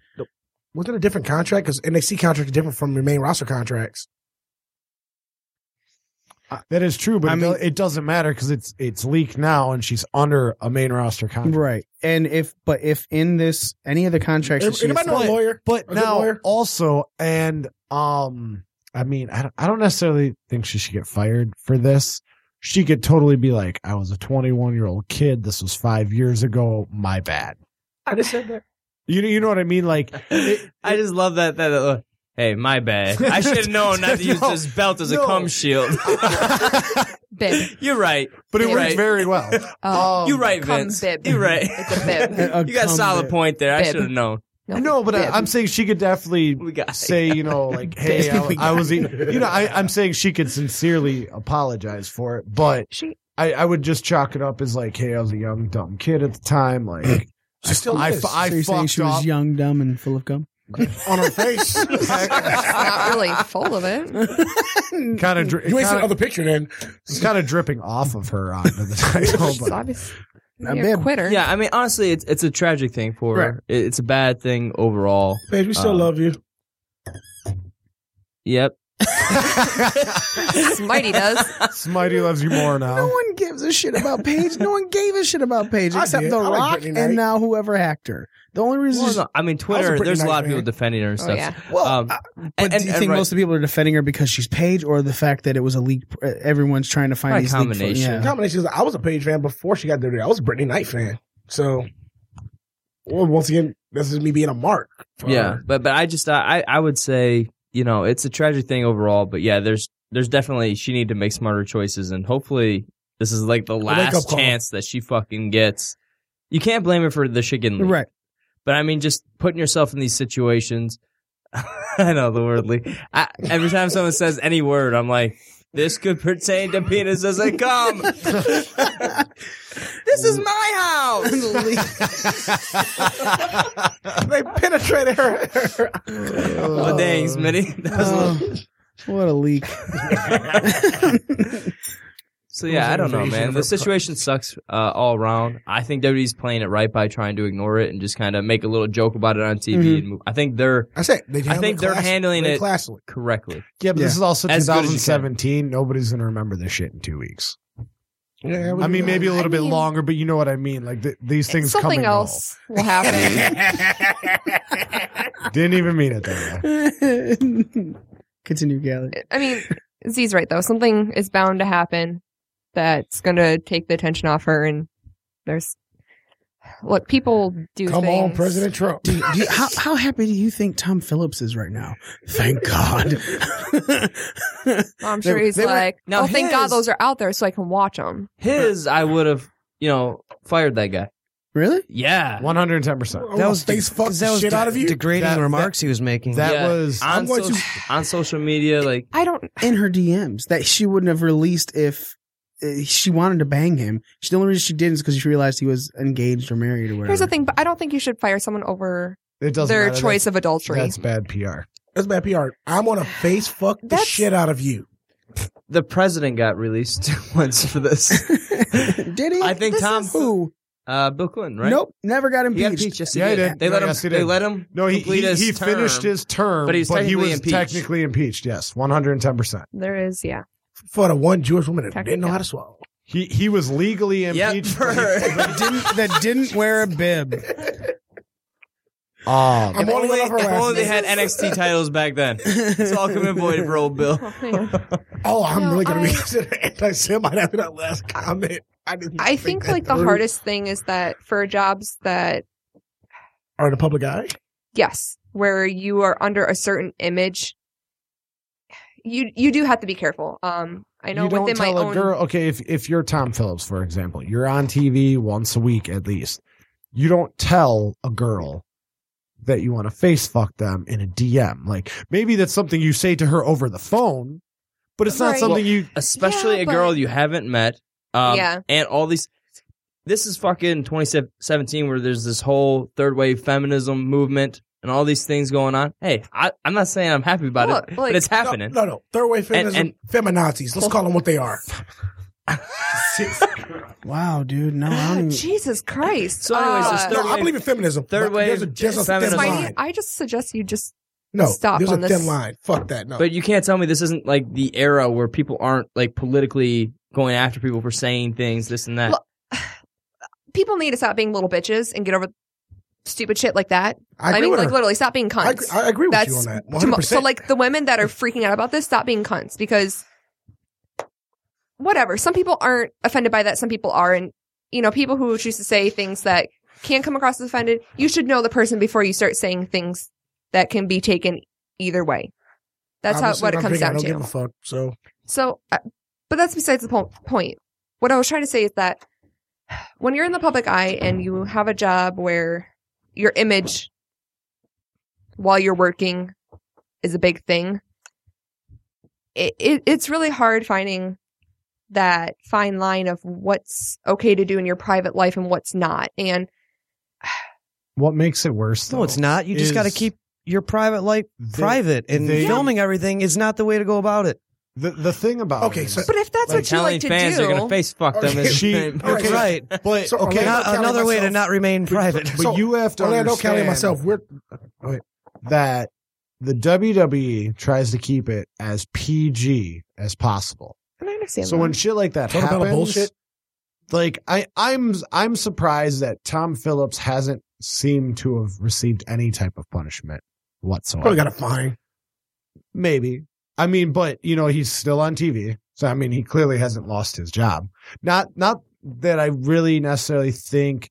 wasn't it a different contract? Because NXT contract is different from your main roster contracts.
That is true, but
I
it, do-
mean-
it doesn't matter because it's it's leaked now, and she's under a main roster contract.
Right. And if, but if in this, any of the contracts, that she
Anybody know a
has-
lawyer?
But
A good
now
lawyer?
also, and um, I mean, I don't, I don't necessarily think she should get fired for this. She could totally be like, "I was a 21 year old kid. This was five years ago. My bad."
I just said that.
You you know what I mean? Like,
*laughs*
*laughs*
I just love that. That uh, hey, my
*laughs*
bad. I should have known not to use
No,
this belt as
no.
a cum shield. *laughs*
Bib.
You're right.
but it
You're
worked
right.
very well.
Oh,
Um,
You're right,
cum
Vince.
bib.
You're right.
It's a bib.
*laughs* A
you got a
cum
solid
bib.
point there. I
Bib.
should have known.
No, but I,
bib.
I'm saying she could *laughs* definitely
We got
say, you know, like, hey, I, I was, e-, you know, I, I'm saying she could sincerely apologize for it, but
She-
I, I would just chalk it up as like, hey, I was a young dumb kid at the time, like. I,
She still
I,
is.
fu- I
So you're saying
fucked
she was
up.
young, dumb, and full of gum?
on her face.
not really full of it.
*laughs*
Kind of, dri-
you ain't seen
kind
another picture then.
of dripping off of her onto the title.
She's
But
obviously
Not
you're a
bad.
quitter. *laughs*
Yeah, I mean, honestly, it's it's a tragic thing for her. It- It's a bad thing overall.
Babe, we still
Um,
love you.
Yep.
*laughs*
Smitey
*laughs*
does.
Smitey loves you more
No
now.
one gives a shit about Paige. No one gave a shit about Paige
I
except
did.
The
I like
Rock
Brittany Knight.
and now whoever hacked her. The only reason
Well, no, I mean, Twitter.
pretty
There's a
nice
lot of people
man.
defending her and
Oh,
stuff.
yeah.
Well,
Um,
I-
and-
but
and-
do you
and
think
right-
most of the people are defending her because she's Paige, or the fact that it was a leak? uh, Everyone's trying to find
Probably
these leaked-
combination.
yeah.
Combination is I was a Paige fan before she got dirty. I was a Brittany Knight fan. So, well, once again, this is me being a mark. for
yeah
her.
but but i just i i would say you know it's a tragic thing overall but yeah there's there's definitely she need to make smarter choices and hopefully this is like the
wake-up
last
call.
chance that she fucking gets you can't blame her for the shit getting leaked.
Right.
but i mean just putting yourself in these situations *laughs* i know the wordly I, every time someone says any word *laughs* i'm like this could pertain to penises and cum. This is my house. *laughs*
they penetrated her.
Oh, dang,
*laughs*
Smitty. That was a little-
what a leak.
*laughs* So yeah, I don't know,
invasion
man.
of
The
her
situation sucks uh, all around. I think WWE's playing it right by trying to ignore it and just kind of make a little joke about it on TV
Mhm.
and move. I think they're
I say they
I
handle
think
it
they're
classy-
handling
they
it
classily.
correctly.
Yeah, but this
Yeah.
is also
As good as you can.
2017. Nobody's gonna remember this shit in two weeks.
Yeah,
I mean, maybe a little
I
bit
mean-
longer, but you know what I mean. Like th- these things come
Something
and
else will happen.
*laughs*
go. Didn't even mean it that way.
*laughs* Continue, Gally.
I mean, Z's right though. Something is bound to happen that's gonna take the attention off her. And there's look, people do.
Come on,
things.
President Trump.
Do you- do you- how, how happy do you think Tom Phillips is right now? Thank God.
Well, I'm
They
sure
were-
he's
they were-
like,
Now
oh, thank God
his-
those are out there so I can watch them.
His, I would have, you know, fired that guy.
*laughs* really?
Yeah,
110. percent
That was face
de-
fucked
that
the
was
shit
de-
out of you.
Degrading
That-
the remarks he was making.
That
Yeah.
was
on,
I'm going
soc- on social media. Like,
I don't.
In her DMs that she wouldn't have released if uh, she wanted to bang him. She, the only reason she didn't is because she realized he was engaged or married or whatever.
Here's the thing, but I don't think you should fire someone over
it doesn't
their
matter.
choice of adultery.
That's, that's bad PR.
That's bad PR. I'm gonna face fuck the
That's-
shit out of you.
the president got released *laughs* once
*laughs*
for this.
Did he?
I think
This
Tom,
Who?
uh, Bill Clinton, right?
Nope. Never got
he got
impeached.
impeached. Yes,
Yeah, he
did.
did.
They
No,
let him.
yes, he
they
did.
let him.
No, he
complete
he,
his
he
term.
finished his term,
but he was technically impeached.
technically impeached. Yes, 110. percent
There is, *laughs* yeah.
For the one Jewish woman that didn't know
Technically.
how to swallow.
He he was legally
Yep,
impeached.
*laughs*
for-
that, didn't, that didn't wear a bib.
Um,
I'm only going for
If only
last
they
name.
had NXT titles back then. It's all coming void for old Bill.
Oh, man.
Oh, I'm
No,
really gonna be
I-
*laughs* considered anti-Semite after that last comment. I, didn't
I think
that
like the
through.
hardest thing is that for jobs that
are the public eye.
yes, where you are under a certain image, you you do have to be careful. Um, I know
you don't
within my
tell a
own
girl. Okay, if if you're Tom Phillips, for example, you're on TV once a week at least. You don't tell a girl that you want to face fuck them in a DM. Like maybe that's something you say to her over the phone, but it's not
Right.
something you.
Especially
Yeah,
a girl
but-
you haven't met. Um,
Yeah.
And all these. This is fucking 2017 where there's this whole third wave feminism movement and all these things going on. Hey, I, I'm not saying I'm happy about
Look,
it,
like- *laughs*
but it's happening.
No, no, no. third wave feminism,
and-
feminazis.
Oh.
Let's call them what they are.
Wow, dude. No, I *laughs* don't even.
Jesus Christ. Uh,
So anyways, this third
no, I
wave-
believe in feminism. but
third
there's a,
wave
there's a thin
feminism.
Spidey,
line.
I just suggest you just
No,
Stop
there's a
on
thin
this.
line. Fuck that. No,
But you can't tell me this isn't like the era where people aren't like politically going after people for saying things, this and that.
Look, people need to stop being little bitches and get over stupid shit like that.
I agree
mean,
with
like
her.
literally, stop being cunts.
I, agree- I agree with you
That's
on that.
to mo-
100.
so like the women that are freaking out about this, stop being cunts because whatever. Some people aren't offended by that. Some people are, and you know, people who choose to say things that can come across as offended, you should know the person before you start saying things that can be taken either way. That's how what it comes down
I don't
to.
give a fuck. So
So, uh, but that's besides the po- point. What I was trying to say is that when you're in the public eye and you have a job where your image while you're working is a big thing, it, it it's really hard finding that fine line of what's okay to do in your private life and what's not. And
What makes it
*laughs*
worse?
no, it's not. You just
is-
got to keep your private life
They-
private, and
they-
filming everything is not the way to go about it.
The the thing about
Okay,
it is-
so-
but if that's
Like,
what you like
telling
to
fans
do,
they're gonna face fuck
*laughs*
them.
Okay.
Is
She-
Okay.
That's right.
but
So,
okay,
okay, Orlando
Not,
County
uh, another way to
myself.
not remain private.
but
so,
you have to
Orlando
understand
County and myself, we're
that the WWE tries to keep it as PG as possible.
and I understand
So
that.
when shit like that
Talk about
happens,
bullshit.
like I, I'm, I'm surprised that Tom Phillips hasn't seemed to have received any type of punishment whatsoever.
probably got a fine.
Maybe. I mean, but you know, he's still on TV. So I mean, he clearly hasn't lost his job. Not not that I really necessarily think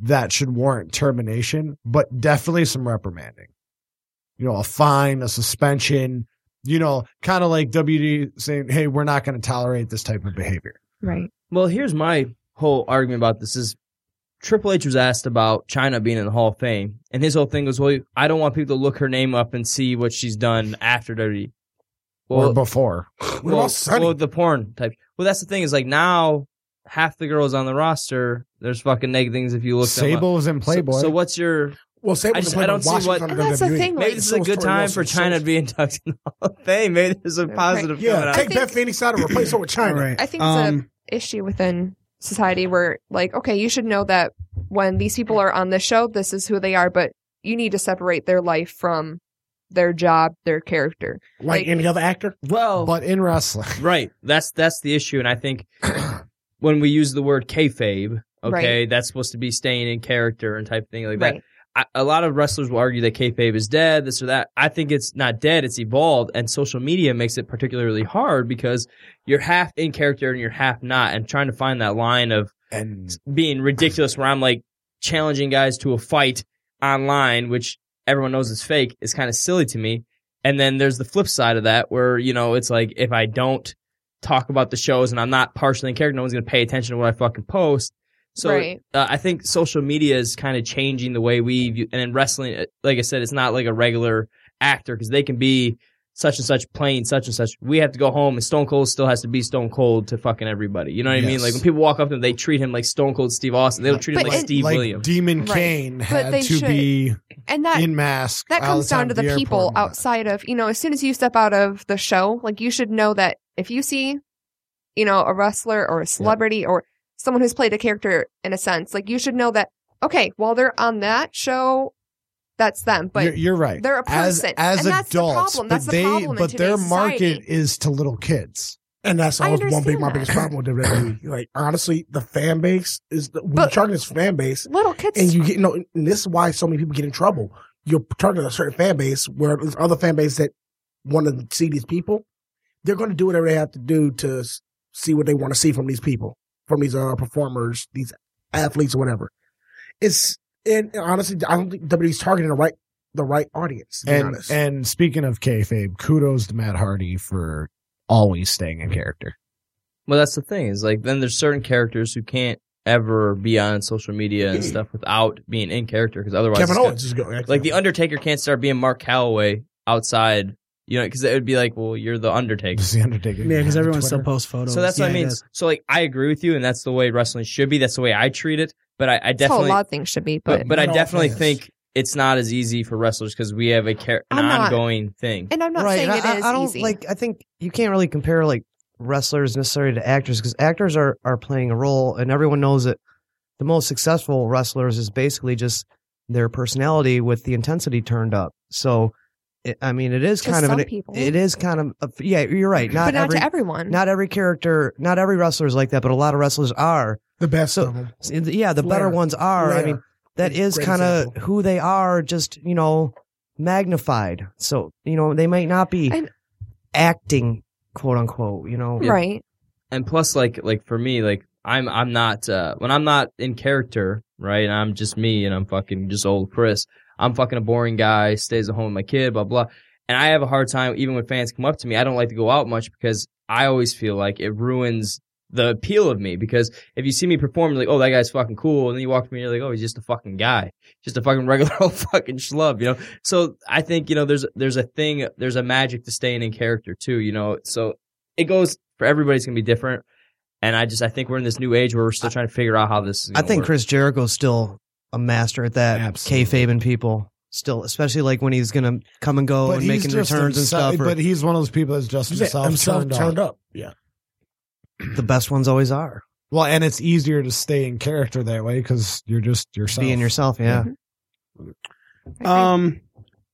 that should warrant termination, but definitely some reprimanding. You know, a fine, a suspension, you know, kind of like WD saying, "Hey, we're not going to tolerate this type of behavior."
right.
Well, here's my whole argument about this is Triple H was asked about China being in the Hall of Fame, and his whole thing was, "Well, I don't want people to look her name up and see what she's done after E." WWE."
or before.
What about Sonny?
well, the porn type. Well, that's the thing is like now half the girls on the roster. There's fucking naked things if you look. them up.
Sable was in
So-
Playboy.
So, what's your?
Well, Sable
I,
was
just,
in Playboy.
I don't see
Washington
what.
on And that's the WWE. thing,
Maybe
like-
this is
So
a
was
good
Tori
time
Wilson,
for
so
China
was-
to be inducted in the Hall of Fame. Maybe there's a positive. coming
Yeah,
out.
take Beth Phoenix out and replace her with China.
I think it's
Um,
a issue within society where like, okay, you should know that when these people are on this show, this is who they are, but you need to separate their life from their job, their character.
like any other actor.
Well,
but in wrestling, *laughs*
Right. That's that's the issue, and I
*clears throat*
think when we use the word kayfabe, okay,
Right.
that's supposed to be staying in character and type of thing like
Right.
that. I, a lot of wrestlers will argue that kayfabe is dead, this or that. I think it's not dead; it's evolved, and social media makes it particularly hard because you're half in character and you're half not, and trying to find that line of
and
being ridiculous where I'm like challenging guys to a fight online, which everyone knows is fake, is kind of silly to me. And then there's the flip side of that where, you know, it's like if I don't talk about the shows and I'm not partially in character, no one's going to pay attention to what I fucking post. So
Right.
uh, I think social media is kind of changing the way we view, and in wrestling, uh, like I said, it's not like a regular actor because they can be such and such playing such and such. We have to go home, and Stone Cold still has to be Stone Cold to fucking everybody. You know what I mean?
Yes.
Like when people walk up to him, they treat him like Stone Cold Steve Austin. They don't treat him
But
like
it-
Steve
like
Williams.
Demon
Right.
Kane
But
had
they
to
should-
be
And that
in mask.
that
all
comes down
time
to
at
the,
airport
people
and all that.
outside of you know as soon as you step out of the show like you should know that if you see you know a wrestler or a celebrity or someone who's played a character in a sense like you should know that okay while they're on that show that's them but
you're, you're right.
they're a
As-
person,
as
and that's the
adults,
problem.
but
That's the
they
problem in
but their
today's
market
society.
is to little kids.
And that's
I
always one big,
understand
my
that.
biggest problem with WWE. *laughs* Like honestly, the fan base is the, when you
But-
target this fan base,
little kids
and you get no. And this is why so many people get in trouble. You're targeting a certain fan base where there's other fan base that want to see these people. They're going to do whatever they have to do to s- see what they want to see from these people, from these uh, performers, these athletes, or whatever. It's and, and honestly, I don't think WWE's targeting the right the right audience. To be
And
honest.
and speaking of kayfabe, kudos to Matt Hardy for always staying in character.
Well, that's the thing is like then there's certain characters who can't ever be on social media and stuff without being in character because otherwise
Kevin
it's gonna-
Owens is going
like the Undertaker can't start being Mark Calloway outside, you know, because it would be like, well, you're the Undertaker.
Does the Undertaker?
Yeah, because
have
everyone still
Twitter?
posts photos.
So that's what
Yeah,
I
he
mean.
does.
So like I agree with you, and that's the way wrestling should be. That's the way I treat it. But I, I
that's how a
definitely,
lot of things should be but,
but but I
Not all
definitely
fans.
think it's not as easy for wrestlers because we have a char- an
I'm not-
ongoing thing.
and i'm not
right.
saying
and
it
I, I-
is
I don't
easy
like. I think you can't really compare like wrestlers necessarily to actors because actors are are playing a role, and everyone knows that the most successful wrestlers is basically just their personality with the intensity turned up. So, it, I mean, it is
To
kind of
some
an, e,
people.
It is kind of a, yeah.
*clears throat*
You're right. Not
but not
every
to everyone
not every character, not every wrestler is like that, but a lot of wrestlers are.
the best
So-
of them.
So, Yeah, the better
Flair.
ones are. I
Flair.
mean, that
Great
is kind of
example.
who they are, just, you know, magnified. So, you know, they might not be
And-
acting, quote unquote, you know.
right
and plus like like for me like i'm i'm not uh when i'm not in character right and i'm just me and i'm fucking just old chris i'm fucking a boring guy stays at home with my kid blah blah and i have a hard time even when fans come up to me i don't like to go out much because i always feel like it ruins the appeal of me because if you see me perform you're like oh that guy's fucking cool and then you walk to me and you're like oh he's just a fucking guy just a fucking regular *laughs* old fucking schlub you know so i think you know there's there's a thing there's a magic to staying in character too you know so it goes for everybody's gonna be different. And I just I think we're in this new age where we're still trying to figure out how this. Is
I
gonna
think
work.
Chris Jericho's still a master at that,
Absolutely.
kayfabing people, still, especially like when he's going to come and go and
he's
making
just
returns and
himself-
stuff. or
But he's one of those people that's just himself,
himself
turned,
turned
up.
up. Yeah.
the best ones always are.
Well, and it's easier to stay in character that way because you're just yourself.
Being yourself, yeah.
I
Um,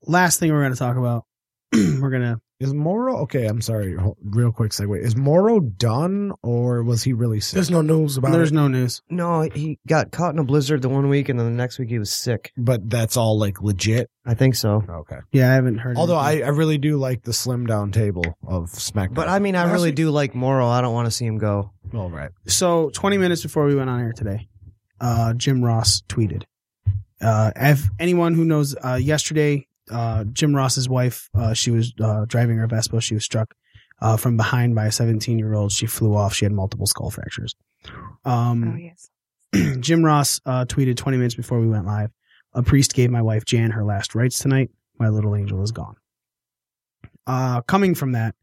last thing we're going to talk about, *clears throat* we're going to
Is Moro okay? I'm sorry. hol- Real quick segue. Is Moro done or was he really sick?
There's no news about
there's
it.
no news.
No, he got caught in a blizzard the one week, and then the next week he was sick.
but that's all like legit.
I think so.
Okay.
Yeah, I haven't heard.
Although I,
anything.
I really do like the slim down table of SmackDown.
But I mean, I
Last
really
week-
do like Morrow. I don't want to see him go.
all right.
so 20 minutes before we went on air today, uh, Jim Ross tweeted. Uh, if anyone who knows, uh, yesterday, uh, Jim Ross's wife, uh, she was uh, driving her Vespa. She was struck uh, from behind by a 17 year old. She flew off. She had multiple skull fractures. Um,
oh
*laughs*
yes
*clears throat*
Jim Ross uh, tweeted 20 minutes before we went live. A priest gave my wife Jan her last rites tonight. My little angel is gone. Uh, coming from that,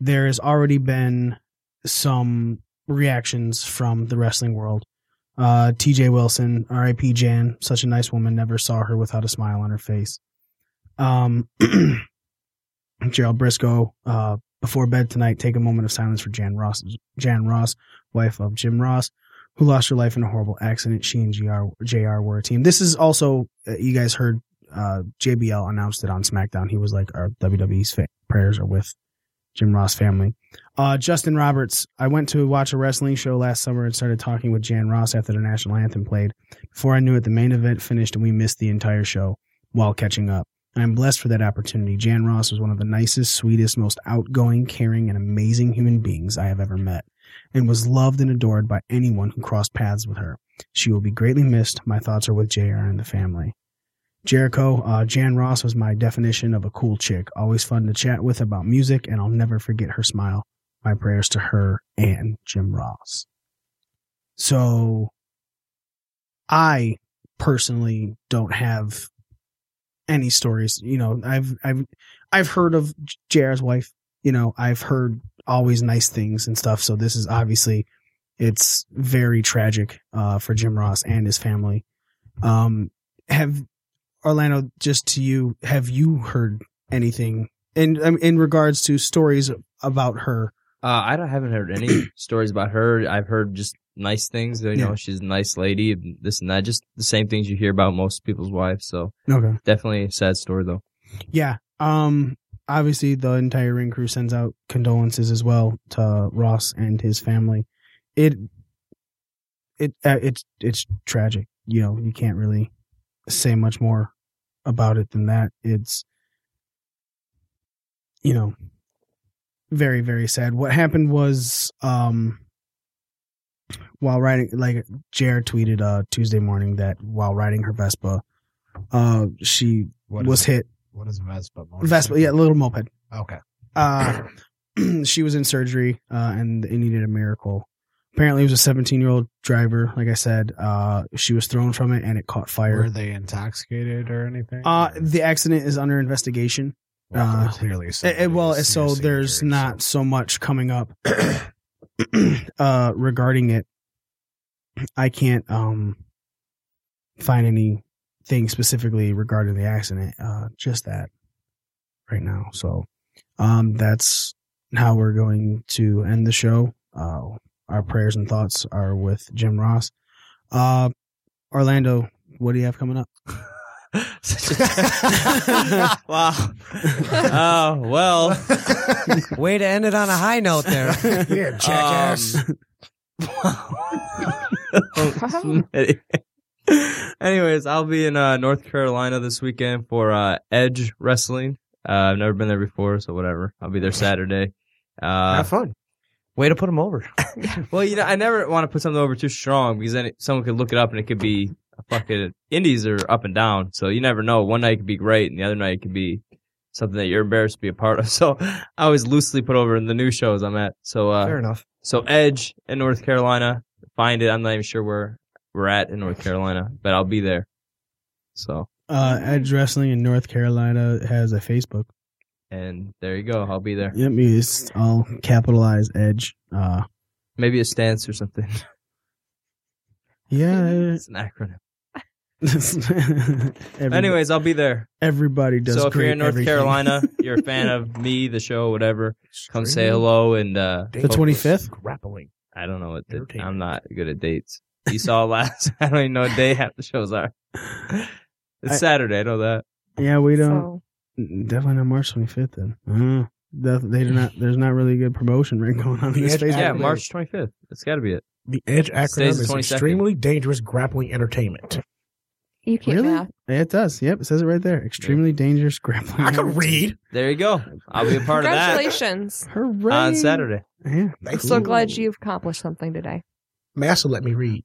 there has already been some
reactions from the wrestling world. Uh, TJ Wilson, RIP Jan, such a nice woman, never saw her without a smile on her face. Um, *clears throat* Gerald Briscoe, uh, before bed tonight, take a moment of silence for Jan Ross, Jan Ross, wife of Jim Ross, who lost her life in a horrible accident. She and GR, JR were a team. This is also, uh, you guys heard, uh, JBL announced it on SmackDown. He was like, our WWE's fa- prayers are with Jim Ross family. Uh, Justin Roberts, I went to watch a wrestling show last summer and started talking with Jan Ross after the national anthem played. Before I knew it, the main event finished and we missed the entire show while catching up. I'm blessed for that opportunity. Jan Ross was one of the nicest, sweetest, most outgoing, caring, and amazing human beings I have ever met, and was loved and adored by anyone who crossed paths with her. She will be greatly missed. My thoughts are with JR and the family. Jericho, uh, Jan Ross was my definition of a cool chick. Always fun to chat with about music, and I'll never forget her smile. My prayers to her and Jim Ross. So, I personally don't have any stories. You know, I've I've I've heard of JR's wife. You know, I've heard always nice things and stuff. So this is obviously it's very tragic uh, for Jim Ross and his family. Um, have Orlando, just to you, have you heard anything in um, in regards to stories about her?
Uh, I don't, haven't heard any stories about her. I've heard just nice things. You know,
Yeah.
she's a nice lady, and this and that. Just the same things you hear about most people's wives. So
Okay.
definitely a sad story though.
Yeah. Um. Obviously, the entire ring crew sends out condolences as well to Ross and his family. It. It uh, it's it's tragic. You know, you can't really say much more about it than that. It's. You know. Very very sad. What happened was um. While riding, like Jared tweeted uh Tuesday morning that while riding her Vespa, uh she
What is
was
it?
hit
What is Vespa?
Vespa, yeah, little moped.
Okay.
Uh, *clears throat* she was in surgery uh, and it needed a miracle. Apparently, it was a 17 year old driver. Like I said, uh, she was thrown from it and it caught
Were
fire.
they intoxicated or anything?
Uh, the accident is under investigation.
Well,
uh,
clearly,
Eh, eh,
somebody
well,
was
so
seriously
there's
injured,
not so much coming up *clears throat* uh, regarding it. I can't um, find anything specifically regarding the accident, uh, just that right now. So um, that's how we're going to end the show. Uh, our prayers and thoughts are with Jim Ross. Uh, Orlando, what do you have coming up?
wow. *laughs* Oh well.
Way to end it on a high note
*laughs*
there.
Yeah, jackass.
Um,
Wow.
*laughs* Anyways, I'll be in uh, North Carolina this weekend for uh, Edge Wrestling. Uh, I've never been there before, so whatever. I'll be there Saturday. Uh,
Have fun. Way to put him over.
*laughs* well, you know, I never want to put something over too strong because then it, someone could look it up and it could be a fucking indies are up and down. So you never know. One night it could be great and the other night it could be something that you're embarrassed to be a part of. *laughs* So I always loosely put over in the new shows I'm at. So uh,
Fair enough.
so Edge in North Carolina. Find it. I'm not even sure where we're at in North Carolina, but I'll be there. So
Uh, Edge Wrestling in North Carolina has a Facebook.
and there you go. I'll be there.
Yep, it's all capitalized Edge. Uh,
Maybe a stance or something. *laughs*
yeah. *laughs*
It's an acronym.
Every-
Anyways, I'll be there.
everybody does.
So if you're
great
in North
everything. *laughs*
Carolina, you're a fan of me, the show, whatever, come say
Screaming
hello. And uh,
the
Dave
25th?
Grappling.
I don't know what the,
Entertainment.
I'm not good at dates. You saw *laughs* last. I don't even know what day half the shows are. It's
I-
Saturday. I know that.
*laughs*
yeah, we don't.
So,
Definitely not March 25th then. Uh, that- they do not. There's not really good promotion right going on in this
Yeah,
Facebook.
Yeah,
Saturday.
March 25th. That's got to be it.
The Edge acronym
Today's the
is
22nd.
extremely dangerous grappling entertainment.
you can't
Really?
math.
Yeah, it does. Yep, it says it right there. Extremely dangerous grappling.
I
Mm.
could read.
There you go. I'll be a part of that
Congratulations.
Hooray!
on Saturday.
Yeah.
I'm so glad you accomplished something today.
Master let me read.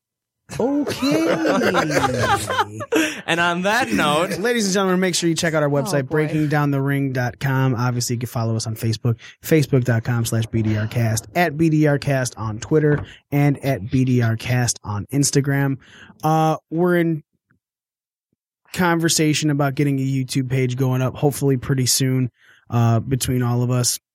*laughs*
Okay.
and on *laughs* that note,
Ladies and gentlemen, make sure you check out our website,
Oh, boy.
breakingdownthering.com. Obviously, you can follow us on Facebook, facebook.com slash BDRcast, at BDRcast on Twitter, and at BDRcast on Instagram. Uh, we're in conversation about getting a YouTube page going up, hopefully pretty soon, uh, between all of us. *clears throat*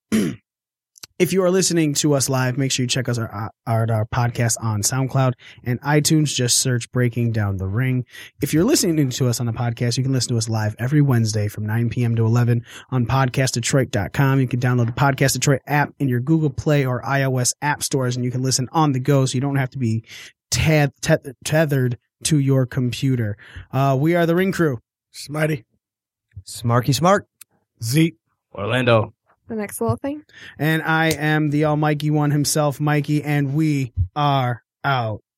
If you are listening to us live, make sure you check us our, our, our podcast on SoundCloud and iTunes. Just search Breaking Down the Ring. If you're listening to us on the podcast, you can listen to us live every Wednesday from 9 p.m. to 11 on podcastdetroit.com. You can download the Podcast Detroit app in your Google Play or iOS app stores, and you can listen on the go so you don't have to be teth- teth- tethered to your computer. Uh, we are the Ring Crew.
Smitey.
Smarky Smart.
Zeke.
Orlando.
The next little thing.
And I am the almighty one himself, Mikey, and we are out.